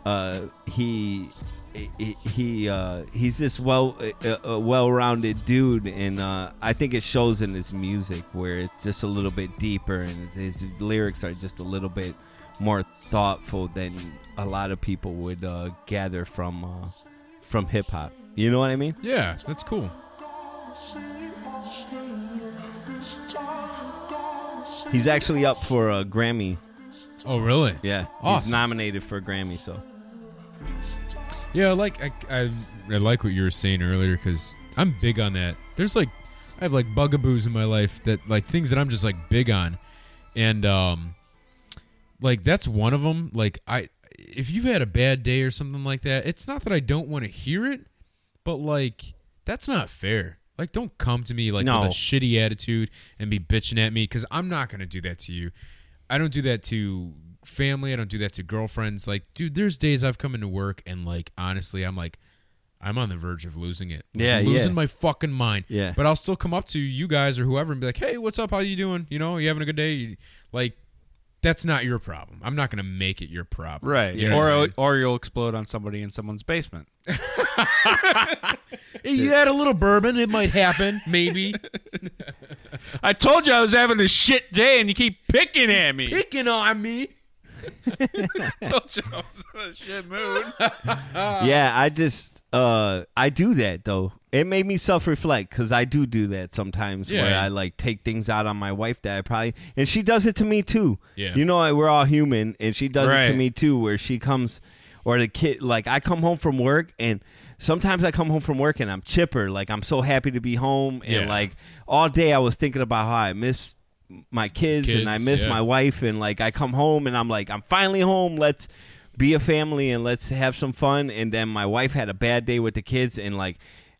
[SPEAKER 2] Uh, he he- he uh, he's just well a, a well-rounded dude, and uh, I think it shows in his music where it's just a little bit deeper, and his, his lyrics are just a little bit more thoughtful than a lot of people would uh, gather from uh, from hip hop. You know what I mean?
[SPEAKER 3] Yeah, that's cool.
[SPEAKER 2] He's actually up for a Grammy
[SPEAKER 3] Oh, really?
[SPEAKER 2] Yeah, he's
[SPEAKER 3] Awesome.
[SPEAKER 2] nominated for Grammy. So
[SPEAKER 3] Yeah, I like I, I, I like what you were saying earlier because I'm big on that. There's like I have like bugaboos in my life that like things that I'm just like big on, and um, like that's one of them. Like I, if you've had a bad day or something like that, it's not that I don't want to hear it, but like that's not fair. Like don't come to me like
[SPEAKER 2] No.
[SPEAKER 3] with a shitty attitude and be bitching at me because I'm not gonna do that to you. I don't do that to family. I don't do that to girlfriends. Like, dude, there's days I've come into work and like honestly, I'm like, I'm on the verge of losing it. Like,
[SPEAKER 2] Yeah,
[SPEAKER 3] losing
[SPEAKER 2] yeah.
[SPEAKER 3] my fucking mind.
[SPEAKER 2] Yeah.
[SPEAKER 3] but I'll still come up to you guys or whoever and be like, hey, what's up? How you doing? You know, you having a good day? You- Like, that's not your problem. I'm not gonna make it your problem.
[SPEAKER 1] Right.
[SPEAKER 3] You know what I'm
[SPEAKER 1] or
[SPEAKER 3] saying?
[SPEAKER 1] or you'll explode on somebody in someone's basement.
[SPEAKER 3] Hey, you had a little bourbon. It might happen. (laughs) Maybe
[SPEAKER 1] I told you I was having a shit day, and you keep picking at me.
[SPEAKER 3] picking on (laughs) me.
[SPEAKER 1] told you I was in a shit mood.
[SPEAKER 3] (laughs)
[SPEAKER 2] yeah, I just uh I do that though. It made me self reflect because I do do that sometimes
[SPEAKER 3] Yeah.
[SPEAKER 2] where I like take things out on my wife that I probably and she does it to me too.
[SPEAKER 3] Yeah.
[SPEAKER 2] you know I- we're all human and she does it to
[SPEAKER 1] Right.
[SPEAKER 2] me too where she comes or the kid like I come home from work and sometimes I come home from work and I'm chipper like I'm so happy to be home and
[SPEAKER 3] Yeah.
[SPEAKER 2] like all day I was thinking about how I miss my kids, and I
[SPEAKER 3] Kids,
[SPEAKER 2] miss
[SPEAKER 3] yeah.
[SPEAKER 2] my wife and like I come home and I'm like I'm finally home. Let's be a family and let's have some fun. And then my wife had a bad day with the kids and like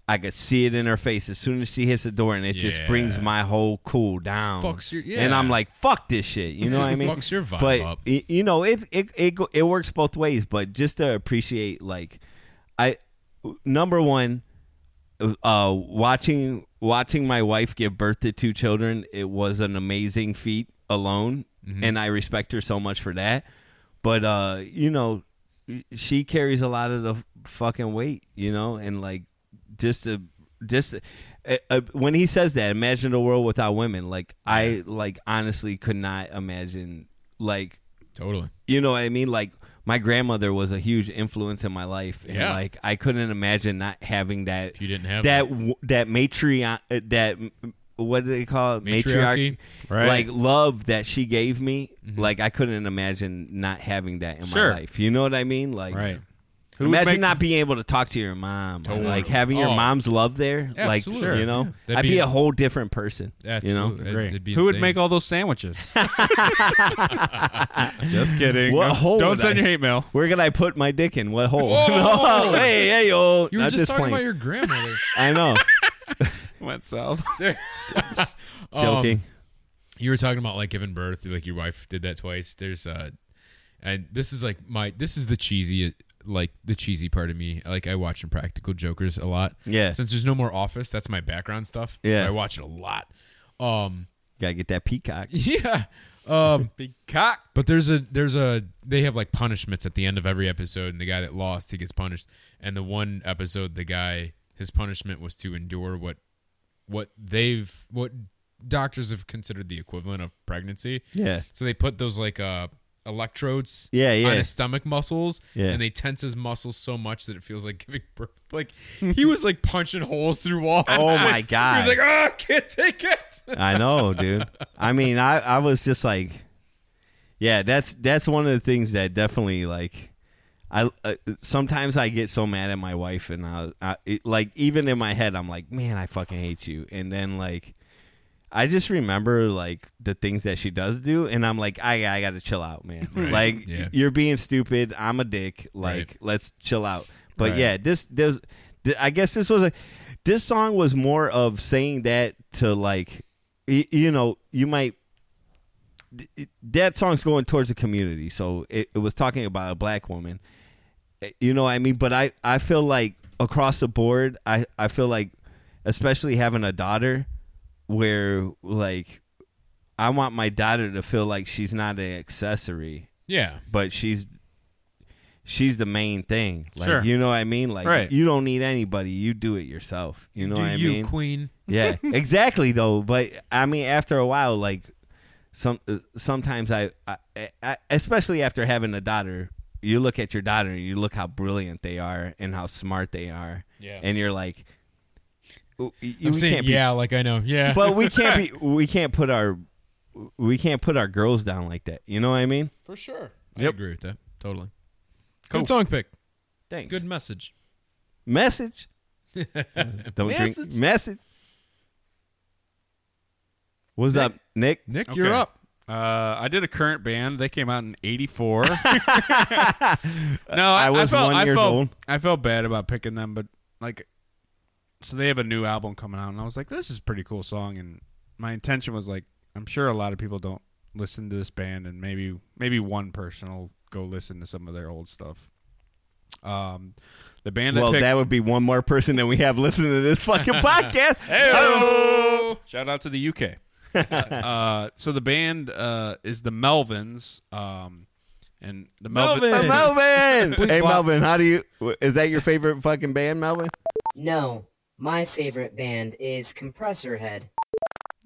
[SPEAKER 2] I could see it in her face as soon as she hits the door and it just
[SPEAKER 3] Yeah.
[SPEAKER 2] brings my whole cool down.
[SPEAKER 3] Fucks your-
[SPEAKER 2] And
[SPEAKER 3] yeah.
[SPEAKER 2] I'm like fuck this shit. You know
[SPEAKER 3] (laughs)
[SPEAKER 2] what I mean?
[SPEAKER 3] Fucks your vibe
[SPEAKER 2] but,
[SPEAKER 3] up.
[SPEAKER 2] y- you know it's it it go- it works both ways. But just to appreciate like I number one uh watching watching my wife give birth to two children it was an amazing feat alone and i respect her so much for that but uh you know she carries a lot of the fucking weight you know and like just a just uh, uh, when he says that imagine the world without women like i like honestly could not imagine like
[SPEAKER 3] Totally.
[SPEAKER 2] you know what I mean? Like my grandmother was a huge influence in my life, and
[SPEAKER 3] Yeah.
[SPEAKER 2] like I couldn't imagine not having that.
[SPEAKER 3] If you didn't have
[SPEAKER 2] that,
[SPEAKER 3] that.
[SPEAKER 2] w- that matrion, uh, that m- what do they call it?
[SPEAKER 3] Matriarchy. Mm-hmm.
[SPEAKER 1] Right.
[SPEAKER 2] Like love that she gave me. Like I couldn't imagine not having that in
[SPEAKER 1] Sure.
[SPEAKER 2] my life. You know what I mean? Like
[SPEAKER 1] Right. Who would
[SPEAKER 2] Imagine
[SPEAKER 1] make-
[SPEAKER 2] not being able to talk to your mom, or,
[SPEAKER 3] Totally.
[SPEAKER 2] like having your
[SPEAKER 3] Oh.
[SPEAKER 2] mom's love there.
[SPEAKER 3] Absolutely.
[SPEAKER 2] Like you know,
[SPEAKER 3] Yeah. That'd
[SPEAKER 2] I'd be,
[SPEAKER 3] be-
[SPEAKER 2] a whole different person. You know,
[SPEAKER 3] Absolutely. That'd-
[SPEAKER 1] Great.
[SPEAKER 3] that'd be
[SPEAKER 1] Who would
[SPEAKER 3] insane.
[SPEAKER 1] make all those sandwiches?
[SPEAKER 3] (laughs)
[SPEAKER 1] Just kidding.
[SPEAKER 2] What
[SPEAKER 1] Don't-
[SPEAKER 2] hole
[SPEAKER 1] Don't
[SPEAKER 2] would
[SPEAKER 1] send
[SPEAKER 2] I-
[SPEAKER 1] your hate mail. (laughs)
[SPEAKER 2] where could I put my dick in? What hole? (laughs)
[SPEAKER 3] Whoa!
[SPEAKER 2] no, hey, hey, yo,
[SPEAKER 3] You were
[SPEAKER 2] not
[SPEAKER 3] just, talking
[SPEAKER 2] playing.
[SPEAKER 3] about your grandmother.
[SPEAKER 2] I
[SPEAKER 3] (laughs)
[SPEAKER 2] know.
[SPEAKER 1] Went south.
[SPEAKER 3] Um,
[SPEAKER 2] Joking.
[SPEAKER 3] you were talking about like giving birth like your wife did that twice there's uh and this is like my this is the cheesy like the cheesy part of me like i watch impractical jokers a lot
[SPEAKER 2] Yeah.
[SPEAKER 3] since there's no more office that's my background stuff so
[SPEAKER 2] Yeah.
[SPEAKER 3] i watch it a lot um (laughs)
[SPEAKER 2] Gotta get that peacock.
[SPEAKER 3] yeah um
[SPEAKER 1] Big cock.
[SPEAKER 3] but there's a there's a they have like punishments at the end of every episode, and the guy that lost he gets punished. And the one episode, the guy his punishment was to endure what what they've what doctors have considered the equivalent of pregnancy.
[SPEAKER 2] Yeah.
[SPEAKER 3] So they put those like uh electrodes
[SPEAKER 2] Yeah, yeah.
[SPEAKER 3] on his stomach muscles
[SPEAKER 2] Yeah.
[SPEAKER 3] and they tense his muscles so much that it feels like giving birth like he was like punching holes through walls and
[SPEAKER 2] Oh
[SPEAKER 3] shit.
[SPEAKER 2] my God.
[SPEAKER 3] he was (laughs) like oh I can't
[SPEAKER 2] (laughs)
[SPEAKER 3] take it
[SPEAKER 2] I know, dude. I mean, I, I was just like, yeah, that's that's one of the things that definitely like, I uh, sometimes I get so mad at my wife and I, I it, like even in my head I'm like, man, I fucking hate you. And then like, I just remember like the things that she does do, and I'm like, I I gotta chill out,
[SPEAKER 3] (laughs)
[SPEAKER 2] man. Like
[SPEAKER 3] Yeah.
[SPEAKER 2] you're being stupid. I'm a dick. Like
[SPEAKER 3] Right.
[SPEAKER 2] let's chill out. But
[SPEAKER 1] Right.
[SPEAKER 2] yeah, this there's th- I guess this was a this song was more of saying that to like y- you know you might th- it- that song's going towards the community, so it, it was talking about a black woman. Eh, You know what I mean? But I I feel like across the board, I I feel like especially having a daughter where like I want my daughter to feel like she's not an accessory,
[SPEAKER 3] yeah
[SPEAKER 2] but she's she's the main thing. Like
[SPEAKER 1] Sure.
[SPEAKER 2] you know what I mean? Like
[SPEAKER 1] Right.
[SPEAKER 2] you don't need anybody. You do it yourself. You know
[SPEAKER 3] do
[SPEAKER 2] what I
[SPEAKER 3] you
[SPEAKER 2] mean?
[SPEAKER 3] queen (laughs)
[SPEAKER 2] yeah. Exactly though, but I mean after a while like some uh, sometimes I, I, I especially after having a daughter, you look at your daughter and you look how brilliant they are and how smart they are.
[SPEAKER 3] Yeah.
[SPEAKER 2] And you're like w- you
[SPEAKER 3] I'm
[SPEAKER 2] we
[SPEAKER 3] saying
[SPEAKER 2] can't be (laughs)
[SPEAKER 3] yeah like I know yeah (laughs)
[SPEAKER 2] but we can't be we can't put our we can't put our girls down like that. You know what I mean?
[SPEAKER 3] For sure. I
[SPEAKER 1] Yep.
[SPEAKER 3] agree with that. Totally.
[SPEAKER 1] Cool.
[SPEAKER 3] Good song pick.
[SPEAKER 2] Thanks.
[SPEAKER 3] Good message.
[SPEAKER 1] (laughs)
[SPEAKER 2] message. Don't drink
[SPEAKER 3] Message.
[SPEAKER 2] message. What's up, Nick?
[SPEAKER 3] Nick, you're
[SPEAKER 1] Okay.
[SPEAKER 3] up.
[SPEAKER 1] Uh, I did a current band. They came out in
[SPEAKER 2] (laughs)
[SPEAKER 1] '84. (laughs) no, I,
[SPEAKER 2] I was
[SPEAKER 1] I felt,
[SPEAKER 2] one
[SPEAKER 1] I
[SPEAKER 2] years
[SPEAKER 1] felt,
[SPEAKER 2] old.
[SPEAKER 1] I felt bad about picking them, but like, so they have a new album coming out, and I was like, "This is a pretty cool song." And my intention was like, I'm sure a lot of people don't listen to this band, and maybe maybe one person will go listen to some of their old stuff. Um, the band
[SPEAKER 2] well,
[SPEAKER 1] I picked,
[SPEAKER 2] that would be one more person that we have listening to
[SPEAKER 1] (laughs)
[SPEAKER 2] this fucking podcast.
[SPEAKER 1] Hey, shout out to the UK. uh, so the band uh, is the Melvins, um, and the Melvin. (laughs)
[SPEAKER 2] Hey, Melvin. hey, Melvin. How do you? wh- Is that your favorite fucking band, Melvin?
[SPEAKER 7] No, my favorite band is Compressor Head.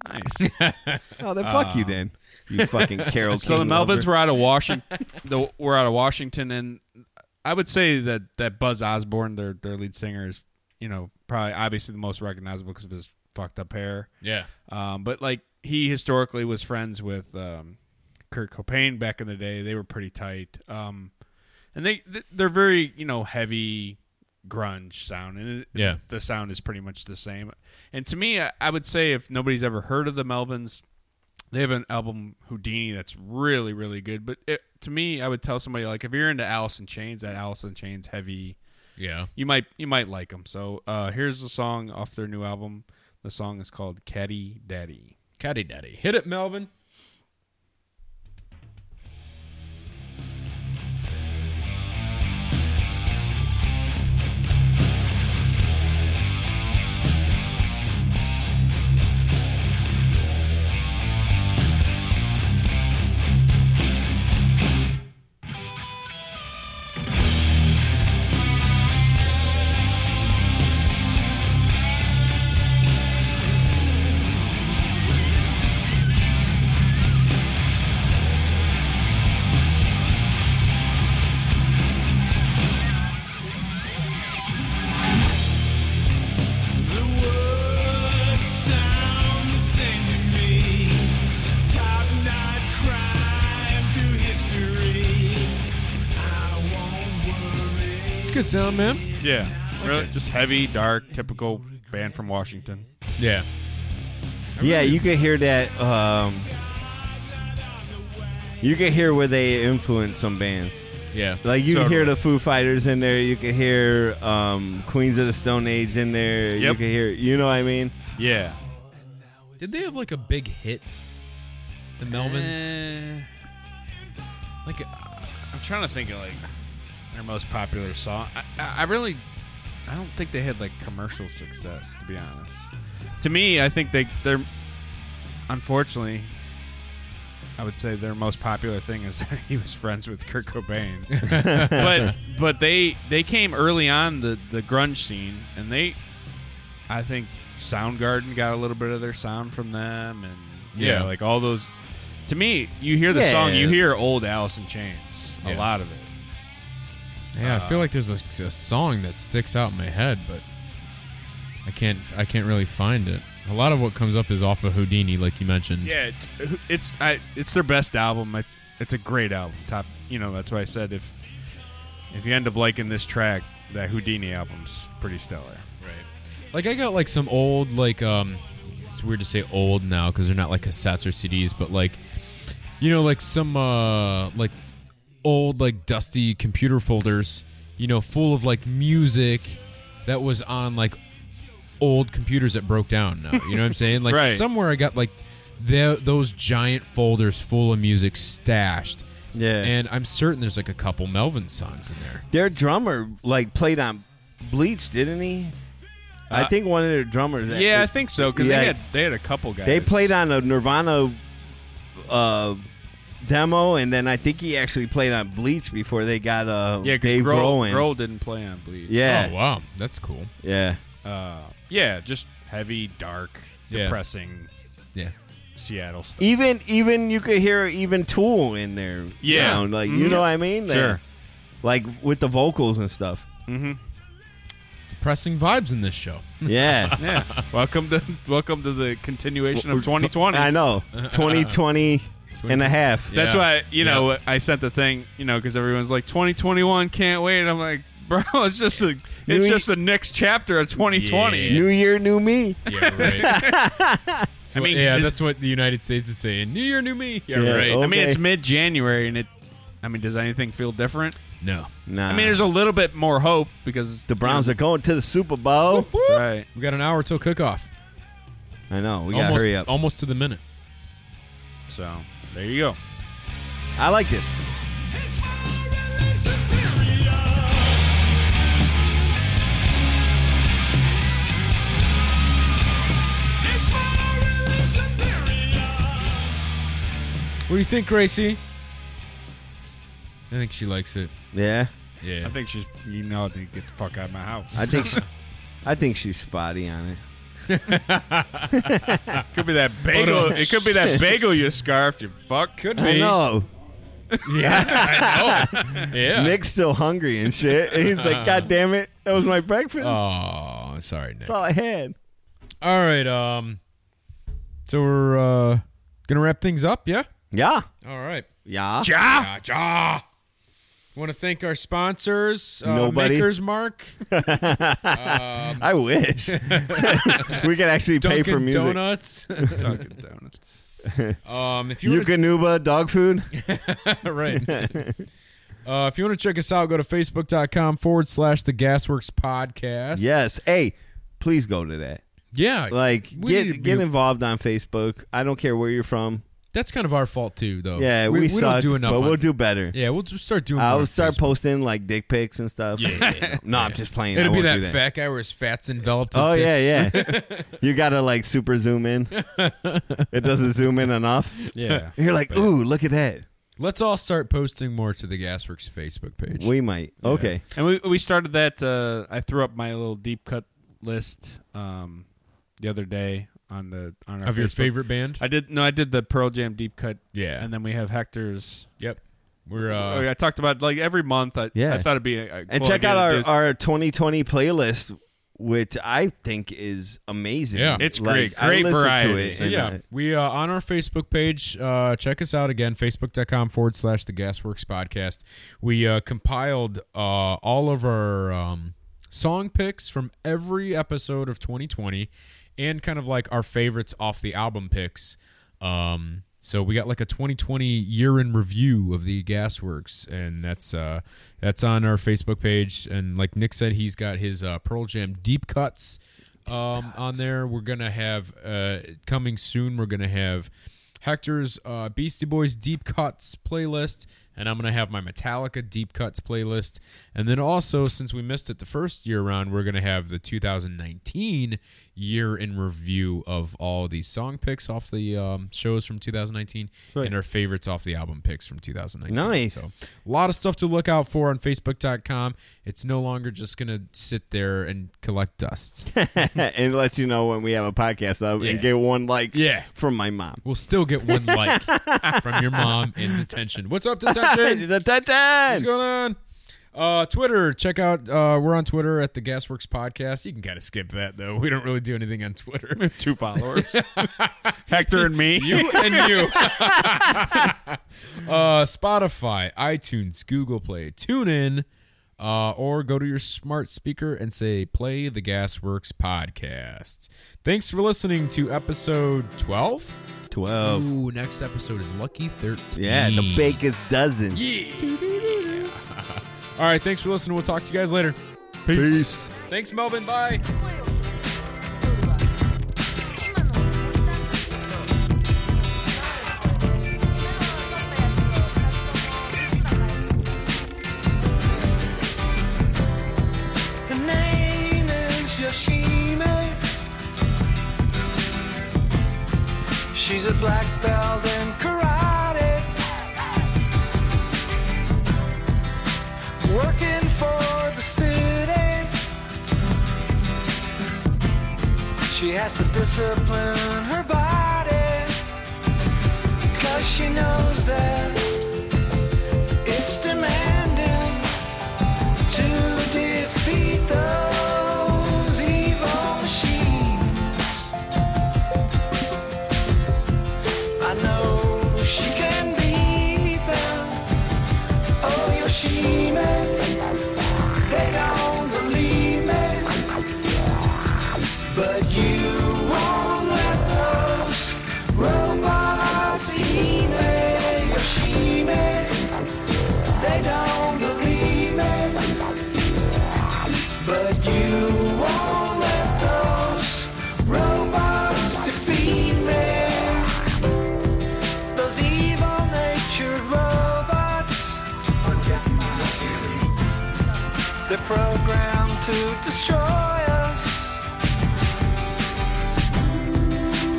[SPEAKER 1] Nice.
[SPEAKER 2] Oh, then fuck you
[SPEAKER 1] (laughs)
[SPEAKER 2] then. You fucking Carol.
[SPEAKER 1] Ah. so the
[SPEAKER 2] King
[SPEAKER 1] Melvins
[SPEAKER 2] lover.
[SPEAKER 1] were out of Washington. the, were out of Washington, and I would say that that Buzz Osborne, their their lead singer, is you know probably obviously the most recognizable because of his fucked up hair.
[SPEAKER 3] Yeah.
[SPEAKER 1] Um, but like he historically was friends with um, Kurt Cobain back in the day. They were pretty tight, um, and they th- they're very you know heavy grunge sound, and it,
[SPEAKER 3] Yeah.
[SPEAKER 1] the sound is pretty much the same. And to me, I, I would say if nobody's ever heard of the Melvins, they have an album Houdini that's really really good. But it, to me, I would tell somebody like if you're into Alice in Chains, that Alice in Chains heavy
[SPEAKER 3] Yeah.
[SPEAKER 1] you might you might like them. So uh, here's a song off their new album. The song is called Caddy Daddy.
[SPEAKER 3] Caddy Daddy. Hit it, Melvin. It's good sound, man.
[SPEAKER 1] Yeah, really, just heavy, dark, typical band from Washington.
[SPEAKER 3] Yeah.
[SPEAKER 2] Yeah, you could hear that. Um, you could hear where they influenced some bands.
[SPEAKER 3] Yeah.
[SPEAKER 2] Like you can
[SPEAKER 1] Totally.
[SPEAKER 2] hear the Foo Fighters in there. You can hear um, Queens of the Stone Age in there. You
[SPEAKER 1] Yep.
[SPEAKER 2] can hear. You know what I mean?
[SPEAKER 1] Yeah,
[SPEAKER 3] Did they have like a big hit? The
[SPEAKER 1] Uh,
[SPEAKER 3] Melvins. uh,
[SPEAKER 1] like I'm trying to think of like their most popular song. I, I, I really I don't think they had like commercial success to be honest. To me, I think they they're unfortunately. I would say their most popular thing is (laughs) that he was friends with Kurt Cobain. (laughs) but but they they came early on the the grunge scene and they I think Soundgarden got a little bit of their sound from them and yeah,
[SPEAKER 3] Yeah.
[SPEAKER 1] like all those to me you hear the
[SPEAKER 2] Yeah.
[SPEAKER 1] song you hear old Alice in Chains a
[SPEAKER 3] Yeah.
[SPEAKER 1] lot of it.
[SPEAKER 3] Yeah, I feel like there's a, a song that sticks out in my head, but I can't. I can't really find it. A lot of what comes up is off of Houdini, like you mentioned.
[SPEAKER 1] Yeah, it- it's I, it's their best album. I, it's a great album. Top, you know, that's why I said if if you end up liking this track, that Houdini album's pretty stellar.
[SPEAKER 3] Right. Like I got like some old like um it's weird to say old now cuz they're not like cassettes or CDs but like you know like some uh like old like dusty computer folders, you know, full of like music that was on like old computers that broke down now. You know
[SPEAKER 2] (laughs)
[SPEAKER 3] what I'm saying? Like
[SPEAKER 1] Right.
[SPEAKER 3] somewhere I got like the, those giant folders full of music stashed.
[SPEAKER 2] Yeah.
[SPEAKER 3] And I'm certain there's like a couple Melvin songs in there.
[SPEAKER 2] Their drummer like played on Bleach, didn't he? I
[SPEAKER 1] Uh,
[SPEAKER 2] think one of their drummers. that-
[SPEAKER 1] Yeah, I think so because
[SPEAKER 2] Yeah.
[SPEAKER 1] they had they had a couple guys.
[SPEAKER 2] they played on a Nirvana uh, demo, and then I think he actually played on Bleach before they got uh,
[SPEAKER 1] yeah,
[SPEAKER 2] Dave
[SPEAKER 1] because Grohl,
[SPEAKER 2] Grohl in.
[SPEAKER 1] Grohl didn't play on Bleed.
[SPEAKER 2] Yeah,
[SPEAKER 3] Oh wow, that's cool.
[SPEAKER 2] yeah.
[SPEAKER 1] uh, yeah, just heavy, dark,
[SPEAKER 3] Yeah.
[SPEAKER 1] depressing
[SPEAKER 3] Yeah.
[SPEAKER 1] Seattle stuff. (laughs)
[SPEAKER 2] Even even you could hear even Tool in there.
[SPEAKER 1] Yeah.
[SPEAKER 2] sound. like
[SPEAKER 1] Mhm.
[SPEAKER 2] you know what I mean. Like-
[SPEAKER 1] Sure. (laughs)
[SPEAKER 2] like with the vocals and stuff.
[SPEAKER 1] Mm-hmm.
[SPEAKER 3] depressing vibes in this show.
[SPEAKER 2] Yeah.
[SPEAKER 1] Yeah. welcome to welcome to the continuation of 2020.
[SPEAKER 2] I
[SPEAKER 1] (laughs)
[SPEAKER 2] know. 2020 and a half.
[SPEAKER 1] That's
[SPEAKER 3] Yeah.
[SPEAKER 1] why you know I sent the thing you know because everyone's like 2021 can't wait. I'm like, (laughs) bro, it's just a it's
[SPEAKER 2] New-
[SPEAKER 1] just the next chapter of 2020.
[SPEAKER 3] Yeah.
[SPEAKER 2] New year, new me. (laughs)
[SPEAKER 3] Yeah, right. I
[SPEAKER 1] mean,
[SPEAKER 3] mean, yeah,
[SPEAKER 1] it-
[SPEAKER 3] that's what the United States is saying. New year, new me. Yeah,
[SPEAKER 2] Yeah,
[SPEAKER 3] right.
[SPEAKER 2] oh.
[SPEAKER 1] I mean, it's
[SPEAKER 2] Okay.
[SPEAKER 1] mid January and it. I mean, does anything feel different?
[SPEAKER 3] No,
[SPEAKER 2] Nah.
[SPEAKER 1] I mean, there's a little bit more hope because
[SPEAKER 2] the Browns are going to the Super Bowl.
[SPEAKER 1] That's right.
[SPEAKER 3] we got an hour till kickoff.
[SPEAKER 2] I know. We gotta
[SPEAKER 3] Almost,
[SPEAKER 2] hurry up.
[SPEAKER 3] almost to the minute.
[SPEAKER 1] So there you go.
[SPEAKER 2] I like this.
[SPEAKER 3] What do you think, Gracie? I think she likes it.
[SPEAKER 2] Yeah.
[SPEAKER 3] Yeah,
[SPEAKER 1] I think she's you know I need to get the fuck out of my house. (laughs)
[SPEAKER 2] I think. She, I think she's spotty on it.
[SPEAKER 1] could be that bagel. it could be
[SPEAKER 2] (laughs)
[SPEAKER 1] that bagel you scarfed. You fuck. Could
[SPEAKER 2] I know.
[SPEAKER 3] yeah.
[SPEAKER 2] Nick's still hungry and shit. And
[SPEAKER 1] (laughs)
[SPEAKER 2] he's like, God damn it, that was my breakfast.
[SPEAKER 3] oh, sorry, Nick.
[SPEAKER 2] That's all I had.
[SPEAKER 3] All right. Um. So we're uh gonna wrap things up. Yeah.
[SPEAKER 2] Yeah.
[SPEAKER 3] All right.
[SPEAKER 2] Yeah.
[SPEAKER 3] Ja. Ja. Want to thank our sponsors. Uh,
[SPEAKER 2] Nobody.
[SPEAKER 3] Maker's Mark.
[SPEAKER 2] I wish. (laughs) we could actually pay for
[SPEAKER 3] Dunkin'
[SPEAKER 2] music. (laughs)
[SPEAKER 3] Donuts.
[SPEAKER 1] Dunkin' Donuts.
[SPEAKER 3] um. If you,
[SPEAKER 2] You
[SPEAKER 3] wanna-
[SPEAKER 2] Yukonuba dog food?
[SPEAKER 3] (laughs) right. Uh, if you want to check us out, go to facebook.com forward slash the Gasworks podcast.
[SPEAKER 2] (laughs) yes. Hey, please go to that.
[SPEAKER 3] Yeah.
[SPEAKER 2] Like,
[SPEAKER 3] we need to
[SPEAKER 2] get
[SPEAKER 3] be-
[SPEAKER 2] get involved on Facebook. I don't care where you're from.
[SPEAKER 3] That's kind of our fault, too, though.
[SPEAKER 2] Yeah, we,
[SPEAKER 3] we,
[SPEAKER 2] suck,
[SPEAKER 3] don't do enough.
[SPEAKER 2] but
[SPEAKER 3] on-
[SPEAKER 2] we'll do better.
[SPEAKER 3] yeah, we'll just start doing more
[SPEAKER 2] I'll
[SPEAKER 3] on
[SPEAKER 2] start
[SPEAKER 3] Facebook.
[SPEAKER 2] posting like dick pics and stuff.
[SPEAKER 3] Yeah, yeah, yeah.
[SPEAKER 2] (laughs) no, I'm just playing. I
[SPEAKER 3] It'll be
[SPEAKER 2] won't
[SPEAKER 3] that,
[SPEAKER 2] do that
[SPEAKER 3] fat guy where his fat's enveloped. His
[SPEAKER 2] Oh
[SPEAKER 3] dick. (laughs)
[SPEAKER 2] yeah, yeah. you gotta like super zoom in. it doesn't zoom in
[SPEAKER 3] (laughs)
[SPEAKER 2] enough.
[SPEAKER 1] Yeah.
[SPEAKER 2] You're like, ooh, look at that.
[SPEAKER 3] Let's all start posting more to the Gasworks Facebook page.
[SPEAKER 2] We might. Okay.
[SPEAKER 1] And we we started that. Uh, I threw up my little deep cut list um, the other day on the on our
[SPEAKER 3] of your
[SPEAKER 1] Facebook.
[SPEAKER 3] favorite band.
[SPEAKER 1] I did no, I did the Pearl Jam deep cut.
[SPEAKER 3] Yeah.
[SPEAKER 1] and then we have Hector's.
[SPEAKER 3] yep. We're
[SPEAKER 1] Oh, yeah,
[SPEAKER 3] uh,
[SPEAKER 1] I talked about like every month. I,
[SPEAKER 2] Yeah.
[SPEAKER 1] I thought it'd be a, a
[SPEAKER 2] And
[SPEAKER 1] cool
[SPEAKER 2] check
[SPEAKER 1] idea
[SPEAKER 2] out
[SPEAKER 1] to
[SPEAKER 2] our,
[SPEAKER 1] do-
[SPEAKER 2] our 2020 playlist, which I think is amazing.
[SPEAKER 3] Yeah.
[SPEAKER 1] It's great.
[SPEAKER 2] Like,
[SPEAKER 1] Great
[SPEAKER 2] I listened
[SPEAKER 1] variety.
[SPEAKER 2] To it
[SPEAKER 1] So,
[SPEAKER 2] and,
[SPEAKER 3] yeah.
[SPEAKER 2] uh,
[SPEAKER 3] We uh, on our Facebook page. Uh, check us out again, facebook.com forward slash the Gasworks podcast. We uh, compiled uh, all of our um, song picks from every episode of 2020, and kind of like our favorites off the album picks. Um, so we got like a 2020 year in review of the Gasworks, and that's uh, that's on our Facebook page. And like Nick said, he's got his uh, Pearl Jam deep cuts um, on there. We're gonna have uh, coming soon. We're gonna have Hector's uh, Beastie Boys deep cuts playlist, and I'm gonna have my Metallica deep cuts playlist, and then also since we missed it the first year round, we're gonna have the 2019 year in review of all these song picks off the um, shows from 2019 and our favorites off the album picks from 2019.
[SPEAKER 2] Nice.
[SPEAKER 3] So, a lot of stuff to look out for on Facebook.com. It's no longer just gonna sit there and collect dust.
[SPEAKER 2] uh, (laughs) and it lets you know when we have a podcast up
[SPEAKER 3] Yeah.
[SPEAKER 2] and get one like
[SPEAKER 3] Yeah.
[SPEAKER 2] from my
[SPEAKER 3] (laughs)
[SPEAKER 2] mom.
[SPEAKER 3] We'll still get one like from your mom in detention. What's (laughs) up, detention? What's going on? Uh, Twitter, check out. Uh, we're on Twitter at the Gasworks Podcast. You can kind of skip that though. We don't really do anything on Twitter.
[SPEAKER 1] two
[SPEAKER 2] (laughs)
[SPEAKER 1] followers, Hector and me.
[SPEAKER 3] (laughs) you (laughs) and you. uh, Spotify, iTunes, Google Play, TuneIn, uh, or go to your smart speaker and say "Play the Gasworks Podcast." Thanks for listening to episode twelve.
[SPEAKER 2] 12.
[SPEAKER 3] Ooh, next episode is Lucky 13.
[SPEAKER 2] Yeah, the baker's dozen.
[SPEAKER 3] All right, thanks for listening. We'll talk to you guys later.
[SPEAKER 2] Peace.
[SPEAKER 3] Thanks, Melvin. Bye.
[SPEAKER 9] Her name is Yoshime. She's a black belt in karate. Working for the city. She has to discipline her body. Cause she knows that it's demanding to defeat those Oh, programmed to destroy us.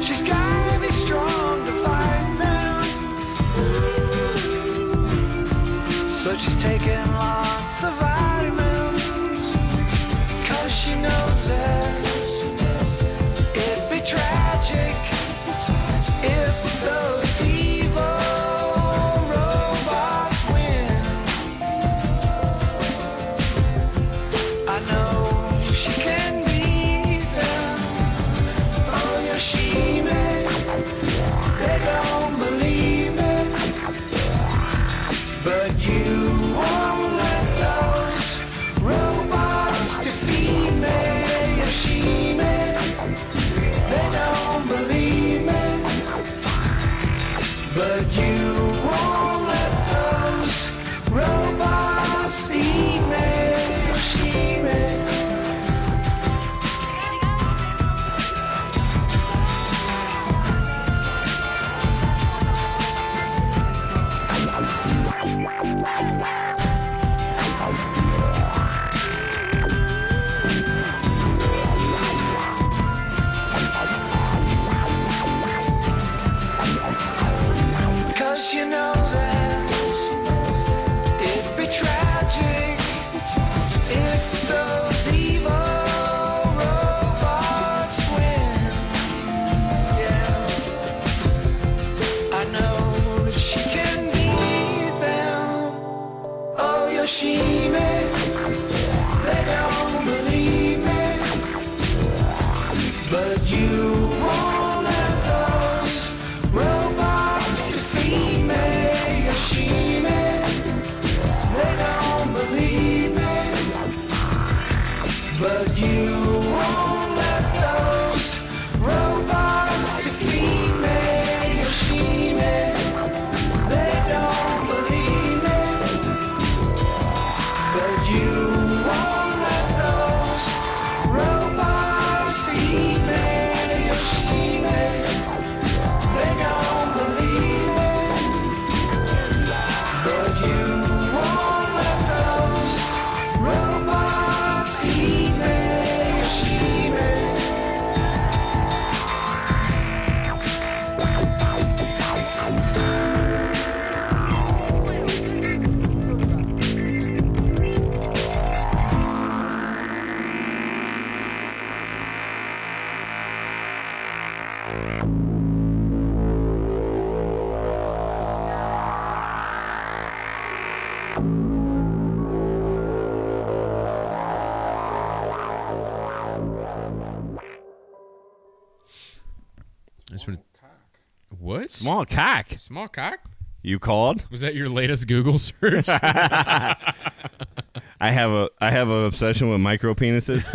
[SPEAKER 9] She's gotta be strong to fight them. So she's taking lots of vitamins. Cause she knows that it'd be tragic if those evil robots win. I know she can be them. Oh, yeah, she may. They don't believe it. But you won't let those robots defeat me. Yeah, she may. They don't believe me. But you won't let those robots eat me. Yeah, she may. Cause you know that it'd be tragic if those evil robots win. Yeah, I know that she can beat them. Oh, Yoshime, they don't believe me, but you. won't let those Robots defeat me, Yoshime. They don't believe me, but you won't let those robots defeat me, Yoshime. They don't believe me, but you won't let those robots eat me, Yoshime. They don't believe me. But you won't let those robots eat me, Yoshime.
[SPEAKER 3] That's what. What?
[SPEAKER 2] Small cock.
[SPEAKER 3] Small cock?
[SPEAKER 2] You called?
[SPEAKER 3] Was that your latest Google search?
[SPEAKER 2] (laughs) I have a I have an obsession with micro (laughs) penises.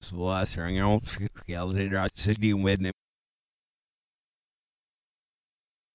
[SPEAKER 2] So I surround skeleton, I sit in with them.